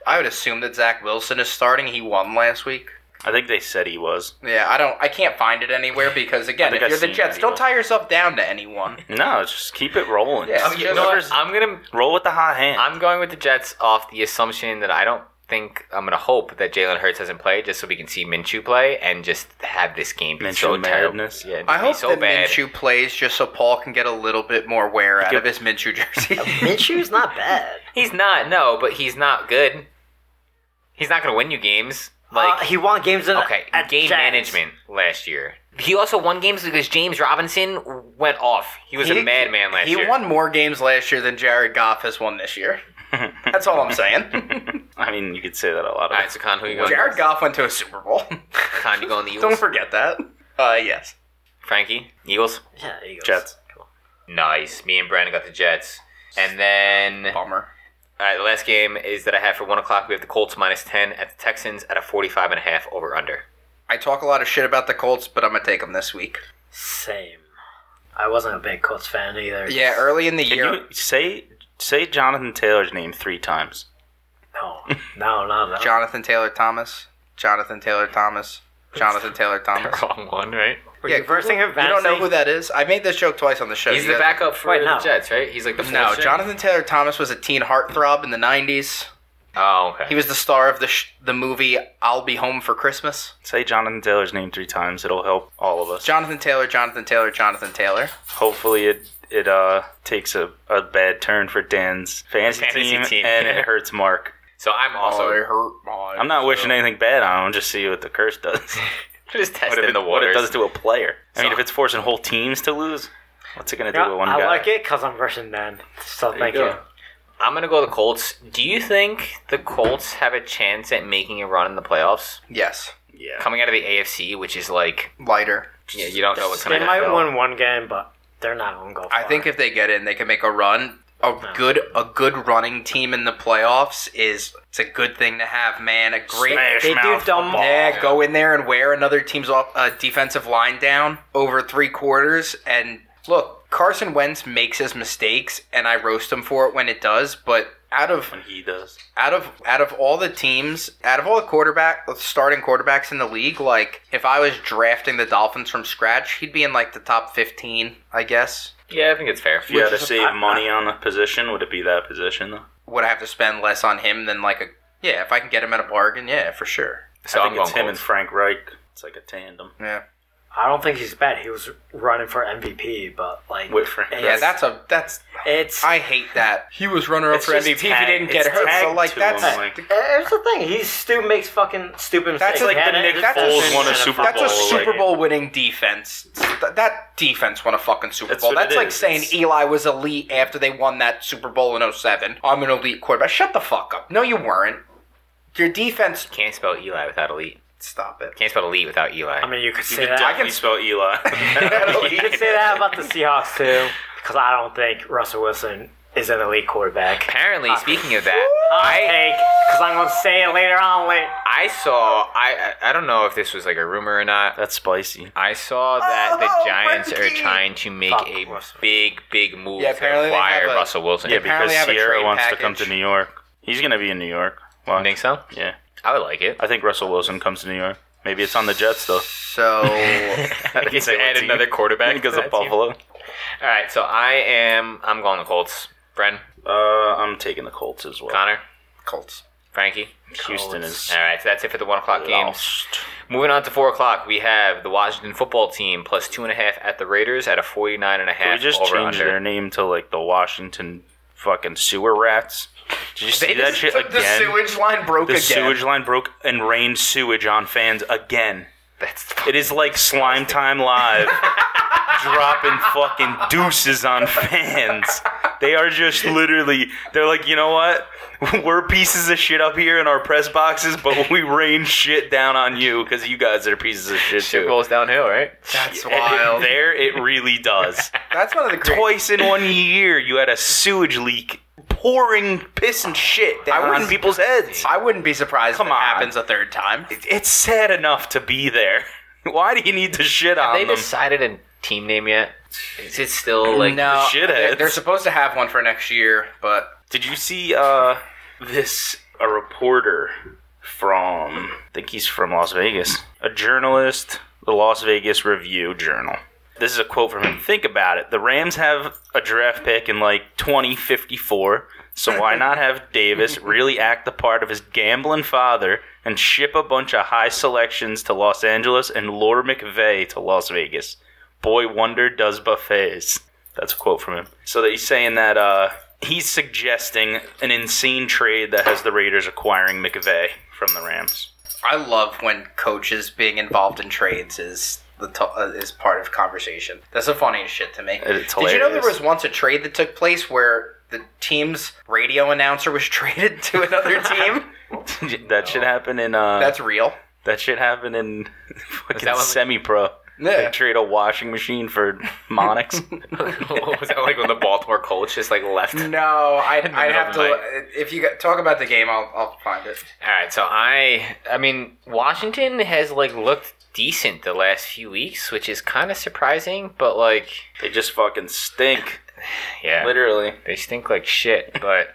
A: I would assume that Zach Wilson is starting. He won last week.
B: I think they said he was.
A: Yeah, I don't. I can't find it anywhere because again,
B: think
A: if
B: I've
A: you're the
B: seen
A: Jets,
B: that
A: don't
B: email.
A: tie yourself down to anyone.
B: No, just keep it rolling.
A: Yeah.
B: Yeah.
C: I'm, you know what? I'm gonna.
B: Roll with the hot hand.
C: I'm going with the Jets off the assumption that I don't think I'm gonna hope that Jalen Hurts doesn't play just so we can see Minshew play and just have this game be
B: Minshew
C: so terrible.
B: madness.
C: Yeah, just
A: I
C: be
A: hope
C: so
A: that
C: bad.
A: Minshew plays just so Paul can get a little bit more wear out
B: Yep.
A: of his Minshew jersey.
D: Minshew's not bad.
C: He's not no, but he's not good. He's not gonna win you games. Like
D: Like Uh, he won games at
C: Okay,
D: at
C: game
D: Jags.
C: management last year. He also won games because James Robinson went off. He was
A: He-
C: a madman last
A: he
C: year.
A: won more games last year than Jared Goff has won this year. That's all I'm saying.
B: I mean, you could say that a lot. Of
C: All right, so Con, who you going?
A: Jared Goff went to a Super Bowl.
C: Con, you going the
A: Don't
C: Eagles?
A: forget that. Uh, yes.
C: Frankie, Eagles.
D: Yeah, Eagles.
B: Jets.
C: Nice. Me and Brandon got the Jets. And then, all
A: Bummer.
C: right, the last game is that I have for one o'clock. We have the Colts minus ten at the Texans at a forty-five and a half over under.
A: I talk a lot of shit about the Colts, but I'm gonna take them this week.
D: Same. I wasn't a big Colts fan either.
A: Yeah, early in the
B: Can
A: year.
B: you say say Jonathan Taylor's name three times?
D: No, no, no, no.
A: Jonathan Taylor Thomas. Jonathan Taylor Thomas. Jonathan Taylor Thomas.
C: Wrong one, right?
D: Were you versing him
A: you don't know who that is? I made this joke twice on the show.
C: He's
A: You
C: the
A: guys-
C: backup for
D: Wait,
C: the
D: no.
C: Jets, right? He's like the
A: No,
C: fourth string.
A: Jonathan Taylor Thomas was a teen heartthrob in the '90s.
C: Oh, okay.
A: He was the star of the sh- the movie "I'll Be Home for Christmas."
B: Say Jonathan Taylor's name three times. It'll help all of us.
A: Jonathan Taylor, Jonathan Taylor, Jonathan Taylor.
B: Hopefully, it it uh takes a, a bad turn for Dan's fantasy,
C: Fantasy
B: team,
C: team.
B: and it hurts Mark.
C: so I'm also.
A: hurt
B: I'm not wishing anything bad on him. Just see what the curse does.
C: just
B: what,
C: testing
B: if it,
C: the
B: what it
C: waters.
B: does to a player. I mean,
C: So-
B: if it's forcing whole teams to lose, what's it gonna do
D: Yeah,
B: with one
D: I
B: guy?
D: like it because I'm versing them. So thank you.
B: go.
C: I'm gonna go the Colts. Do you think the Colts have a chance at making a run in the playoffs?
A: Yes,
B: Yeah.
C: Coming out of the AFC, which is like
A: lighter.
C: yeah, you don't know what's
D: They
C: gonna
D: might
C: happen.
D: win one game, but they're not going to go.
A: I
D: far.
A: think if they get in, they can make a run. A good a good running team in the playoffs is it's a good thing to have, man. A great
B: Smash
D: They do
B: mouth
D: dumb-
B: football.
A: Yeah, go in there and wear another team's off, uh, defensive line down over three quarters. And look, Carson Wentz makes his mistakes, and I roast him for it when it does. But out of
B: When he does.
A: out of out of all the teams, out of all the quarterback starting quarterbacks in the league, like if I was drafting the Dolphins from scratch, he'd be in like the top fifteen, I guess.
C: Yeah, I think it's fair.
B: If you had to
A: is-
B: save
A: I-
B: money on a position, would it be that position though?
A: Would I have to spend less on him than like a yeah? If I can get him at a bargain, yeah, for sure.
C: So
B: I
C: I'm
B: think it's
C: going
B: him and
C: Colts.
B: Frank Reich. It's like a tandem.
A: Yeah,
D: I don't think he's bad. He was running for MVP, but like
B: With Frank
D: it's,
A: yeah. That's a that's
D: it's.
A: I hate that he was runner up
B: It's
A: for
B: just
A: MVP. he
B: tag-
A: didn't get
B: it's
A: hurt, so
B: tagged
A: like
B: to
A: that's
B: him, like-
D: Eh, Here's the thing. He stu- makes fucking stupid mistakes.
A: That's like
D: He had
A: the
D: it
A: Nick-
D: in
A: that's a-
D: Foles
A: won a
D: and
B: Super
A: That's a
B: Bowl,
D: fucking-
B: like-
A: Super Bowl winning defense. Th- that defense won a fucking Super
B: That's
A: Bowl.
B: what it
A: That's like
B: is.
A: saying
B: It's-
A: Eli was elite after they won that Super Bowl in 07. I'm an elite quarterback. Shut the fuck up. No, you weren't. Your defense.
C: Can't spell Eli without E. elite.
A: Stop it.
C: Can't spell elite without Eli.
D: I mean, you could
B: You
D: say
B: could
D: that.
B: definitely spell Eli.
D: you could say that about the Seahawks too, because I don't think Russell Wilson is an elite quarterback.
C: Apparently, speaking of that,
D: I
C: I
D: take because I'm gonna say it later on. Late.
C: I saw I I I don't know if this was like a rumor or not.
B: That's spicy.
C: I saw that
A: Oh,
C: the Giants are
A: Frankie!
C: trying to make
D: Fuck
C: a
D: Russell.
C: big, big move
A: Yeah,
C: to
A: apparently they
C: acquire
A: have a-
C: Russell Wilson.
B: Yeah,
A: They apparently
B: because
A: have a
B: Sierra
A: trade
B: wants
A: package.
B: to come to New York. He's gonna be in New York.
C: you
B: Watch.
C: think so?
B: Yeah.
C: I would like it.
B: I think Russell Wilson comes to New York. Maybe it's on the Jets though.
A: So
B: I didn't say what team.
C: quarterback
B: because
C: to
B: of
C: that team.
B: Buffalo.
C: All right, so I am. I'm going the Colts. Bren,
B: Uh, I'm taking the Colts as well.
C: Connor,
A: Colts.
C: Frankie.
B: Houston is
C: All right, so that's it for the one o'clock games.
B: lost.
C: Moving on to four o'clock, we have the Washington football team plus two and a half at the Raiders at a forty-nine and a
B: We
C: half
B: just
C: over
B: changed
C: under.
B: their name to like the Washington fucking sewer rats. Did you see that shit
A: the
B: again?
A: sewage line broke
B: the
A: again.
B: sewage line broke and rained sewage on fans again.
C: That's
B: It is like slime time live. dropping fucking deuces on fans. They are just literally, they're like, you know what? We're pieces of shit up here in our press boxes, but we rain shit down on you because you guys are pieces of shit
C: Shit
B: too.
C: goes downhill, right?
A: That's
B: And
A: wild.
B: there it really does.
A: That's one of the great.
B: Twice in one year, you had a sewage leak pouring piss and shit down on
A: wouldn't-
B: people's heads.
A: I wouldn't be surprised
B: Come
A: if it
B: on.
A: happens a third time.
B: It's sad enough to be there. Why do you need to shit on
C: Have they
B: them?
C: decided a team name yet? Is it still like
A: no,
B: the shitheads.
A: they're, they're supposed to have one for next year, but
B: Did you see uh, this? A reporter from, I think he's from Las Vegas. A journalist, the Las Vegas Review Journal. This is a quote from him. Think about it. The Rams have a draft pick in like 2054, so why not have Davis really act the part of his gambling father and ship a bunch of high selections to Los Angeles and lure McVay to Las Vegas? Boy Wonder does buffets. That's a quote from him. So that he's saying that uh, he's suggesting an insane trade that has the Raiders acquiring McVay from the Rams.
A: I love when coaches being involved in trades is the to- uh, is part of conversation. That's the funniest shit to me.
B: It's
A: Did you know there
B: hilarious.
A: was once a trade that took place where the team's radio announcer was traded to another team?
B: that should happen in uh,
A: That's real.
B: that should happen in fucking
C: that what-
B: semi-pro. They
A: Yeah.
B: trade a washing machine for Monix.
C: was that like when the Baltimore Colts just like left?
B: Mm.
C: All
A: No, I
C: the
A: I
C: middle
A: have
C: of
A: to.
C: the
A: If you got, talk about the game, I'll I'll find it.
C: right, so I I mean Washington has like looked decent the last few weeks, which is kind of surprising, but like
B: they just fucking stink.
C: yeah,
B: Literally.
C: They stink like shit, but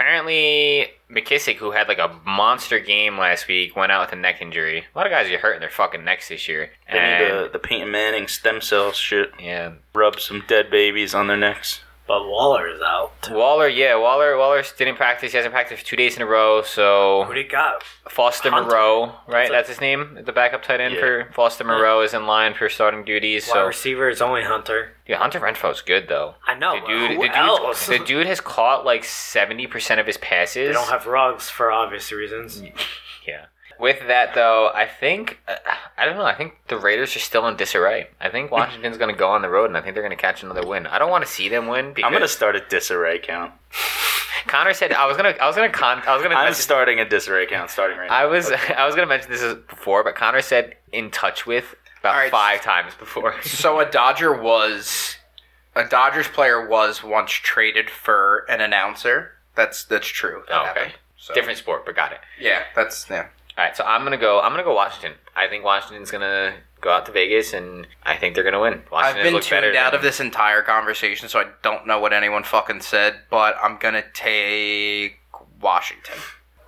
C: apparently McKissick, who had like a monster game last week, went out with a neck injury. A lot of guys are hurting their fucking necks this year.
B: They need
C: And-
B: the, the Peyton Manning stem cell shit.
C: yeah,
B: Rub some dead babies on their necks.
D: But Waller is out.
C: Waller. Yeah, Waller. Waller didn't practice. He hasn't practiced for two days in a row.
D: Who
C: So
D: do you got?
C: Foster
D: Hunter.
C: Moreau, right? That's his name. The backup tight end
B: Yeah.
C: for Foster Moreau is in line for starting duties.
D: Wide
C: So
D: receiver is only Hunter.
C: yeah, Hunter Renfro's good though.
D: I know.
C: The
D: but
C: dude,
D: who
C: the dude,
D: else?
C: the dude has caught like seventy percent of his passes.
D: they don't have rugs for obvious reasons.
C: Yeah. With that though, I think uh, I don't know. I think the Raiders are still in disarray. I think Washington's going to go on the road, and I think they're going to catch another win. I don't want to see them win because
B: I'm gonna start a disarray count.
C: Connor said I was gonna I was gonna con I was gonna
B: I'm
C: message-
B: starting a disarray count starting right now.
C: I was I was gonna mention this is- before, but Connor said in touch with about
A: All right.
C: five times before.
A: So a Dodger was a Dodgers player was once traded for an announcer. That's that's true. That
C: Oh, okay.
A: happened. So,
C: Different sport, but got it.
A: Yeah, that's yeah.
C: All right, so I'm gonna go. I'm gonna go Washington. I think Washington's gonna go out to Vegas, and I think they're gonna win.
A: I've
C: Washington
A: been
C: looked better
A: tuned out
C: than-
A: of this entire conversation, so I don't know what anyone fucking said, but I'm gonna take Washington.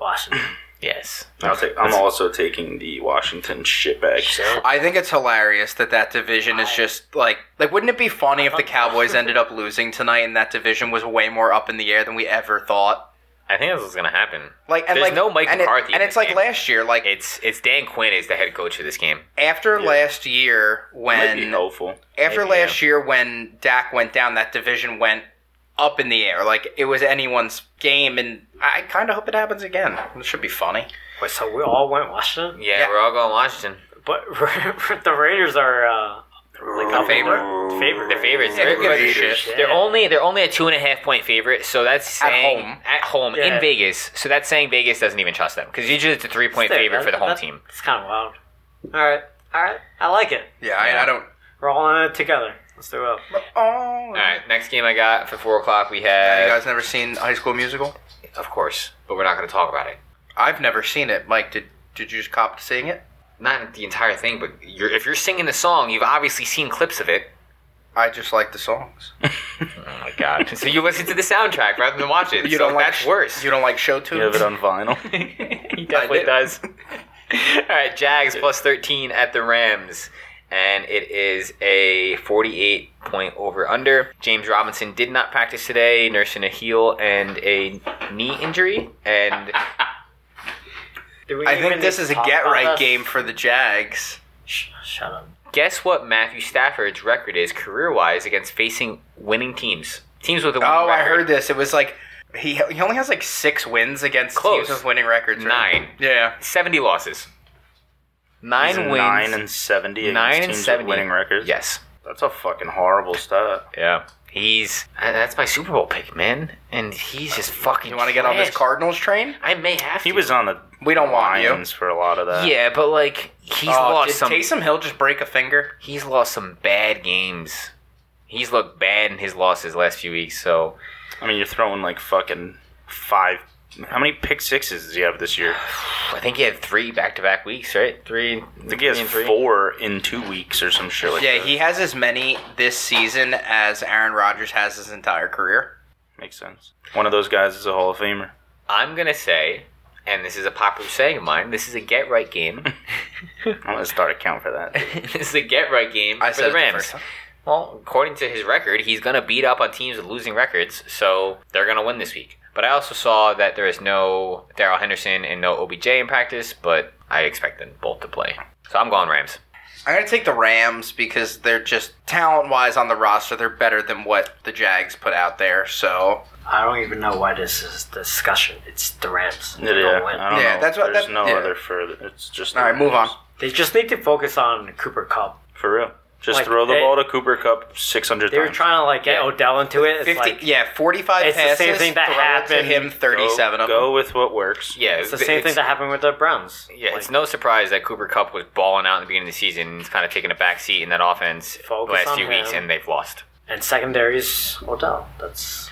D: Washington.
C: Yes.
B: I'll take, I'm also taking the Washington shitbags.
A: I think it's hilarious that that division is just like like wouldn't it be funny if the Cowboys ended up losing tonight and that division was way more up in the air than we ever thought?
C: I think that's what's gonna happen.
A: Like and
C: There's
A: like
C: no Mike
A: and, it-
C: McCarthy
A: and
C: in
A: it's
C: this
A: like
C: game.
A: last year, like
C: It's it's Dan Quinn is the head coach of this game.
A: after last year
B: Might be
A: when
B: helpful.
A: after
C: Maybe, yeah.
A: last year when Dak went down, that division went up in the air. Like it was anyone's game, and I kind of hope it happens again. It should be funny.
D: Wait, so we all went Washington?
C: Yeah,
A: Yeah.
C: we're all going Washington.
D: But the Raiders are uh, like
C: Our favorite.
D: favorite.
C: They're favorites.
A: Yeah, who gives a
C: Everybody-
A: shit?
D: Yeah.
C: They're only they're only a two and a half point favorite, so that's
A: At
C: saying
A: home.
C: at home
D: Yeah.
C: in Vegas. So that's saying Vegas doesn't even trust them because usually it's a three point
D: Still,
C: favorite for the
D: that-
C: home
D: that-
C: team.
D: It's kind of wild. All right, all right. I like it.
A: Yeah, I, I don't.
D: We're all in it together. Let's do it.
A: Oh,
C: All right, next game I got for four o'clock we
A: Have you
C: have,
A: guys never seen High School Musical?
C: of course, but we're not going to talk about it.
A: I've never seen it. Mike, did did you just cop to seeing it?
C: Not the entire thing, but you're, if you're singing the song, you've obviously seen clips of it.
A: I just like the songs.
C: Oh my god! so you listen to the soundtrack rather than watch it.
A: You
C: so
A: don't like
C: that's worse.
A: You don't like show tunes.
B: You have it on vinyl.
C: he
A: I
C: definitely
A: do.
C: does. All right, Jags plus 13 at the Rams. And it is a 48 point over under. James Robinson did not practice today, nursing a heel and a knee injury. And
D: Do we
A: I
D: even
A: think
D: need
A: this
D: to
A: is a
D: talk
A: get
D: about
A: right
D: this?
A: game for the Jags.
D: Sh- shut up.
C: guess what Matthew Stafford's record is career wise against facing winning teams? Teams with a winning
A: Oh, I
C: record.
A: heard this. It was like he he only has like six wins against
C: Close.
A: teams with winning records. right?
C: Nine.
A: Yeah.
C: 70 losses. Nine
B: He's
C: wins.
B: Nine and seventy. Nine
C: Nine
B: against
C: and
B: teams with
C: 70.
B: winning records.
C: Yes.
B: That's a fucking horrible stat.
C: Yeah. He's uh, that's my Super Bowl pick, man, and he's just fucking.
A: You want to get on this
C: trash.
A: Cardinals train?
C: I may have.
B: He
C: to.
B: was uh, on the
A: We don't want you.
B: Lions for a lot of that.
C: Yeah, but like
A: Oh,
C: he's lost
A: did
C: some.
A: Taysom Hill just break a finger?
C: he's lost some bad games. He's looked bad in his losses last few weeks. So
B: I mean, you're throwing like fucking five. How many pick sixes does he have this year?
C: I think he had three back-to-back weeks, right? Three.
B: I think he has
C: and three.
B: four in two weeks or some shit like
A: Yeah,
B: that.
A: he has as many this season as Aaron Rodgers has his entire career.
B: Makes sense. One of those guys is a Hall of Famer.
C: I'm gonna say, and this is a popular saying of mine. This is a get-right game.
B: I'm gonna start a count for that.
C: this is a get-right game
A: I
C: for
A: said
C: the
A: it the
C: Rams.
A: first time.
C: well, according to his record, he's gonna beat up on teams with losing records, so they're gonna win this week. But I also saw that there is no Daryl Henderson and no OBJ in practice, but I expect them both to play. So I'm going Rams.
A: I'm gonna take the Rams because they're just talent wise on the roster, they're better than what the Jags put out there. So
D: I don't even know why this is discussion. It's the Rams.
B: Yeah, I don't
A: Yeah,
B: know.
A: that's what-
B: There's
A: that-
B: no
A: yeah.
B: other further. It's just
A: all right, move on.
D: They just need to focus on Cooper Cup.
B: for real. Just
D: Like,
B: throw the
D: they-
B: ball to Cooper Cup 600
D: They were
B: times.
D: trying to like get
A: Yeah.
D: Odell into it. It's
A: 50,
D: like
A: yeah, 45
D: It's the
A: passes.
D: same thing that
A: throw it
D: happened.
A: to him.
B: Go-
A: 37 of them.
B: Go with what works.
C: Yeah,
D: it's the same thing that happened with the Browns.
C: Yeah,
D: Like,
C: it's no surprise that Cooper Cup was balling out in the beginning of the season. He's kind of taking a back seat in that offense
D: Focus
C: the last
D: on
C: few weeks,
D: him.
C: and they've lost.
D: and secondaries Odell. That's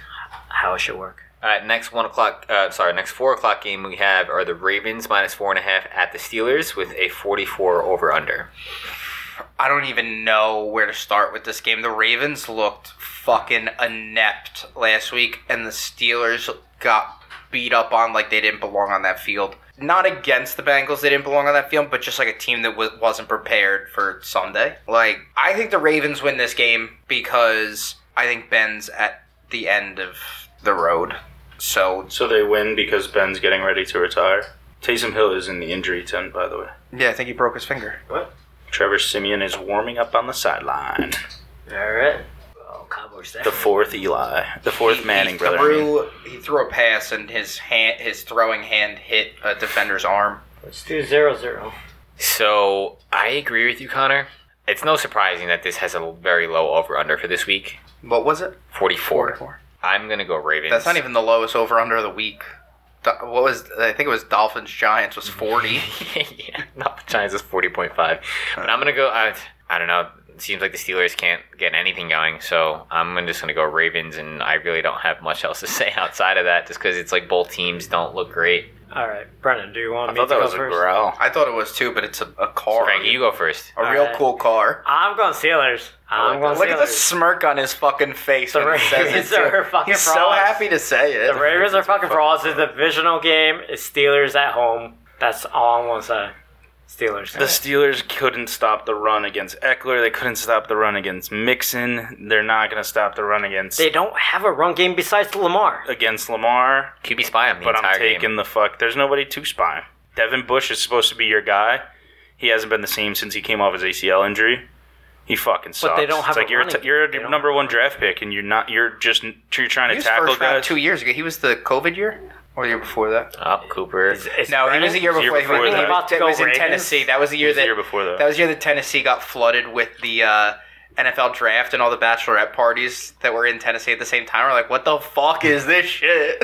D: how it should work.
C: All right, next one o'clock. Uh, sorry, next four o'clock game we have are the Ravens minus four and a half at the Steelers with a forty-four over under.
A: I don't even know where to start with this game. The Ravens looked fucking inept last week, and the Steelers got beat up on like they didn't belong on that field. Not against the Bengals, they didn't belong on that field, but just like a team that w- wasn't prepared for Sunday. Like, I think the Ravens win this game because I think Ben's at the end of the road. So,
B: So they win because Ben's getting ready to retire. Taysom Hill is in the injury tent, by the way.
A: yeah, I think he broke his finger.
B: Trevor Simeon is warming up on the sideline.
D: All right. Oh, Cowboys there.
B: The fourth Eli, the fourth Manning
A: he
B: brother. I mean.
A: Threw, He threw a pass, and his hand, his throwing hand hit a defender's arm.
D: Let's do zero zero.
C: So I agree with you, Connor. It's no surprising that this has a very low over under for this week,
A: What was it?
C: forty-four. I'm gonna go Ravens.
A: That's not even the lowest over under of the week. Do- What was I think it was Dolphins Giants was forty.
C: yeah, not the Giants is forty point five. But I'm gonna go. I, I don't know. It seems like the Steelers can't get anything going, so I'm gonna- just gonna go Ravens, and I really don't have much else to say outside of that, just because it's like both teams don't look great.
D: All right, Brennan, do you want
B: I
D: me
B: thought
D: to
B: that
D: go
B: was a
D: first?
B: growl.
A: I thought it was two, but it's a, a car,
C: Frankie, you go first.
A: a real
D: Alright.
A: cool car.
D: I'm going Steelers. I'm going
A: Look at the
D: Steelers.
A: smirk on his fucking face
D: The
A: when he says
D: Ravens
A: it. too.
D: are fucking
A: He's so
D: frauds.
A: happy to say it.
D: The Ravens are fucking frauds. It's a divisional game. It's Steelers at home. That's all I'm gonna say. Steelers.
B: The Steelers couldn't stop the run against Eckler. They couldn't stop the run against Mixon. They're not going to stop the run against
D: they don't have a run game besides Lamar.
B: against Lamar.
C: QB spy on the
B: But
C: entire
B: I'm taking
C: game.
B: the fuck. There's nobody to spy. Devin Bush is supposed to be your guy. He hasn't been the same since he came off his ACL injury. He fucking sucks.
D: they don't
B: it's
D: have a
B: like you're
D: running-
B: you're
D: they
B: a
D: don't-
B: number one draft pick, and you're not. You're just you're trying
A: he
B: to
A: was
B: tackle
A: first round
B: guys.
A: two years ago. He was the COVID year or the year before that.
C: Oh, Cooper.
D: It's
A: No, he was the year
B: Year
A: before.
B: before
A: he
B: that.
D: About to
A: that
D: go
A: was in
D: Ravens?
A: Tennessee. That was the year
B: the
A: that
B: year before that.
A: was the year that Tennessee got flooded with the uh, NFL draft and all the bachelorette parties that were in Tennessee at the same time. We're like, what the fuck is this shit?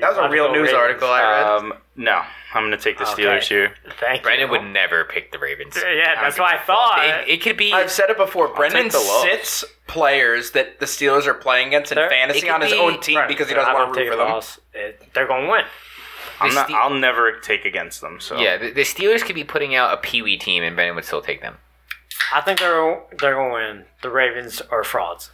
A: That was a real news article I read.
B: Um, no, I'm gonna take the
D: Okay.
B: Steelers here.
D: Thank
C: Brendan
D: you.
C: would never pick the Ravens.
D: Yeah, that's what I thought.
C: It, it could be.
A: I've said it before. Brendan
B: take the low.
A: sits players that the Steelers are playing against in
D: There-
A: fantasy
C: it
A: on
C: could
A: his
C: be-
A: own team
D: Right,
A: because he
D: but
A: doesn't
D: I'm
A: want
D: not
A: to root
D: taking
A: for them.
D: loss. It- they're gonna win.
B: I'm
C: The
B: not.
C: Ste-
B: I'll never take against them. So
C: yeah, the, the Steelers could be putting out a Pee Wee team, and Brendan would still take them.
D: I think they're they're gonna win. The Ravens are frauds.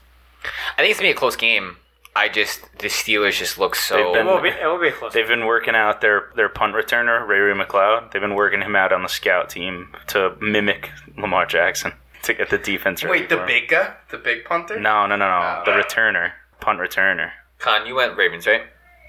C: I think it's gonna be a close game. I just the Steelers just look so.
B: They've been-
D: It will be. It will be a close.
B: They've been working out their, their punt returner, Ray Ray McLeod. They've been working him out on the scout team to mimic Lamar Jackson to get the defense ready.
A: Wait, the
B: for him.
A: big guy? The big punter?
B: No, no, no, no.
A: Oh.
B: The returner, punt returner.
C: Con, you went Ravens, right?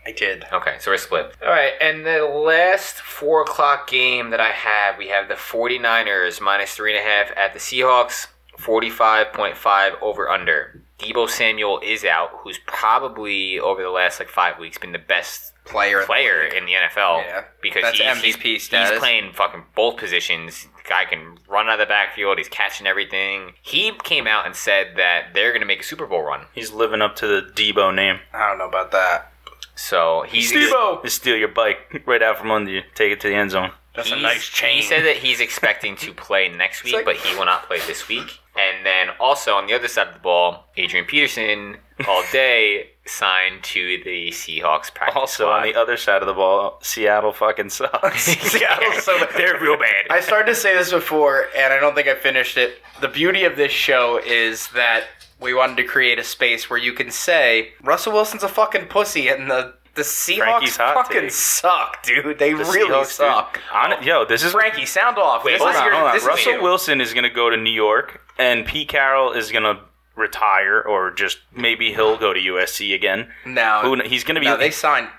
A: I did.
C: Okay, so we're split. All right, and the last four o'clock game that I have, we have the 49ers minus three and a half at the Seahawks, 45.5 over under. Debo Samuel is out, who's probably over the last like five weeks been the best
A: Player.
C: player in the NFL
A: Yeah.
C: because
A: That's
C: he's,
A: MVP
C: he's,
A: status.
C: he's playing fucking both positions. The guy can run out of the backfield. He's catching everything. He came out and said that they're going to make a Super Bowl run.
B: He's living up to the Debo name.
A: I don't know about that.
C: So he's
B: Just steal your bike right out from under you. Take it to the end zone.
A: That's a
C: he's-
A: nice
C: He
A: change.
C: said that he's expecting to play next week,
A: like-
C: but he will not play this week. And then also on the other side of the ball, Adrian Peterson all day signed to the Seahawks practice
B: Also,
C: squad.
B: on the other side of the ball, Seattle fucking sucks.
A: Seattle's so bad.
C: they're real bad.
A: I started to say this before, and I don't think I finished it. The beauty of this show is that we wanted to create a space where you can say Russell Wilson's a fucking pussy, and the the Seahawks
B: Frankie's hot
A: fucking
B: take.
A: suck, dude. They
B: The
A: really
B: Seahawks, dude.
A: suck.
B: Hon- yo, this is
A: Frankie, sound off.
C: Wait,
A: this
C: hold
A: is
C: on,
A: your,
C: hold on.
A: This is
B: Russell
A: you.
B: Wilson is going to go to New York, and Pete Carroll is going to retire, or just maybe he'll go to USC again.
A: No,
B: Who kn- he's going to be?
A: no, they signed.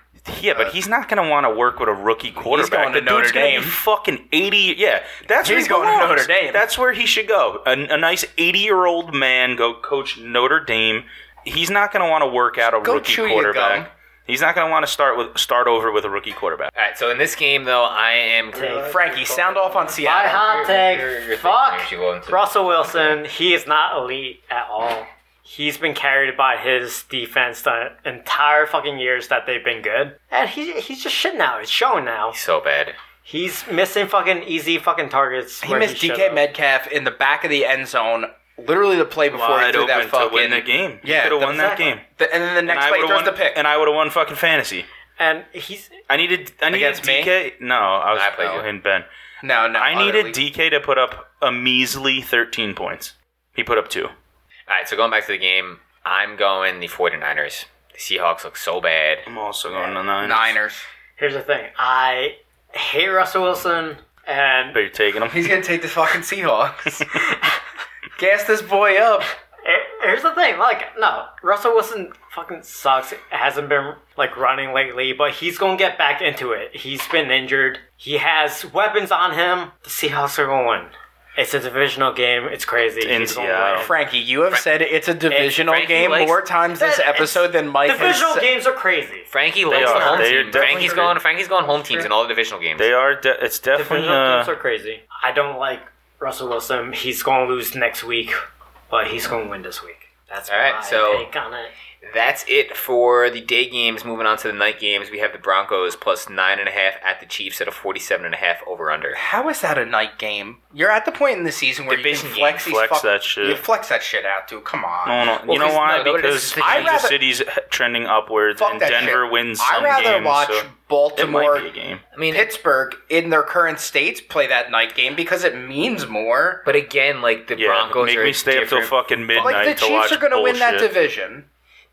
B: yeah, but he's not going to want to work with a rookie quarterback.
A: Uh, going to
B: The dude's
A: Notre
B: gonna be
A: Dame.
B: fucking eighty. Yeah, that's where
A: He's
B: he
A: going to
B: belongs.
A: Notre Dame.
B: That's where he should go. A, a nice eighty-year-old man go coach Notre Dame. He's not going to want to work out a
A: Go
B: rookie
A: chew your gum.
B: quarterback. He's not going to want to start with start over with a rookie quarterback.
C: All right, so in this game though, I am
A: Frankie, sound off on
D: My
A: Seattle.
D: hot take. Fuck.
C: Actually, well, into-
D: Russell Wilson, he is not elite at all. He's been carried by his defense the entire fucking years that they've been good. And he, he's just shit now. It's showing now.
C: so bad.
D: He's missing fucking easy fucking targets.
A: He
D: where
A: missed DK
D: should've.
A: Metcalf in the back of the end zone, literally the play before he
B: Wide
A: threw that
B: open to
A: fucking
B: win the game. He
A: Yeah,
B: could have
A: the-
B: won that
A: exactly.
B: game.
A: The- and then the next
B: I
A: play, he
B: would've
A: throws
B: won-
A: the pick.
B: And I would have won fucking fantasy.
D: And he's
B: I needed I needed
A: Against me?
B: DK. No, I was
C: I
B: I
C: played you.
B: and Ben.
A: no, no,
B: I
A: other
B: needed
A: league.
B: DK to put up a measly 13 points. He put up two.
C: All right, so going back to the game, I'm going the 49ers. The Seahawks look so bad.
B: I'm also going to nine.
A: Niners.
D: here's the thing. I hate Russell Wilson and
B: But you're taking him.
A: He's gonna take the fucking Seahawks. Gas this boy up.
D: Here- Here's the thing, like, no, Russell Wilson fucking sucks. Hasn't been like running lately, but he's gonna get back into it. He's been injured. He has weapons on him. The Seahawks are gonna win. It's a divisional game. It's crazy.
B: in
D: He's gonna
B: Seattle.
D: win.
A: Frankie, you have said it's a divisional
C: Frankie
A: game
C: likes-
A: more times this
D: That-
A: episode than Mike
D: Divisional
A: has. said-
D: games are crazy.
C: Frankie likes the
B: are.
C: home
B: They are
C: team. Frankie's
B: definitely-
C: going. Frankie's going home teams in all the divisional games.
B: They are. De- it's definitely.
D: Divisional games
B: Uh,
D: are crazy. I don't like Russell Wilson. He's gonna lose next week, but he's gonna win this week. That's
C: All right,
D: my
C: so-
D: take on it.
C: That's it for the day games. Moving on to the night games, we have the Broncos plus nine and a half at the Chiefs at a forty-seven and a half over under.
A: How is that a night game? You're at the point in the season where
C: Division
A: you
C: game.
A: can flex, these
B: Flex
A: fuck-
B: that shit. Mm.
A: You flex that shit out, dude. Come on.
B: no, no.
C: Well,
B: you know
C: 'cause-
B: why?
C: no, no, it is
B: because
C: the thing.
B: Kansas
A: I rather-
B: City's trending upwards,
A: Fuck
B: and
A: that
B: Denver
A: shit.
B: wins.
A: I
B: Some
A: rather
B: games,
A: watch
B: so it
A: Baltimore,
B: might be a game.
C: I mean,
A: Pittsburgh in their current states play that night game because it means more.
C: but again, like the
B: Yeah,
C: Broncos
B: make
C: are
B: me
C: a
B: stay up till
C: different-
B: fucking midnight
A: Like the
B: to watch
A: Chiefs are going to win that
B: bullshit.
A: division.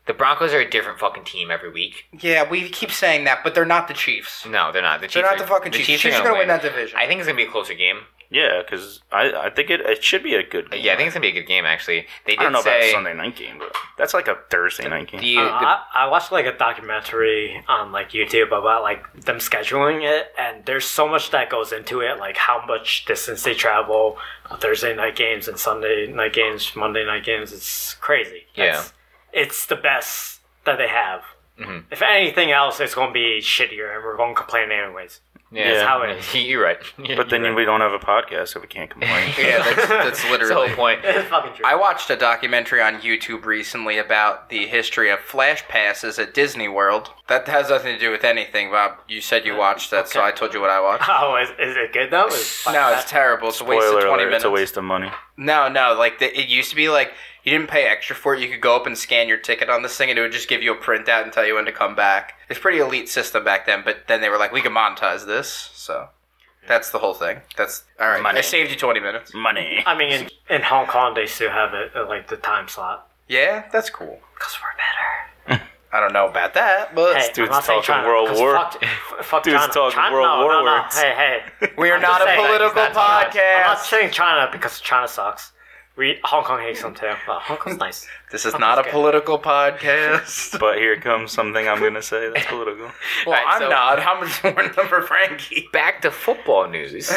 C: the Broncos are a different fucking team every week.
A: Yeah, we keep saying that, but they're not the Chiefs.
C: No, they're not. The Chiefs
A: They're not the fucking Chiefs. Chiefs are
C: gonna
A: going to win that division.
C: I think it's gonna be a closer game.
B: Yeah, because I, I think it, it should be a good. Game.
C: Yeah, I think it's gonna be a good game. Actually, they did
B: I don't know about
C: say
B: a Sunday night game, but that's like a Thursday night game.
C: the-
D: Uh,
C: the
D: I, I watched like a documentary on like YouTube about like them scheduling it, and there's so much that goes into it, like how much distance they travel, Thursday night games and Sunday night games, Monday night games. It's crazy.
C: Yeah.
D: It's- it's the best that they have.
A: Mm-hmm.
D: If anything else, it's going to be shittier, and we're going to complain anyways.
C: Yeah,
B: That's
D: how it is.
C: You're right.
B: But then we don't have a podcast, so we can't complain.
A: yeah, that's, that's
C: that's the whole
A: literally.
C: point.
D: It's fucking true.
A: I watched a documentary on YouTube recently about the history of flash passes at Disney World. That has nothing to do with anything, Bob. You said you watched that, so
D: Mm, Okay.
A: I told you what I watched.
D: oh, is, is it good though? Is-
A: No, it's terrible. It's a waste
B: Spoiler
A: of 20
B: alert,
A: minutes.
B: it's a waste of money.
A: No, no, like the, it used to be like you didn't pay extra for it. You could go up and scan your ticket on this thing and it would just give you a printout and tell you when to come back. It's a pretty elite system back then, but then they were like, we can monetize this. So that's the whole thing. That's all right.
B: Money.
A: I saved you 20 minutes.
B: Money.
D: I mean, in, in Hong Kong, they still have it at like the time slot
A: Yeah, that's cool.
D: because we're better.
A: I don't know about that, but
D: Hey,
B: dude's
D: I'm not saying
B: talking
D: China,
B: World
D: 'cause
B: War.
D: Fuck, f- fuck
B: Dude's
D: China.
B: talking
D: China,
B: World
D: no,
B: War
D: no, no.
B: words.
D: Hey, hey.
A: we are
D: I'm
A: not
D: just
A: a
D: saying,
A: political
C: he's not talking about-
D: I'm not
A: podcast.
D: saying China because China's sucks. Read Hong Kong hates him too. Wow, Hong Kong's nice.
A: This is not a
D: good.
A: political podcast.
B: But here comes something I'm gonna say that's political.
A: well,
C: Alright,
A: I'm
C: so-
A: not. How much more number Frankie?
C: Back to football news.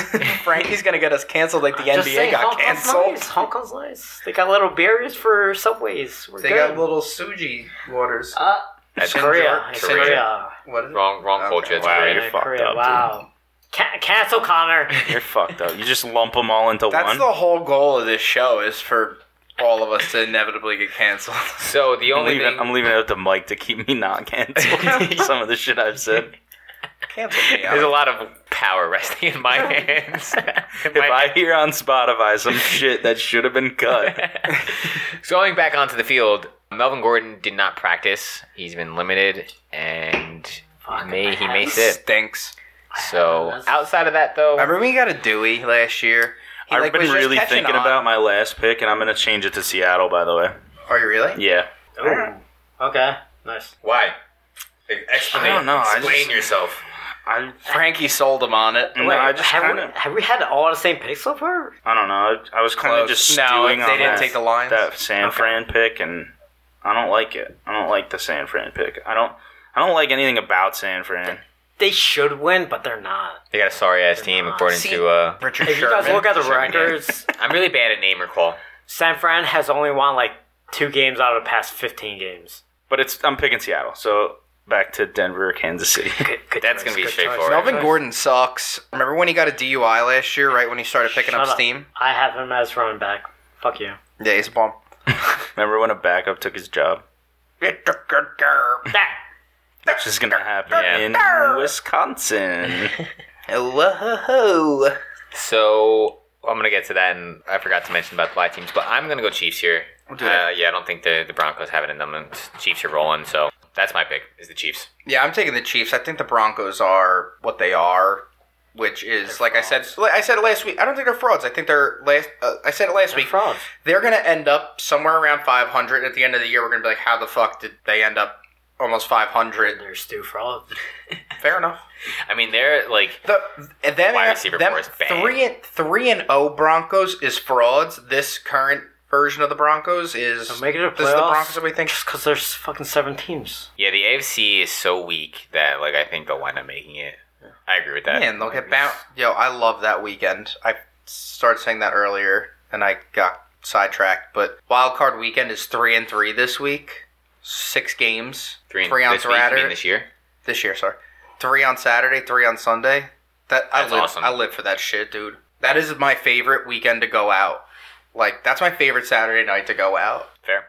A: Frankie's gonna get us canceled like the
D: Just
A: NBA
D: saying,
A: got
D: Hong Kong's
A: canceled.
D: Nice. Hong Kong's nice. They got little barriers for subways. We're
A: They
D: good.
A: got little suji waters.
D: uh,
C: That's
D: Korea.
A: Sinjar-
D: It's
C: Korea.
D: Korea.
A: What is it?
C: wrong, wrong
A: Okay.
C: culture. It's
B: Wow,
C: Korea.
B: you're fucked
D: Korea.
B: up, dude.
D: Wow. Ca- cancel Connor.
B: You're fucked up. You just lump them all into
A: That's
B: one.
A: the whole goal of this show is for all of us to inevitably get canceled.
C: So the
B: I'm
C: only
B: leaving,
C: thing
B: I'm leaving it up to Mike to keep me not canceled. Some of the shit I've said.
A: Cancel me
C: there's a
A: out.
C: lot of power resting in my hands. In
B: If
C: my
B: I hear on Spotify some shit that should have been cut,
C: so going back onto the field, Melvin Gordon did not practice. He's been limited, and
D: Fuck,
C: may he
D: I
C: may
D: have-
C: sit.
A: Stinks.
C: So
D: That's-
C: outside of that, though,
A: Remember when we got a Dewey last year? He,
B: I've
A: like,
B: been
A: was just
B: really
A: catching
B: thinking
A: on.
B: about my last pick, and I'm gonna change it to Seattle. By the way,
A: Are you really?
B: yeah.
D: Ooh. Okay. Nice.
C: why? Explanation.
B: I don't know, I
C: Explain
B: just-
C: yourself.
B: I
A: Frankie sold him on it.
B: No, I just
D: have,
B: kinda-
D: we, have we had all the same picks so far?
B: I don't know. I, I was kind of
A: Close.
B: just
A: No,
B: stewing
A: they
B: on
A: didn't
B: that,
A: take the Lions.
B: that San
D: Okay.
B: Fran pick, and I don't like it. I don't like the San Fran pick. I don't. I don't like anything about San Fran.
D: They should win, but they're not.
C: They got a sorry ass team, according
A: See-
C: to. Uh,
A: Richard
D: If you
A: Sherman.
D: guys look at the
C: Sherman, yeah.
D: records,
C: I'm really bad at name recall.
D: San Fran has only won like two games out of the past 15 games.
B: But it's I'm picking Seattle. So back to Denver, Kansas City.
D: Good, good
C: That's
D: choice,
C: gonna be
D: good choice.
C: straightforward.
A: Melvin Gordon sucks. Remember when he got a DUI last year, right when he started picking
D: Shut
A: up, steam?
D: I have him as running back. Fuck you.
A: Yeah, he's a bomb.
B: Remember when a backup took his job? Which is gonna happen
C: Yeah.
B: in Wisconsin.
A: Whoa.
C: So I'm gonna get to that, and I forgot to mention about the live teams, but I'm gonna go Chiefs here.
A: do
C: uh,
A: that.
C: yeah, I don't think the, the Broncos have it in them. and Chiefs are rolling, so that's my pick is the Chiefs.
A: Yeah, I'm taking the Chiefs. I think the Broncos are what they are, which is like I said. like I said it last week. I don't think they're frauds. I think they're last. Uh, I said it last
D: They're
A: week.
D: frauds.
A: They're gonna end up somewhere around 500 at the end of the year. We're gonna be like, how the fuck did they end up almost 500?
D: They're Stu Frog.
A: Fair enough.
C: I mean, they're like
A: The them,
C: Wide receiver
A: them
C: core is bad.
A: three and three and O Broncos is frauds. This current version of the Broncos is
D: They'll make it to
A: this is the
D: playoffs.
A: Broncos that we think.
D: Just because there's fucking seven teams.
C: yeah, the AFC is so weak that like I think they'll wind up making it. I agree with that.
A: Man, they'll get bounced. Yo, I love that weekend. I started saying that earlier, and I got sidetracked. But wild card weekend is three and three this week. Six games.
C: Three,
A: three on
C: this week, you mean
A: Saturday.
C: this year.
A: this year, sorry. Three on Saturday, three on Sunday. That I
C: That's
A: live,
C: awesome.
A: I live for that shit, dude. That is my favorite weekend to go out. Like that's my favorite Saturday night to go out.
C: Fair.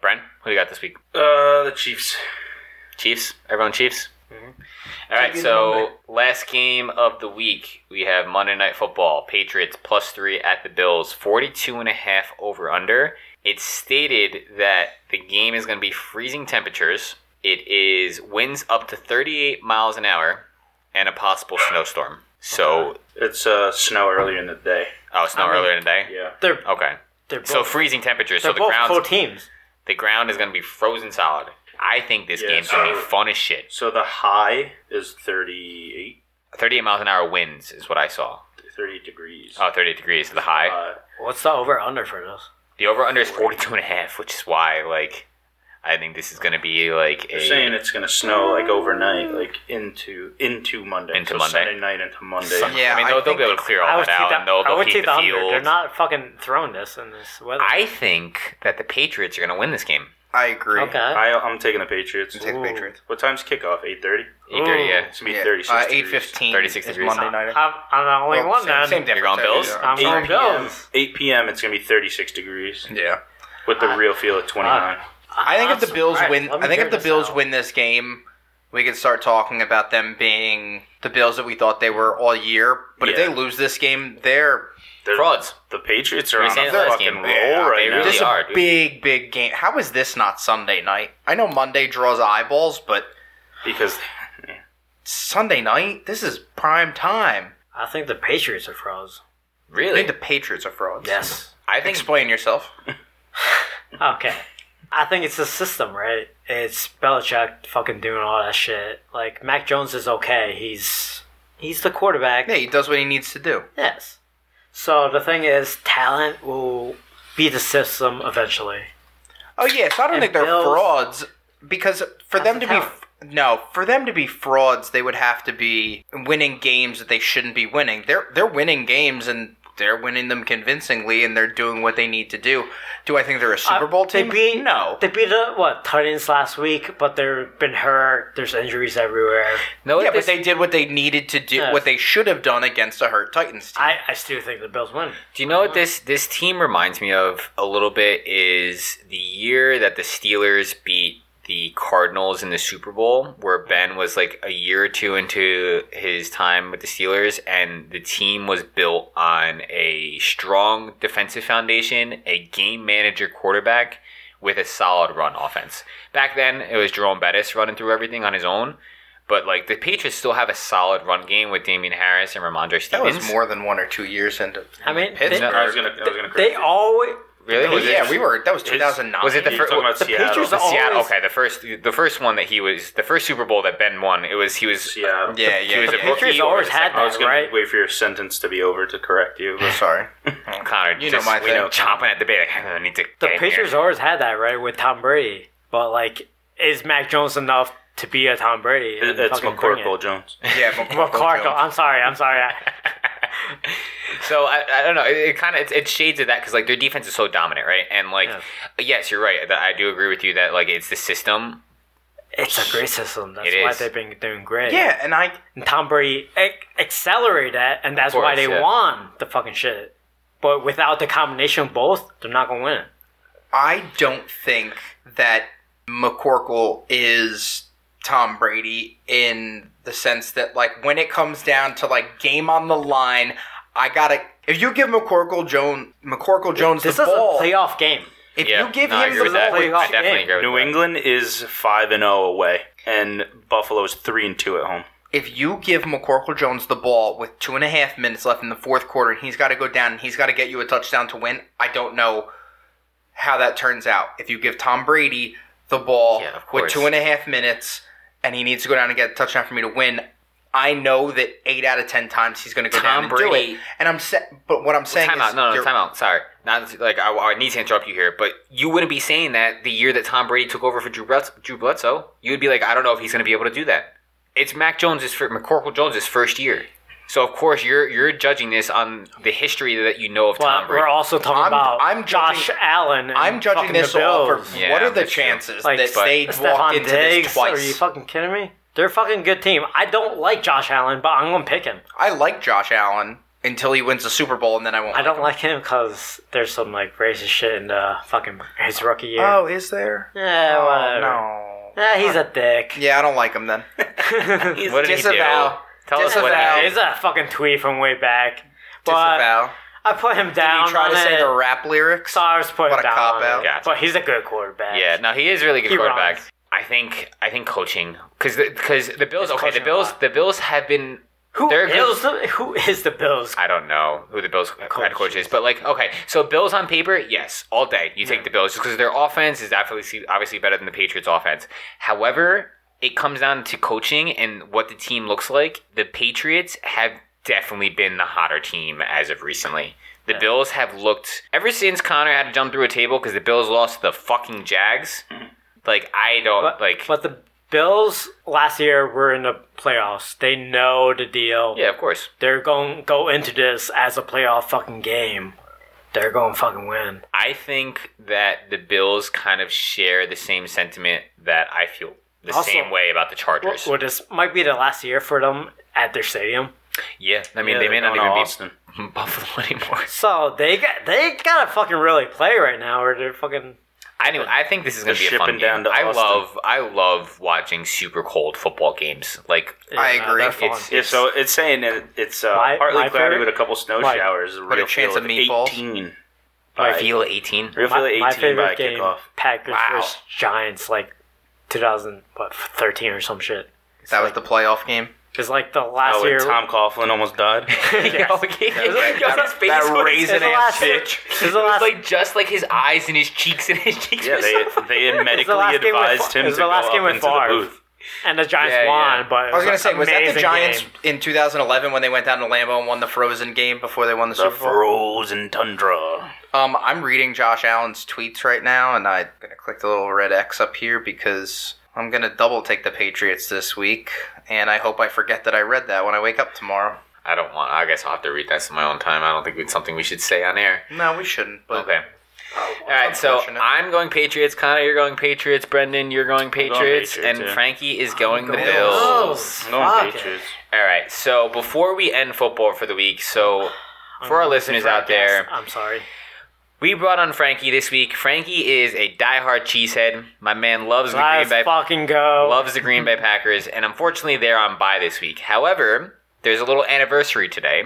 C: Brian, who you got this week?
B: Uh, the Chiefs. Mm-hmm.
C: Chiefs. Everyone Chiefs. All right, so last game of the week, we have Monday Night Football. Patriots plus three at the Bills, 42 and a half over under. It's stated that the game is going to be freezing temperatures. It is winds up to 38 miles an hour and a possible snowstorm. So,
B: It's uh snow earlier in the day.
C: oh, it's not
D: I mean-
C: earlier in the day?
B: Yeah.
D: They're,
A: Oh,
C: Okay.
D: they're both,
C: So, freezing temperatures.
D: they're
C: So, the
D: both
C: ground's
D: cool teams.
C: The ground is going to be frozen solid. I think this
B: Yeah,
C: game's going to be
B: so-
C: fun as shit.
B: So the high is 38,
C: 38 miles an hour winds is what I saw.
B: 30 degrees.
C: Oh, 38 degrees, the high.
B: Uh,
D: What's the over under for this?
C: The over under is 42 and a half, which is why, like, I think this is going to be like
B: They're saying
C: a.
B: it's gonna snow like overnight, like into into Monday,
C: Into
B: so
C: Monday.
B: Sunday night into Monday.
C: Sunday.
A: Yeah,
C: I mean,
A: I
C: they'll, they'll
A: think
C: be able to clear all that out, and they'll,
D: I
C: they'll
D: would
C: heat
D: take
C: the
D: the
C: field.
D: under. They're not fucking throwing this in this weather.
C: I think that the Patriots are going to win this game.
A: I agree.
D: okay.
B: I, I'm taking the Patriots.
A: Take the
D: Ooh.
A: Patriots.
B: What time's kickoff? 8:30.
C: You agree,
D: Ooh.
C: yeah.
B: It's gonna be
A: Yeah,
B: 36.
A: uh,
B: degrees.
A: 8:15
C: 36
A: is
C: degrees.
A: Monday night.
D: I'm, I'm the only
A: Well,
D: one
A: same,
D: then.
A: same difference.
C: You're on Bills?
A: Yeah.
D: I'm going
B: 8
D: Bills.
B: 8 p.m. It's gonna be 36 degrees
A: Yeah.
B: with the real feel at 29.
A: I think
D: I'm
A: if the Bills
D: surprised.
A: win,
D: Let me
A: I think
D: hear
A: if the
D: this
A: Bills
D: out.
A: win this game, we can start talking about them being the Bills that we thought they were all year. But if
B: Yeah.
A: they lose this game, they're
B: They're-
C: Frauds.
B: The Patriots
C: We
B: are
C: were
B: on
C: saying
B: a
C: it last
B: fucking
C: game.
B: roll
C: Yeah,
B: right
C: they
B: now.
C: really
A: this is
C: are,
A: a
C: dude.
A: big, big game. How is this not Sunday night? I know Monday draws eyeballs, but
B: because
A: Sunday night, this is prime time.
D: I think the Patriots are frauds.
A: I
C: Really?
A: think the Patriots are frauds.
D: Yes.
C: I think.
A: Explain yourself.
D: Okay. I think it's the system, right? It's Belichick fucking doing all that shit. Like Mac Jones is okay. He's he's the quarterback.
A: Yeah, he does what he needs to do.
D: Yes. So the thing is, talent will beat the system eventually.
A: Oh yeah, so I don't
D: And
A: think they're
D: Bills-
A: frauds because for them to
D: the
A: be
D: talent.
A: no, for them to be frauds, they would have to be winning games that they shouldn't be winning. They're they're winning games and they're winning them convincingly and they're doing what they need to do. Do I think they're a Super Bowl
D: They
A: team?
D: beat
A: no.
D: They beat the what Titans last week, but they've been hurt. There's injuries everywhere.
C: No,
A: yeah, but
C: this-
A: they did what they needed to do,
D: Yes.
A: what they should have done against a hurt Titans team.
D: I, I still think the Bills win.
C: Do you know what this this team reminds me of a little bit is the year that the Steelers beat the Cardinals in the Super Bowl, where Ben was like a year or two into his time with the Steelers, and the team was built on a strong defensive foundation, a game manager quarterback with a solid run offense. Back then, it was Jerome Bettis running through everything on his own. But like the Patriots still have a solid run game with Damian Harris and Ramondre Stevens.
A: that was more than one or two years into.
D: I mean, they-
A: Pittsburgh.
B: I was gonna. I was gonna.
D: They
B: correct
D: always
C: really. Was it-
A: yeah, we were. That was 2009.
C: Was it
B: you.
C: the
B: You're
C: first?
B: talking about
D: the
B: Seattle.
D: Patriots are-
C: Seattle.
D: always-
C: Okay, the first the first one that he was the first Super Bowl that Ben won. It was he was uh,
B: Seattle.
A: Yeah, yeah.
C: He was a
A: yeah.
C: rookie
D: Patriots
C: over
D: always
C: the
D: had
C: second-
B: I was
D: that,
B: gonna
D: right?
B: wait for your sentence to be over to correct you. but-
A: Sorry.
C: Connor.
A: You know
C: just,
A: my
C: we know,
A: thing.
C: chomping at the bit. Like, I need to.
D: The
C: get in
D: Patriots
C: here.
D: always had that, right, with Tom Brady. But like, is Mac Jones enough to be a Tom Brady?
B: It-
D: and
B: It's
D: fucking bring it?
B: McCorkle Jones.
A: Yeah, McCorkle
D: McCorkle.
A: Jones.
D: I'm sorry. I'm sorry. I-
C: So I, I don't know. It, it kind of it, it shades of that because like their defense is so dominant, right? And like
D: Yes.
C: yes, you're right. I do agree with you that like it's the system.
D: It's a great system. That's
C: It
D: why
C: is.
D: they've been doing great.
A: Yeah, and I
D: And Tom Brady ac- accelerated that, and that's
C: Of
D: why
C: course,
D: they
C: yeah.
D: won the fucking shit. But without the combination of both, they're not gonna win.
A: I don't think that McCorkle is Tom Brady in the sense that like when it comes down to like game on the line, I gotta if you give McCorkle Jones McCorkle Jones
D: This
A: the
D: is
A: ball,
D: a playoff game.
A: if
C: Yeah,
A: you give
C: no, I
A: him
C: agree
A: the
C: with that.
A: ball,
D: with
C: I
D: playoff
C: definitely
D: game.
C: agree with
B: New
C: that.
B: England is five and zero away, and Buffalo's three and two at home.
A: if you give McCorkle Jones the ball with two and a half minutes left in the fourth quarter and he's got to go down and he's got to get you a touchdown to win, I don't know how that turns out. If you give Tom Brady the ball
C: Yeah, of
A: with
C: course.
A: two and a half minutes and he needs to go down and get a touchdown for me to win, I know that eight out of ten times he's going to go
C: Tom
A: down and
C: Brady-
A: do it. And I'm set, but what I'm saying
C: Time
A: is,
C: out. No, no,
A: you're-
C: time out. Sorry. Not like I, I need to interrupt you here, but you wouldn't be saying that the year that Tom Brady took over for Drew, Bledsoe, Drew Bledsoe. You'd be like, I don't know if he's going to be able to do that. It's Mac Jones's fir- McCorkle Jones's first year, so of course you're you're judging this on the history that you know of Tom
D: But
C: Brady.
D: we're also talking
A: I'm-
D: about
A: I'm
D: Josh
A: judging-
D: Allen. And
A: I'm judging
D: fucking the
A: this all
D: Bills.
A: for
C: Yeah,
A: what are the
C: that's true.
A: chances
D: Like,
A: that they walked
D: Stephon
A: into
D: Diggs.
A: this
D: Are you
A: twice?
D: fucking kidding me? They're a fucking good team. I don't like Josh Allen, but I'm gonna pick him.
A: I like Josh Allen until he wins the Super Bowl, and then I won't.
D: I don't like him because there's some like racist shit in the fucking his rookie year.
A: Oh, is there?
D: yeah, whatever.
A: Oh, no.
D: Yeah, he's a dick.
A: Yeah, I don't like him then.
C: what did
A: disavow.
C: he do? Tell us what
A: Disavow.
C: he
D: Yeah,
C: did.
D: it's a fucking tweet from way back. But
A: Disavow.
D: I put him
A: Did
D: down.
A: he try to
D: on
A: say
D: it.
A: the rap lyrics?
D: So I was putting
A: What a
D: down on
A: cop-out.
D: it.
C: Gotcha.
D: But he's a good quarterback.
C: Yeah, no, he is a really good
D: He
C: quarterback.
D: runs.
C: I think I think coaching because because the, Bills
D: It's
C: okay the
D: coaching a
C: Bills
D: lot.
C: the Bills have been
D: Who
C: they're a good-
D: is the, who is the Bills?
C: I don't know who the Bills head coach is, but like, okay, so Bills on paper, yes, all day you take the Bills just because their offense is obviously obviously better than the Patriots' offense. However, it comes down to coaching and what the team looks like. The Patriots have definitely been the hotter team as of recently. The Bills have looked ever since Connor had to jump through a table because the Bills lost to the fucking Jags. Like I don't
D: Mm-hmm. But,
C: like.
D: but the Bills last year were in the playoffs. They know the deal.
C: yeah, of course.
D: They're going to go into this as a playoff fucking game. They're going to fucking win.
C: I think that the Bills kind of share the same sentiment that I feel the
D: Also-
C: same way about the
D: Well,
C: Chargers.
D: well, this might be the last year for them at their stadium.
C: yeah, I mean
B: Yeah,
C: they may
B: they're
C: not
B: going to
C: even
B: Austin.
C: be Buffalo anymore.
D: So they got they gotta fucking really play right now, or they're fucking.
C: Anyway, I think this is going to be
B: They're
C: a fun
B: shipping
C: game.
B: down to
C: I
B: Austin.
C: love, I love watching super cold football games. Like
A: I
D: Yeah,
A: agree.
D: they're fun.
C: It's-
B: Yeah, so it's saying that it's uh,
D: My-
B: partly
D: my
B: cloudy
D: favorite-
B: with a couple snow
D: my-
B: showers. A
A: But a
B: real
A: chance
B: feel
A: of meatballs.
B: Eighteen.
C: I
B: by-
C: feel eighteen.
B: real feel
D: my, my
B: eighteen by
D: favorite game,
B: kickoff.
D: Packers
A: Wow.
D: versus Giants, like 2013 or some shit.
A: that was the playoff game.
D: It's like the last
B: Oh,
D: year.
B: and Tom Coughlin almost died.
C: Yo, he- yo, his face was-
D: the last This is the
C: It was
D: last.
C: like just like his eyes and his cheeks and his cheeks.
B: yeah,
C: were
B: they
C: so-
B: they had
D: the
B: medically
D: last game with-
B: advised him
D: it
B: to
D: was the last
B: go
D: game
B: up
D: with
B: into the
D: Favre.
B: booth.
D: and the Giants
C: Yeah,
D: won.
C: yeah.
D: But it
A: I was gonna say,
D: an
A: was that the
D: amazing
A: Giants
D: game.
A: in 2011 when they went down to Lambeau and won the Frozen game before they won the,
B: The
A: Super Bowl?
B: frozen tundra.
A: Um, I'm reading Josh Allen's tweets right now, and I'm gonna click the little red X up here because I'm gonna double take the Patriots this week, and I hope I forget that I read that when I wake up tomorrow.
C: I don't want. I guess I'll have to read that some my own time. I don't think it's something we should say on air.
A: No, we shouldn't. But
C: Okay. All right, so
A: unfortunate.
C: I'm going Patriots. Connor, you're going Patriots. Brendan, you're going Patriots,
B: Patriots,
C: and
B: yeah.
C: Frankie is going the
D: going
C: Bills.
D: Bills.
B: No one
D: Oh, Fuck it.
B: Patriots.
C: All right. So before we end football for the week, so for our listeners
D: Before I
C: out there,
D: guess, I'm sorry.
C: we brought on Frankie this week. Frankie is a diehard cheesehead. My man loves the Green
D: Let's
C: Bay
D: fucking go.
C: loves the Green Bay Packers, and unfortunately, they're on bye this week. However, there's a little anniversary today.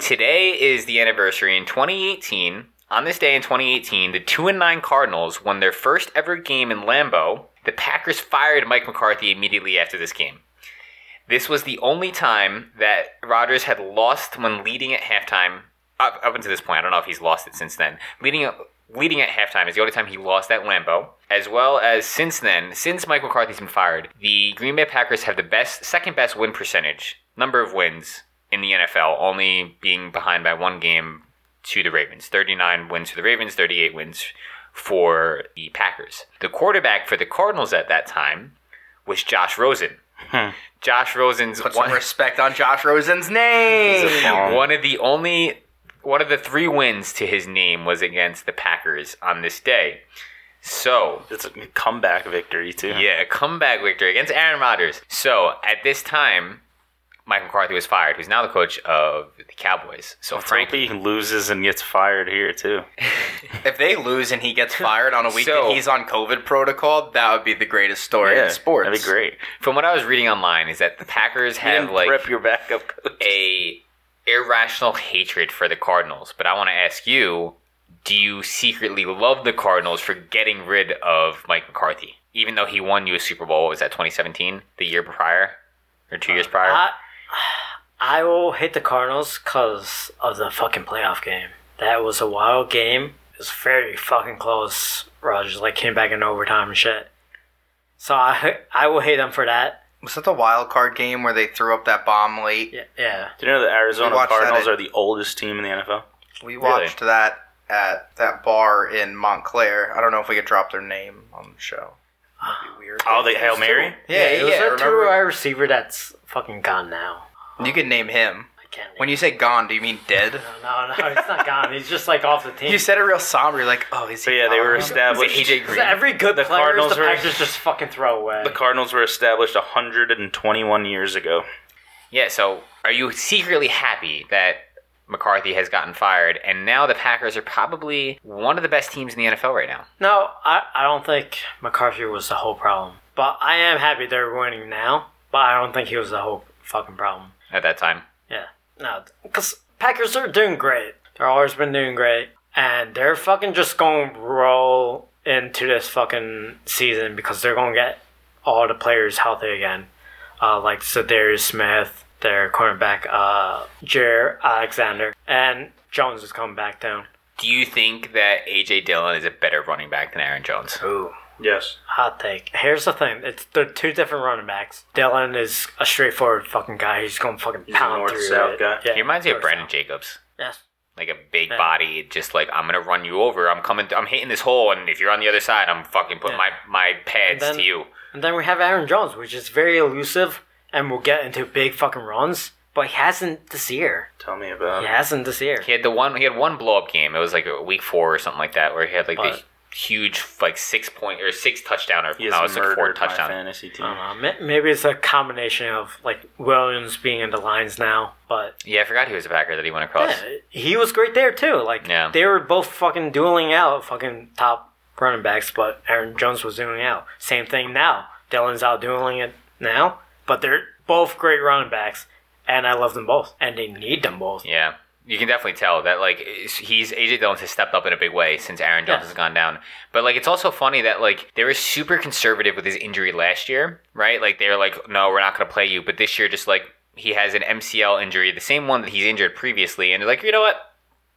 C: today is the anniversary in 2018. On this day in 2018, the two and nine Cardinals won their first ever game in Lambeau. The Packers fired Mike McCarthy immediately after this game. This was the only time that Rodgers had lost when leading at halftime. Up, up until this point, I don't know if he's lost it since then. Leading leading at halftime is the only time he lost at Lambeau. As well as since then, since Mike McCarthy's been fired, the Green Bay Packers have the best, second best win percentage, number of wins in the NFL, only being behind by one game to the Ravens. 39 wins for the Ravens, 38 wins for the Packers. The quarterback for the Cardinals at that time was Josh Rosen. Josh Rosen's
A: Hmm. put
C: one,
A: some respect on Josh Rosen's name.
B: Um,
C: one of the only one of the three wins to his name was against the Packers on this day. So
B: It's a comeback victory too.
C: yeah, a comeback victory against Aaron Rodgers. So at this time, Mike McCarthy was fired, who's now the coach of the Cowboys. So Frank,
B: Frankly, he loses and gets fired here too.
A: If they lose and he gets fired on a week
C: So-
A: that he's on COVID protocol, that would be the greatest story in sports.
B: That'd be great.
C: from what I was reading online, is that the Packers have like
B: your backup coach.
C: a irrational hatred for the Cardinals. But I want to ask you, do you secretly love the Cardinals for getting rid of Mike McCarthy? Even though he won you a Super Bowl, what was that 2017, the year prior? Or two years prior?
D: I, I will hit the Cardinals because of the fucking playoff game. That was a wild game. It was very fucking close. Rogers like came back in overtime and shit. So I I will hate them for that.
A: Was that the wild card game where they threw up that bomb late?
D: Yeah, yeah.
B: Do you know the Arizona
A: We watched that
B: Cardinals
A: at-
B: are the oldest team in the NFL?
A: We watched that at that bar in Montclair. I don't know if we could drop their name on the show. That'd be weird.
B: Oh, they Hail Mary.
A: yeah,
D: it was
A: yeah,
D: a two
A: remember-
D: wide receiver that's fucking gone now.
A: You could name him.
D: I can't.
A: When you say gone, do you mean dead?
D: no, no, he's not gone. He's just like off the team.
A: You said it real somber. You're like, oh, is
B: So
A: he?
B: yeah, they
A: gone?
B: were
C: was it
B: established.
C: AJ Green?
D: every good
B: The
D: the player
B: Cardinals
D: the
B: were-
D: Packers just fucking throw away.
B: The Cardinals were established 121 years ago.
C: Yeah, so are you secretly happy that McCarthy has gotten fired and now the Packers are probably one of the best teams in the NFL right now?
D: No, I, I don't think McCarthy was the whole problem. But I am happy they're winning now. But I don't think he was the whole fucking problem.
C: At that time.
D: Yeah. No, because Packers are doing great. They're always been doing great. And they're fucking just going to roll into this fucking season because they're going to get all the players healthy again. Uh, like Sedarius Smith, their cornerback, uh, Jer Alexander, and Jones is coming back down.
C: Do you think that AJ Dillon is a better running back than Aaron Jones?
D: Ooh.
B: Yes.
D: Hot take. Here's the thing: it's they're two different running backs. Dylan is a straightforward fucking guy. He's gonna fucking
B: a
D: pound
B: north,
D: through
B: south
D: it.
B: guy.
D: Yeah,
C: He reminds me of
D: north,
C: Brandon
D: south.
C: Jacobs.
D: Yes.
C: like a big
D: Yeah.
C: body, just like I'm gonna run you over. I'm coming. I'm hitting this hole, and if you're on the other side, I'm fucking putting
D: Yeah.
C: my my pads
D: And then-
C: to you.
D: And then we have Aaron Jones, which is very elusive, and we'll get into big fucking runs, but he hasn't this year.
B: Tell me about.
D: He
B: it.
D: hasn't this year.
C: He had the one. He had one blow up game. It was like a week four or something like that, where he had like
D: But-
C: the huge like six point or six touchdown or
B: He has
C: no, it was like four
B: murdered my
C: touchdown.
B: fantasy team.
D: I don't know. ma- Uh, Maybe it's a combination of like Williams being in the lines now, but
C: Yeah, I forgot he was a Packer that he went across.
D: yeah, he was great there too. Like
C: Yeah.
D: they were both fucking dueling out, fucking top running backs, but Aaron Jones was dueling out. Same thing now. Dylan's out dueling it now, but they're both great running backs, and I love them both, and they need them both.
C: Yeah. You can definitely tell that like is- he's AJ Dillon has stepped up in a big way since Aaron Jones
D: Yeah.
C: has gone down. But like it's also funny that like they were super conservative with his injury last year, right? Like they were like, no, we're not going to play you. But this year, just like he has an MCL injury, the same one that he's injured previously, and they're like, you know what,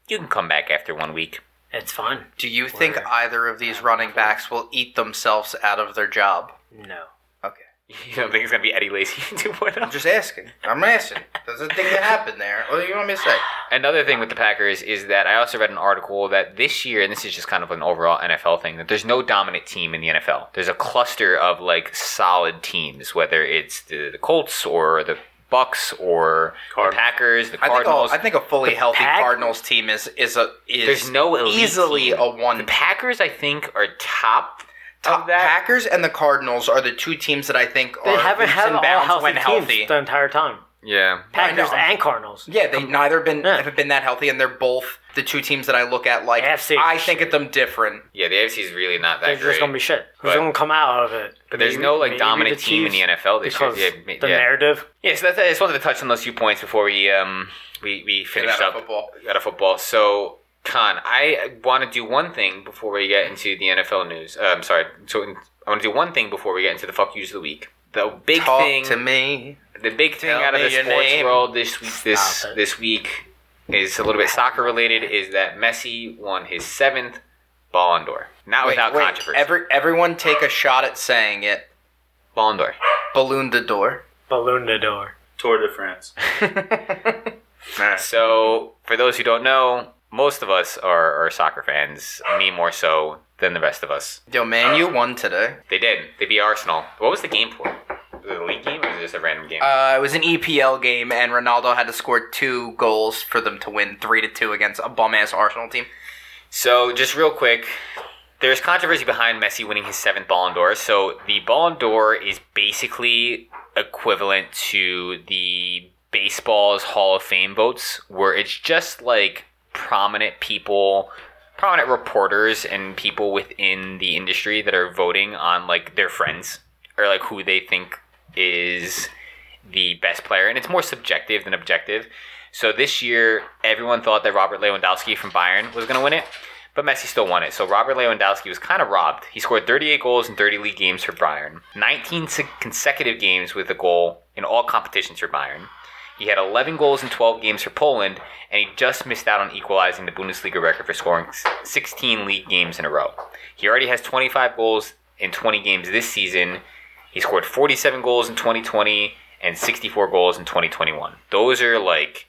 C: you can come back after one week.
D: It's fun.
A: Do you think either of these running backs will eat themselves out of their job?
D: No.
A: Okay.
C: You don't think it's gonna be Eddie Lacy oh? 2.0?
A: I'm just asking. I'm asking. There's a thing that happened there. What do you want me to say?
C: Another thing with the Packers is that I also read an article that this year, and this is just kind of an overall NFL thing, that there's no dominant team in the NFL. There's a cluster of like solid teams, whether it's the, the Colts or the Bucks or
B: Cardinals.
C: the Packers, the
A: I think,
C: Cardinals.
A: a, I think a fully
C: The
A: healthy
C: Pack-
A: Cardinals team is is a is
C: there's no elite
A: easily
C: team.
A: a one
C: The Packers, I think, are top.
A: top
C: of that.
A: Packers and the Cardinals are the two teams that I think
D: They
A: are
D: haven't
A: leaps
D: had
A: and
D: all
A: bounds
D: healthy
A: when
D: teams
A: healthy.
D: the entire time.
C: Yeah.
D: Packers
A: know.
D: and Cardinals.
A: Yeah, they neither been
D: Yeah.
A: have been that healthy, and they're both the two teams that I look at like
D: AFC.
A: I think at them different.
C: Yeah, the AFC is really not that
D: They're
C: great.
D: just gonna be shit. Who's
C: But-
D: gonna come out of it?
C: But there's no, like,
D: maybe
C: dominant team in the
D: Chiefs
C: NFL this year.
D: because
C: Yeah, ma-
D: the
C: yeah.
D: narrative.
C: Yeah, so that's, I just wanted to touch on those few points before we um we, we
A: Get
C: finish
A: out of
C: up
A: football.
C: out of football. So, Khan, I want to do one thing before we get into the NFL news. Uh, I'm sorry. So I want to do one thing before we get into the fuck yous of the week. The big
A: Talk
C: thing,
A: to me.
C: the big thing
A: Tell
C: out of
A: me
C: the
A: your
C: sports
A: name.
C: world this week, this
D: Stop it.
C: this week is a little bit soccer related. Is that Messi won his seventh Ballon d'Or, not without controversy.
A: Every, everyone take a shot at saying it.
C: Ballon d'Or.
A: Balloon the door.
D: Balloon the door.
B: Tour de France.
C: So, for those who don't know, most of us are, are soccer fans, me more so than the rest of us.
A: Yo, man, you won today.
C: They did. They beat Arsenal. What was the game for? Was it a league game or was it just a random game?
A: Uh, it was an EPL game, and Ronaldo had to score two goals for them to win three to two against a bum ass Arsenal team.
C: so, just real quick, there's controversy behind Messi winning his seventh Ballon d'Or. So, the Ballon d'Or is basically equivalent to the baseball's Hall of Fame votes, where it's just like prominent people prominent reporters and people within the industry that are voting on like their friends or like who they think is the best player and it's more subjective than objective so this year everyone thought that robert lewandowski from bayern was going to win it but messi still won it so robert lewandowski was kind of robbed he scored 38 goals in 30 league games for bayern 19 se- consecutive games with a goal in all competitions for bayern he had 11 goals in 12 games for Poland, and he just missed out on equalizing the Bundesliga record for scoring s- 16 league games in a row. He already has 25 goals in 20 games this season. He scored 47 goals in 2020 and 64 goals in 2021. Those are like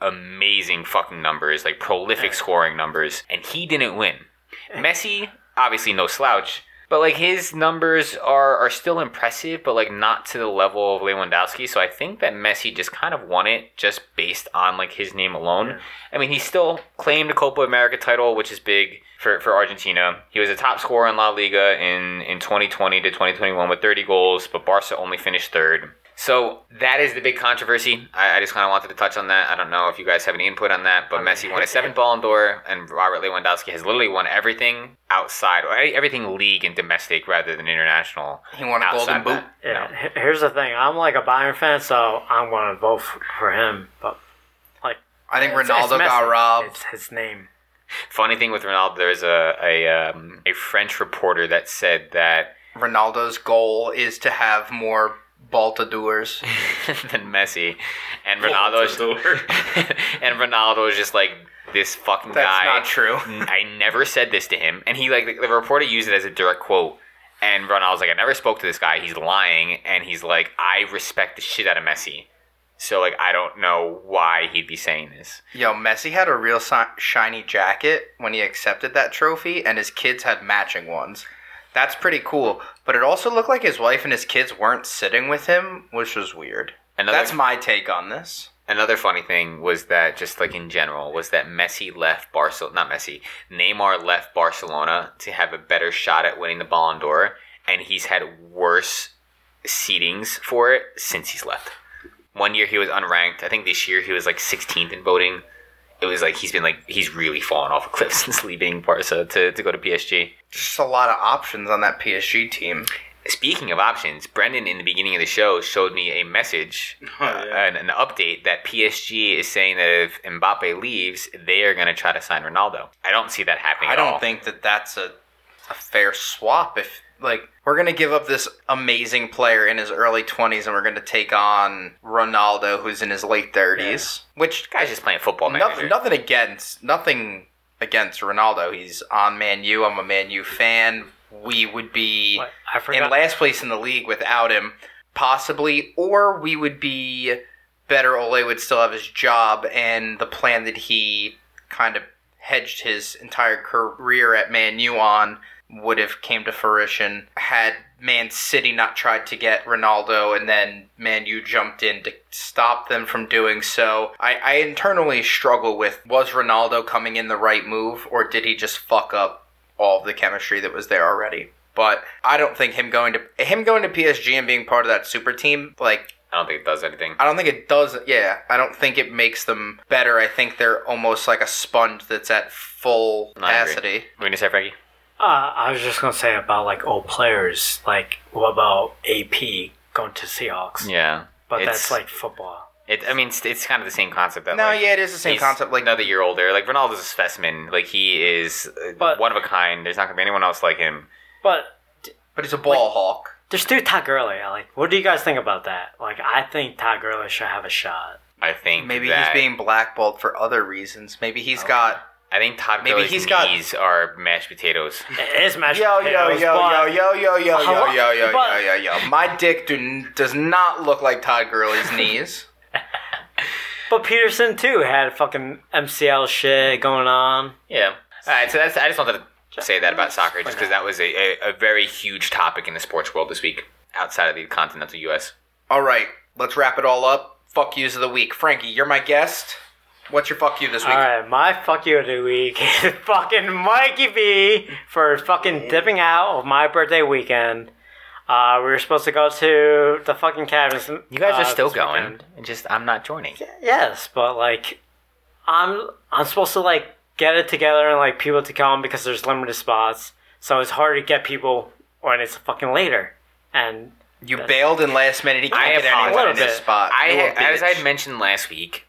C: amazing fucking numbers, like prolific scoring numbers, and he didn't win. Messi, obviously no slouch, but like his numbers are are still impressive, but like not to the level of Lewandowski. So I think that Messi just kind of won it just based on like his name alone. I mean, he still claimed a Copa America title, which is big for, for Argentina. He was a top scorer in La Liga in in 2020 to 2021 with 30 goals, but Barca only finished third. So that is the big controversy. I, I just kind of wanted to touch on that. I don't know if you guys have any input on that, but Messi won a seventh Ballon d'Or, and Robert Lewandowski has literally won everything outside, or everything league and domestic rather than international.
A: He won a golden
C: outside that.
A: boot.
D: Yeah. H- Here's the thing. I'm like a Bayern fan, so I'm gonna vote f- for him. But
A: I think
D: it's- it's
A: Ronaldo got
D: Messi.
A: robbed.
D: It's his name.
C: Funny thing with Ronaldo, there's a a, um, a French reporter that said that
A: Ronaldo's goal is to have more Baltadors.
C: than Messi, and Ronaldo
B: Tour.
C: and Ronaldo is just like this fucking
A: That's
C: guy.
A: not true.
C: Mm. I never said this to him. And he, like, the reporter used it as a direct quote. And Ronaldo's like, I never spoke to this guy. He's lying. And he's like, I respect the shit out of Messi. So, like, I don't know why he'd be saying this.
A: Yo, Messi had a real si- shiny jacket when he accepted that trophy, and his kids had matching ones. That's pretty cool. But it also looked like his wife and his kids weren't sitting with him, which was weird.
C: Another,
A: That's my take on this.
C: another funny thing was that, just like in general, was that Messi left Barcelona, not Messi, Neymar left Barcelona to have a better shot at winning the Ballon d'Or. And he's had worse seedings for it since he's left. One year he was unranked. I think this year he was like 16th in voting. It was like he's been like he's really fallen off a cliff since leaving Barca to, to go to PSG.
A: Just a lot of options on that PSG team.
C: Speaking of options, Brendan in the beginning of the show showed me a message,
B: Oh, yeah.
C: uh, an, an update that PSG is saying that if Mbappe leaves, they are going to try to sign Ronaldo. I don't see that happening.
A: I
C: at
A: don't
C: all.
A: think that that's a, a fair swap. If like we're gonna give up this amazing player in his early twenties, and we're gonna take on Ronaldo, who's in his late thirties. Which
C: guy's just playing football manager.
A: nothing, nothing against nothing against Ronaldo. He's on Man U. I'm a Man U fan. We would be
D: Like, I
A: in
D: forgot.
A: last place in the league without him. possibly, or we would be better. Ole would still have his job, and the plan that he kind of hedged his entire career at Man U on would have came to fruition had Man City not tried to get Ronaldo, and then Man U jumped in to stop them from doing so. I, I internally struggle with was Ronaldo coming in the right move, or did he just fuck up all of the chemistry that was there already? But I don't think him going to him going to PSG and being part of that super team, like
C: I don't think it does anything.
A: I don't think it does. Yeah, I don't think it makes them better. I think they're almost like a sponge that's at full
C: No, I agree.
A: capacity.
C: What do you say, Frankie?
D: Uh, I was just gonna say about like old players, like what about AP going to Seahawks?
C: Yeah,
D: but
C: It's-
D: that's like football.
C: It, I mean, it's, it's kind of the same concept. That,
A: No,
C: like,
A: yeah, it is the same
C: he's
A: concept. Like
C: another year older. Like Ronaldo's a specimen. Like he is uh,
D: But-
C: one of a kind. There's not gonna be anyone else like him.
D: But
A: But he's a ball hawk.
D: there's still Todd Gurley. Like, what do you guys think about that? Like, I think Todd Gurley should have a shot.
C: I think
A: Maybe
C: that- Oh,
A: he's being blackballed for other reasons. Maybe he's got
C: I think Todd
A: maybe
C: maybe Gurley's
A: he's
C: he's
A: got-
C: knees are mashed potatoes.
D: It is mashed
A: yo yo yo
D: potatoes,
A: yo
D: but-
A: yo yo yo yo
D: Hello?
A: yo yo yo
D: But-
A: yo yo. My dick do n- does not look like Todd Gurley's knees.
D: But Peterson too had fucking MCL shit going on.
C: yeah. All right. So that's. I just wanted to say that about soccer, just because that was a, a, a very huge topic in the sports world this week, outside of the continental U.S.
A: All right, let's wrap it all up. Fuck yous of the week, Frankie. You're my guest. What's your fuck you this week?
D: All right, my fuck you of the week is fucking Mikey B for fucking dipping out of my birthday weekend. Uh, we were supposed to go to the fucking cabins.
C: You guys
D: uh,
C: are still
D: this
C: going.
D: weekend.
C: and Just I'm not joining.
D: Yes, but like, I'm I'm supposed to like get it together and like people to come because there's limited spots, so it's hard to get people when it's fucking later. And
A: You bailed in last minute. He
C: I
A: can't get anyone
C: apologize.
A: in this spot. You're
C: I
A: a
C: as I
A: bitch.
C: had mentioned last week,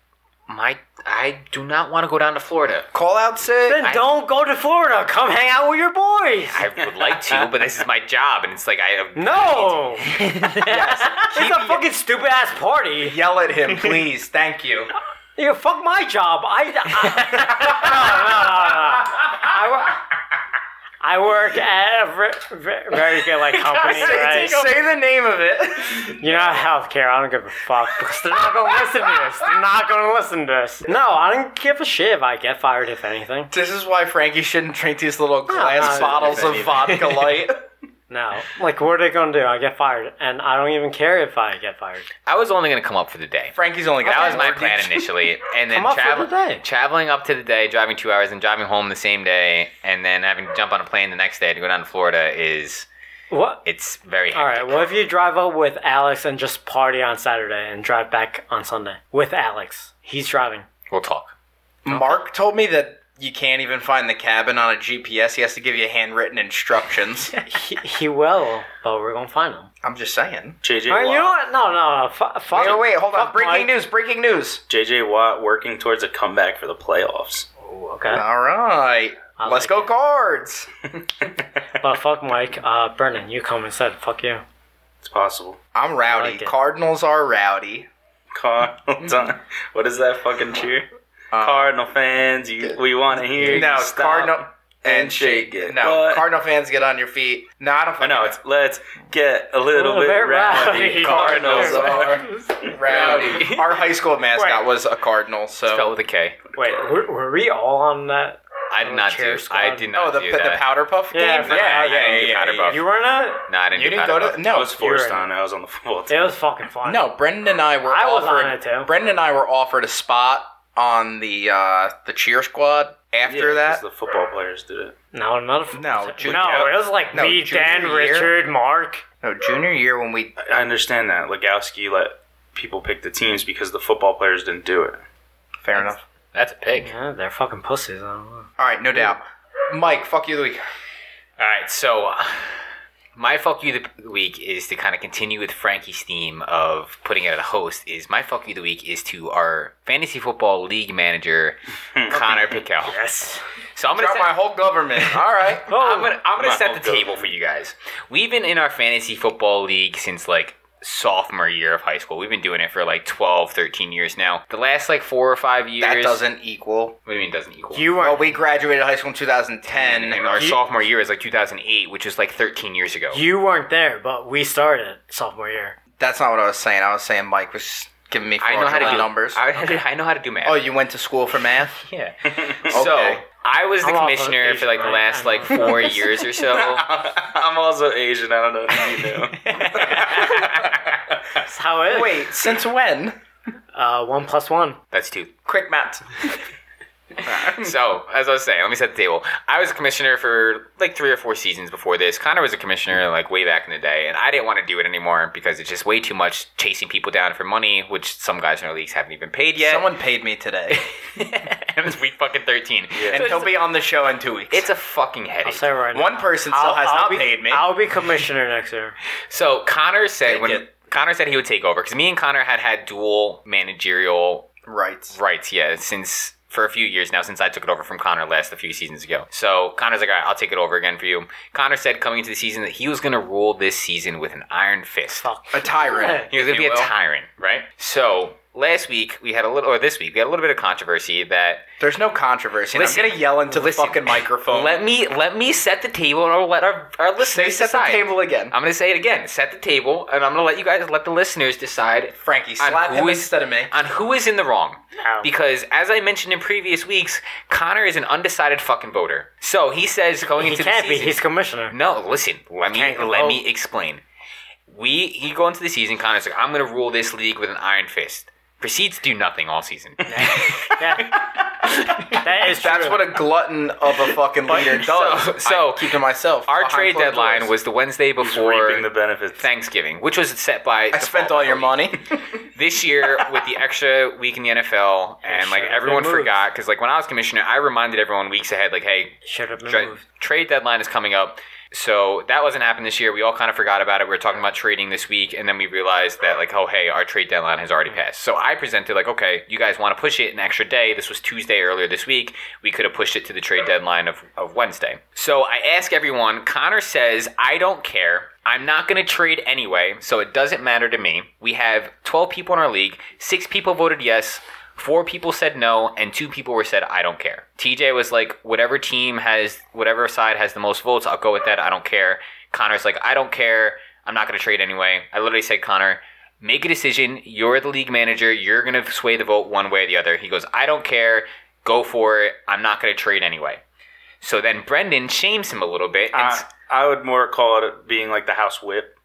C: my I do not want to go down to Florida.
A: call out Sid.
D: then
C: I-
D: don't go to Florida. Come hang out with your boys.
C: I would like to, but this is my job, and it's like I um,
D: no, it's a fucking stupid ass party.
A: Yell at him, please. Thank you.
D: You fuck my job. I. I no, no, no, no. I, wo- I work at a ver- ver- very good like company,
A: Say,
D: right?
A: say the name of it.
D: You know, healthcare. I don't give a fuck because they're not gonna listen to this. They're not gonna listen to this. No, I don't give a shit if I get fired. If anything,
A: This is why Frankie shouldn't drink these
C: Ah,
A: little glass
D: Uh,
A: bottles of
C: if
A: vodka light.
D: no. Like, what are they gonna do? I get fired, and I don't even care if I get fired.
C: I was only gonna come up for the day.
A: Frankie's only got
C: That was
A: one
C: my
A: word
C: plan
A: each.
C: initially, and then
D: Come up for
C: travel-
D: the day.
C: traveling up to the day, driving two hours, and driving home the same day, and then having to jump on a plane the next day to go down to Florida is
D: What?
C: it's very
D: All
C: hard.
D: right. What if you drive up with Alex and just party on Saturday and drive back on Sunday with Alex? He's driving.
C: We'll talk.
A: Mark told me that you can't even find the cabin on a GPS. He has to give you handwritten instructions.
D: He, he will, but we're gonna find him.
A: I'm just saying.
B: JJ
D: All right, you know
B: Watt.
D: what? No, no, no. Fu- fuck.
A: Wait, wait, wait, hold on.
D: Fuck
A: Breaking
D: Mike.
A: news, breaking news.
B: JJ Watt working towards a comeback for the playoffs.
D: Ooh, okay.
A: All right.
D: I
A: Let's
D: like
A: go
D: it.
A: cards.
D: But fuck Mike. Uh, Brendan, you come and said fuck you.
B: It's possible.
A: I'm rowdy.
D: like it.
A: Cardinals are rowdy.
B: Cardinals. on- what is that fucking cheer? Cardinal fans, you, we want to hear.
A: No,
B: you
A: it's
B: stop.
A: Cardinal and
B: and
A: shake
B: shake
A: it.
B: it.
A: No,
B: What?
A: Cardinal fans get on your feet. No, I don't.
B: I know Oh, it's let's get a little,
D: A little
B: bit,
D: bit rowdy.
B: rowdy. Cardinals are.
A: fucking rowdy. Our high school mascot
D: Wait.
A: was a cardinal,
C: Spelled
A: so
C: with a K.
D: Wait, were, were we all on that?
C: I did
D: Oh,
C: not
D: cheer
C: do.
D: squad.
C: I did not
A: oh, the,
C: do
A: the
C: that.
A: powder puff game.
D: Yeah, for
A: yeah,
D: powder-
A: yeah,
C: I didn't do
A: yeah,
C: powder
A: yeah,
C: puff.
A: yeah.
D: You weren't on
C: No, I didn't
A: You
C: do
A: didn't go
C: powder
A: to
C: puff.
B: I
A: no.
B: was forced
D: You're in.
B: on. I was on the football
D: it. It
B: team.
D: was fucking fun.
A: No, Brendan and I were
D: I was
A: offered.
D: on it, too.
A: Brendan and I were offered a spot on the uh, the cheer squad after
B: Yeah,
A: that.
B: 'cause the football players did it.
D: No, not a,
A: No, junior-
D: no. It was like
A: no,
D: me,
A: junior
D: Dan,
A: year.
D: Richard, Mark.
A: No, junior year when we
B: I- I understand that Legowski let people pick the teams because the football players didn't do it.
A: fair enough.
C: That's a pig.
A: Mm.
D: Yeah, they're fucking pussies. I don't know.
A: All right, no doubt. Mike, fuck you of the week.
C: All right, so uh, my fuck you the week is to kind of continue with Frankie's theme of putting out a host. Is my fuck you the week is to our fantasy football league manager Connor Pickell.
D: Yes.
C: So I'm gonna
A: Got
C: set-
A: my whole government. All right.
D: Oh,
C: I'm gonna, I'm gonna
B: My
C: set
B: whole
C: the
B: goat.
C: table for you guys. We've been in our fantasy football league since like sophomore year of high school. We've been doing it for like 12, 13 years now. The last like four or five years.
A: That doesn't equal.
C: What do you mean doesn't equal?
D: You
A: Well,
D: weren't.
A: we graduated high school in
C: and,
A: 2010.
C: and our sophomore year is like 2008, which is like 13 years ago.
D: you weren't there, but we started sophomore year.
A: That's not what I was saying. I was saying Mike was giving me
C: I know how to
A: fraudulent
C: do
A: numbers.
C: I, I know how to do math.
A: oh, you went to school for math?
C: yeah. So
A: Okay.
C: I was the
D: I'm off of
C: commissioner for like the
D: Asian, right?
C: last
D: I
C: like
D: know.
C: four years or so.
B: I'm also Asian. I don't know if you
D: That's how it is.
A: Wait, since when?
D: Uh, one plus one.
C: That's two.
A: Quick math.
C: So, as I was saying, let me set the table. I was a commissioner for like three or four seasons before this. Connor was a commissioner like way back in the day, and I didn't want to do it anymore because it's just way too much chasing people down for money, which some guys in our leagues haven't even paid yet.
A: Someone paid me today.
C: and it's week fucking thirteen.
A: and
C: So
A: he'll
C: it's,
A: be on the show in two weeks.
C: it's a fucking
D: I'll
C: headache.
D: say it right now.
A: One person still has not
D: be,
A: paid me.
D: I'll be commissioner next year.
C: So Connor said
A: Take
C: when
A: it.
C: Connor said he would take over because me and Connor had had dual managerial
A: right.
C: rights. Yeah, since for a few years now, since I took it over from Connor last a few seasons ago. So Connor's like, all right, I'll take it over again for you. Connor said coming into the season that he was going to rule this season with an iron fist.
D: Fuck.
A: A tyrant.
C: He was
A: If
C: going to be
A: you
C: a
A: will.
C: tyrant, right? So last week we had a little, or this week we had a little bit of controversy that
A: There's no controversy. and
C: Listen.
A: I'm gonna yell into
C: Listen.
A: the fucking microphone.
C: let me let me set the table and I'll let our our
A: they
C: listeners
A: set the
C: decide.
A: table again.
C: I'm going to say it again. Set the table, and I'm going to let you guys let the listeners decide
A: Frankie,
C: on
A: slap him
C: who is-
A: instead of me.
C: on who is in the wrong.
D: Ow.
C: Because as I mentioned in previous weeks, Connor is an undecided fucking voter. So he says going
D: He
C: into
D: can't
C: the
D: be.
C: season.
D: He's commissioner.
C: no, listen. Let me
D: Can't
C: let
D: vote.
C: me explain. We you go into the season, Connor's like, I'm gonna rule this league with an iron fist. Proceeds to do nothing all season.
D: Yeah. that is
A: That's
D: true.
A: what a glutton of a fucking leader does.
C: So- so,
A: I keep to myself.
C: Our
A: behind
C: trade
A: closed
C: deadline
A: doors.
C: was the Wednesday
B: know. Reaping
C: before
B: the benefits.
C: Thanksgiving, which was set by.
A: I
C: default
A: spent all
C: by
A: your
C: the
A: money.
C: this year with the extra week in the NFL, and like
D: shut up.
C: everyone
D: They moved.
C: forgot because like when I was commissioner, I reminded everyone weeks ahead, like, hey,
D: Should have been
C: tra-
D: moved.
C: trade deadline is coming up. So that wasn't happening this year. We all kind of forgot about it. We were talking about trading this week, and then we realized that like, oh hey, our trade deadline has already passed. So I presented like, okay, you guys want to push it an extra day? This was Tuesday earlier this week. We could have pushed it to the trade deadline of, of Wednesday. So I ask everyone. Connor says, I don't care. I'm not going to trade anyway, so it doesn't matter to me. We have 12 people in our league. Six people voted yes. Four people said no, and two people were said I don't care. TJ was like, whatever team has, whatever side has the most votes, I'll go with that. I don't care. Connor's like, I don't care. I'm not going to trade anyway. I literally said, Connor, make a decision. You're the league manager. You're going to sway the vote one way or the other. He goes, I don't care. Go for it. I'm not going to trade anyway. So then Brendan shames him a little bit. And,
B: I,
C: s-
B: I would more call it being like the house whip,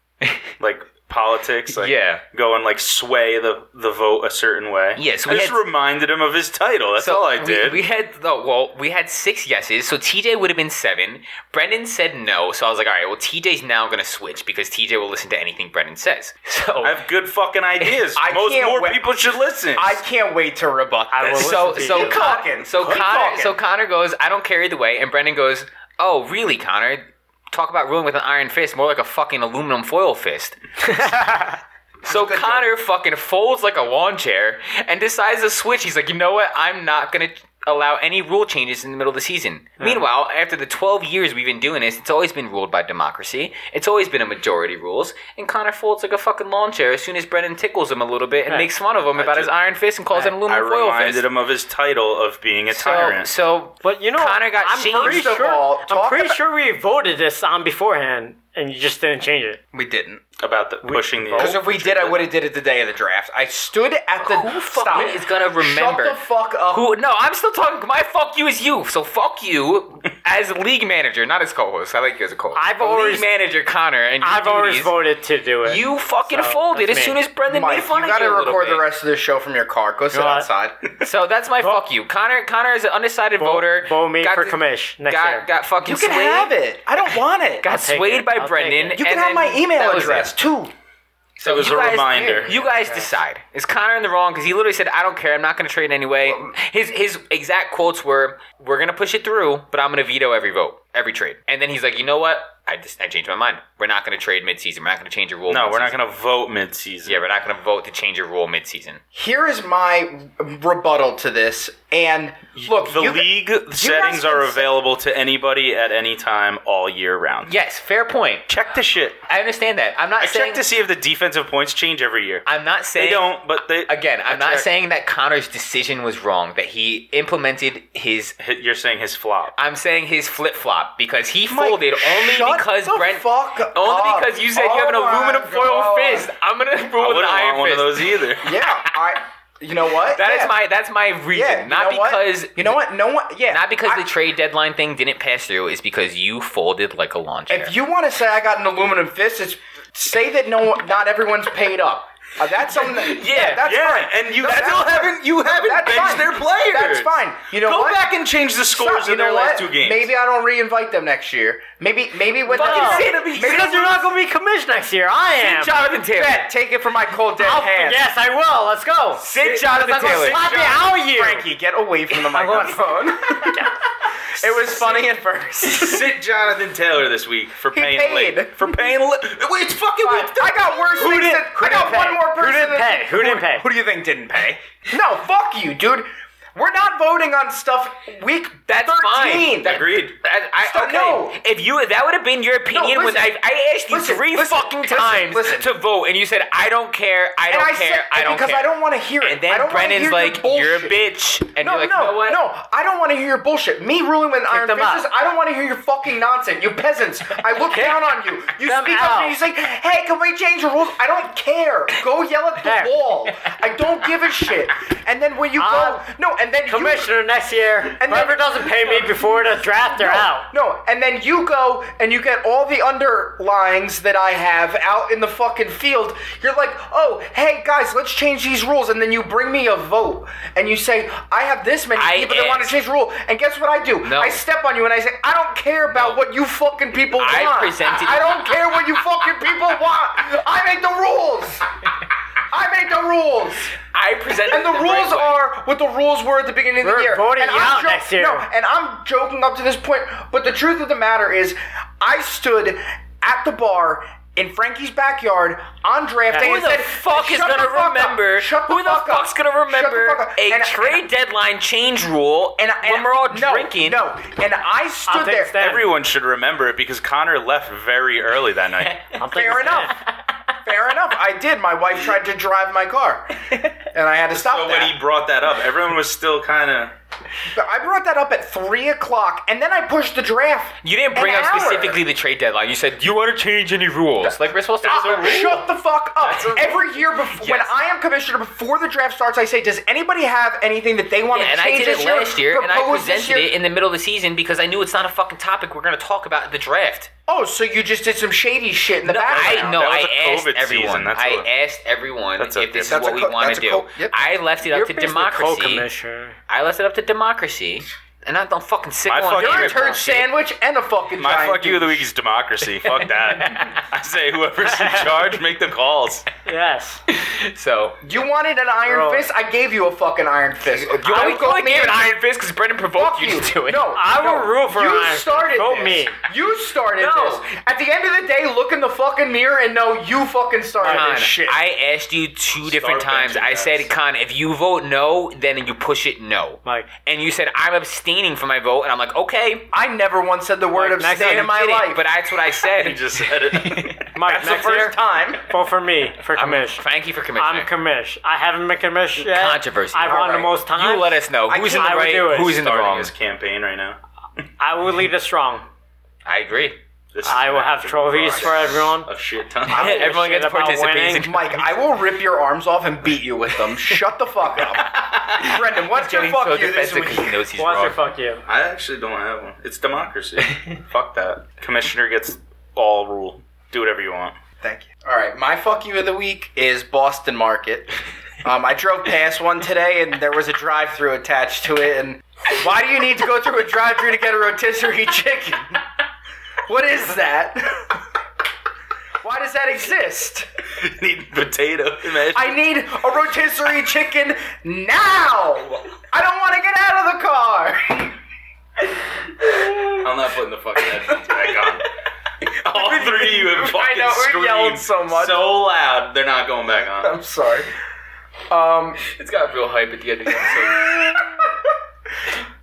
B: like politics. Like
C: yeah.
B: go and like sway the the vote a certain way.
C: Yeah, so
B: I
C: we
B: just
C: had-
B: reminded him of his title. That's all I
C: we-
B: did.
C: We, had no, well, we had six yeses, so TJ would have been seven. Brendan said no, so I was like, all right, well, TJ's now gonna switch because TJ will listen to anything Brendan says. So
B: I have good fucking ideas.
A: I
B: Most
A: can't
B: more
A: wait-
B: people should listen.
A: I can't wait to rebut
D: I will
A: this.
D: listen
C: so
D: to
C: so
D: you.
A: Keep
C: Connor,
A: talking.
C: so
A: Keep
C: Connor
A: talking.
C: so Connor goes, I don't care either way, and Brendan goes, oh really, Connor? Talk about ruling with an iron fist, more like a fucking aluminum foil fist. So Connor fucking folds like a lawn chair and decides to switch. He's like, you know what? I'm not gonna allow any rule changes in the middle of the season.
D: Hmm.
C: Meanwhile, after the 12 years we've been doing this, it's always been ruled by democracy. It's always been a majority rules. And Connor folds like a fucking lawn chair as soon as Brennan tickles him a little bit and
D: Right.
C: makes fun of him about
B: ju-
C: his iron fist and calls it an
B: I
C: aluminum foil
B: reminded
C: fist.
B: him of his title of being a
C: So,
B: tyrant.
C: so
D: But you know,
C: Connor got
D: I'm
C: shamed.
D: pretty
A: First of
D: sure.
A: all,
D: I'm
A: talk
D: pretty
A: about-
D: sure we voted this on beforehand, and you just didn't change it.
A: we didn't.
B: about the pushing the
A: Because if we did, I would have did it the day of the draft. I stood at the
C: Who fucking
A: stop.
C: is gonna remember?
A: Shut the fuck up.
C: Who? No, I'm still talking. My fuck you is you. So fuck you as league manager, not as co-host. I like you as a co-host.
D: I've
C: The
D: always-
C: league manager Connor, and your
D: I've always
C: duties,
D: voted to do it.
C: You fucking
D: So,
C: folded as
D: that's
C: soon
D: me.
C: as Brendan
A: Mike,
C: made
A: you
C: fun of
A: gotta
C: you. a little
A: record
C: bit.
A: the rest of this show from your car. Go sit
D: know what?
A: outside.
C: So that's my fuck you, Connor. Connor is an undecided voter.
D: vote me
C: got
D: for
C: the-
D: commish next year.
C: Got, got fucking.
A: You can
C: swayed,
A: have it. I don't want it.
C: Got
D: take
C: swayed
D: it.
C: by
D: I'll take
C: Brendan.
D: it.
A: you can
C: and
A: have
C: then
A: my
C: that
A: email
C: was
A: address
C: it.
A: too.
B: so it was
C: you
B: a
C: guys-
B: reminder.
C: You guys decide. Is Connor in the wrong? Because he literally said, "I don't care. I'm not going to trade anyway." His his exact quotes were, "We're going to push it through, but I'm going to veto every vote, every trade." And then he's like, "You know what? I just I changed my mind. We're not going to trade midseason. We're not going to change a rule.
B: no, we're not
C: midseason.
B: going to vote mid-season.
C: Yeah, we're not going to vote to change a rule midseason.
A: Here is my rebuttal to this. And look,
B: the
A: you-
B: league settings
A: guys
B: are
A: can-
B: available to anybody at any time all year round.
C: Yes, fair point.
B: Check the shit.
C: I understand that. I'm not
B: I
C: saying
B: check to see if the defensive points change every year.
C: I'm not saying
B: they don't, but they
C: Again, I'm
B: I
C: not
B: check.
C: saying that Connor's decision was wrong. That he implemented his
B: Hi- You're saying his flop.
C: I'm saying his flip flop. up because he folded only
A: shut
C: because
A: the
C: Brent.
A: fuck
C: only
A: up.
C: because you said you have an
A: Oh my
C: aluminum foil
A: God.
C: fist. I'm gonna
B: I
C: rule with an
B: wouldn't want
C: iron
B: one
C: fist.
B: of those either.
A: Yeah, I. You know what?
C: That is
A: yeah.
C: my that's my reason.
A: Yeah, you
C: not
A: know what?
C: because
A: you know what? No one. Yeah,
C: Not because
A: I-
C: the trade deadline thing didn't pass through. It's because you folded like a lawn chair.
A: If you want to say I got an aluminum fist, it's say that no, not everyone's paid up. Uh, that's something. That,
C: Yeah,
A: that's
B: yeah,
A: fine.
B: and you
A: No, that's
B: still
A: fine.
B: haven't you haven't
A: That's
B: benched
A: fine.
B: their players.
A: That's fine. You know
B: Go
A: what?
B: back and change the
A: Stop.
B: scores
A: You
B: in their
A: know
B: last
A: what?
B: two games.
A: Maybe I don't reinvite them next year. Maybe maybe when
D: Fucking
A: they
D: say
B: to
A: maybe
B: me,
D: Because you're not going to be commissioned next year. I am.
C: Jonathan Taylor.
A: bet. Take it from my cold dead
D: I'll-
A: hand.
D: yes, I will. Let's go.
A: Sit Jonathan
C: Let's not go
A: Taylor.
C: sit
D: Happy, how are you?
A: Frankie, get away from the microphone. it was funny at first.
B: Sit Jonathan Taylor this week for
A: He
B: paying
A: paid.
B: late. For paying late. It's fucking
A: Fine.
B: week
A: I got worse
D: Who
A: things.
D: did-
A: than-
D: who
A: I got
D: didn't pay?
A: one more
D: Who
A: person.
D: didn't
A: than-
D: pay? Who didn't pay?
A: Who do you think didn't pay? No, fuck you, dude. We're not voting on stuff week
C: That's fine.
A: 13.
C: That-
B: Agreed.
C: I, I,
A: Stop-
C: okay.
A: no.
C: If you that would have been your opinion when
A: listen.
C: I, I asked you
A: Listen,
C: three
A: listen,
C: fucking
A: listen,
C: times
A: listen.
C: to vote, and you said I don't care, I
A: and
C: don't
A: I
C: care,
A: said
C: I don't
A: because
C: care.
A: I don't want to hear it.
C: and
A: I don't
C: then
A: wanna
C: Brennan's
A: hear
C: like,
A: your
C: "You're a
A: bullshit."
C: bitch," and
A: No,
C: you're like,
A: no,
C: "You know what?
A: no! I don't want to hear your bullshit. Me ruling with an iron
D: them
A: fist.
D: out.
A: is- I don't want to hear your fucking nonsense. You peasants! I look down on you. You
D: them
A: speak up
D: out.
A: and you say, "Hey, can we change the rules?" I don't care. Go yell at
D: There.
A: the wall. I don't give a shit. And then when you go,
C: Um,
D: I'll-
A: no, and then you,
D: Commissioner next year.
A: And
D: And
A: then-
D: Whoever doesn't pay me before the draft, they're
A: no,
D: out.
A: No, and then you go and you get all the underlings that I have out in the fucking field. You're like, oh, hey guys, let's change these rules, and then you bring me a vote and you say, I have this many
C: I
A: people that want to
C: asked-
A: change the rule, and guess what I do?
C: No.
A: I step on you and I say, I don't care about what you fucking people
C: I
A: want.
C: presented-
A: I don't care what you fucking people want. I make the rules. I make the rules.
C: I presented
A: And the,
C: it
A: rules
C: right way.
A: are what the rules were at the beginning of the
D: We're
A: year.
D: voting
A: and
D: you
A: I'm
D: out next year.
A: No, and I'm joking up to this point, but the truth of the matter is, I stood at the bar in Frankie's backyard on draft day.
C: Who
A: and
C: the
A: said,
C: fuck is
A: "Shut
C: gonna
A: the fuck up.
C: remember?
A: Shut the
C: who the
A: fuck up.
C: fuck's gonna remember
A: Shut the fuck up.
C: a
A: And-
C: trade deadline change rule
A: And, and,
C: when we're all
A: no,
C: drinking?
A: No, and I
D: I'll
A: stood
D: take
A: there.
D: Stan.
B: Everyone should remember it because Connor left very early that night.
D: I'm taking
A: Fair
D: Stan.
A: enough. Fair enough. I did. My wife tried to drive my car, and I had to stop
B: so
A: that.
B: when he brought that up, everyone was still kind of.
A: But I brought that up at three o'clock, and then I pushed the draft.
C: You didn't bring
A: an
C: up
A: hour.
C: specifically the trade deadline. You said, "Do you want to change any rules?" Like we're supposed to.
A: Uh, Shut the fuck up.
C: That's a rule.
A: Every year before, when
C: Yes.
A: I am commissioner, before the draft starts, I say, does anybody have anything that they want
C: Yeah, and
A: to
C: I
A: change
C: did it
A: this
C: last year, and I
A: propose this
C: presented
A: year?"
C: it in the middle of the season because I knew it's not a fucking topic we're going to talk about at the draft.
A: Oh, so you just did some shady shit in the
C: No,
A: background.
C: I no,
B: That was
C: I
B: a
C: asked
B: COVID season,
C: everyone.
B: that's
C: I
B: a-
C: asked everyone
B: that's a
C: if this is
A: different-
C: what we
A: That's a
C: want
A: co-
C: to do.
A: that's a co- yep.
C: I left it
D: You're
C: up to
D: basically
C: democracy.
D: co-commissioner.
C: I left it up to democracy, and I don't fucking sit
B: My
C: on
B: fucking-
A: You're
C: your
A: a turd
C: bullshit.
A: sandwich and a fucking
B: My
A: giant
B: fuck you of the
A: douche.
B: week is democracy. Fuck that. I say whoever's in charge, make the calls.
D: Yes.
C: So
A: You wanted an iron
D: Bro.
A: fist? I gave you a fucking iron fist.
C: you
A: I
C: only,
A: would go
C: only
A: me
C: gave an
A: and-
C: iron fist because Brendan provoked
A: Fuck
C: you to do it.
A: No,
D: I
A: no.
D: will root for
A: you
D: Iron Fist.
A: started
D: Vote
A: this.
D: me.
A: You started
D: No.
A: this. At the end of the day, look in the fucking mirror and know you fucking started
C: Con,
A: this shit.
C: I asked you two different times.
B: benching
C: I said,
B: guys.
C: Con, if you vote no, then you push it no.
D: Mike.
C: And you said, I'm abstaining from my vote. And I'm like, okay.
A: I never once said the word
D: Like, next
A: abstain
D: time
A: in my
C: Did it.
A: life.
C: But that's what I said.
B: He just said it.
D: Mike,
A: That's the
D: next
A: first
D: year,
A: time.
D: vote for me for
C: I'm
D: commish.
C: Frankie for commissioner.
D: I'm commish. I haven't been commish yet.
C: Controversy.
D: I've
A: All
D: won
A: right.
D: the most times.
C: you let us know
A: I
C: who's in
A: can't-
C: the
D: I would do
C: right,
D: it.
C: who's in the
B: Starting
C: wrong.
B: his campaign right now.
D: I will lead us strong.
C: I agree.
B: This is
D: I will
B: gonna
D: have
B: to be
D: trophies for
B: rocked.
D: everyone.
B: A shit ton.
D: I don't give a
C: Everyone
D: shit
C: gets
D: about
C: participation.
D: winning.
A: Mike, I will rip your arms off and beat you with them. Shut the fuck up. Brendan, what's your
C: Getting
A: fuck
C: so
A: you this
C: defensive
A: week?
C: because he knows he's
D: What's
C: wrong.
D: your fuck you?
B: I actually don't have one. It's democracy. Fuck that. Commissioner gets all rule. Do whatever you want.
A: Thank you. All right, my fuck you of the week is Boston Market. Um, I drove past one today and there was a drive through attached to it. And why do you need to go through a drive through to get a rotisserie chicken? What is that? Why does that exist?
B: Need potato. Imagine.
A: I need a rotisserie chicken now! I don't want to get out of the car!
B: I'm not putting the fucking headphones back on. All three of you have fucking
A: I know, we
B: screamed
A: yelled so much.
B: so loud. They're not going back on.
A: I'm sorry. Um,
C: It's got real hype at the end of the episode.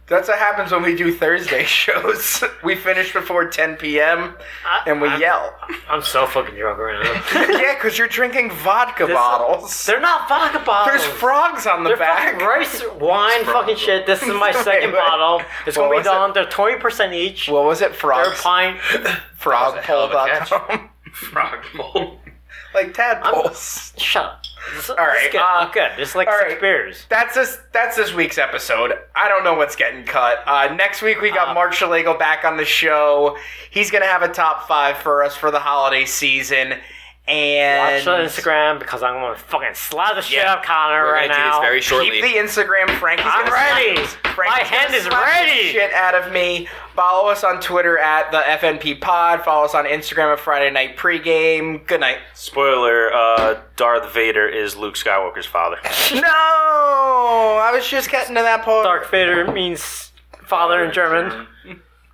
A: That's what happens when we do Thursday shows. we finish before 10 p.m.
D: I-
A: and we
D: I'm-
A: yell.
D: I'm so fucking drunk right now.
A: yeah, because you're drinking vodka bottles.
D: They're not vodka bottles.
A: There's frogs on the
D: They're
A: back.
D: fucking rice wine fucking shit. This is my
A: Wait,
D: second
A: wait.
D: bottle. It's
A: What
D: gonna be
A: was it?
D: done. They're twenty percent each.
A: What was it?
D: They're a
A: Frogs.
D: pint.
A: Frog
C: That was a hell of a
A: pole.com.
B: Frog bowl.
A: like tadpoles.
D: Shut up. This, All
A: right,
D: Good.
A: uh,
D: I'm good. It's like
A: all
D: six
A: right.
D: beers.
A: That's this. That's this week's episode. I don't know what's getting cut. Uh, next week we got
D: Uh,
A: Mark Shalago back on the show. He's gonna have a top five for us for the holiday season. And
D: Watch on Instagram because I'm gonna fucking slap the shit
A: Yeah.
D: out of Connor
C: We're
D: right
C: gonna do
D: now.
C: this very
A: keep
C: shortly.
A: the Instagram. Frankie's
D: I'm
A: gonna slap-
D: ready.
A: Frankie's
D: My
A: gonna
D: hand is
A: slap the
D: ready.
A: Shit out of me. Follow us on Twitter at the FNP Pod. Follow us on Instagram at Friday Night Pregame. Good night.
B: Spoiler: uh, Darth Vader is Luke Skywalker's father.
A: No, I was just getting to that point.
D: Dark Vader means father in German.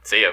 C: See ya.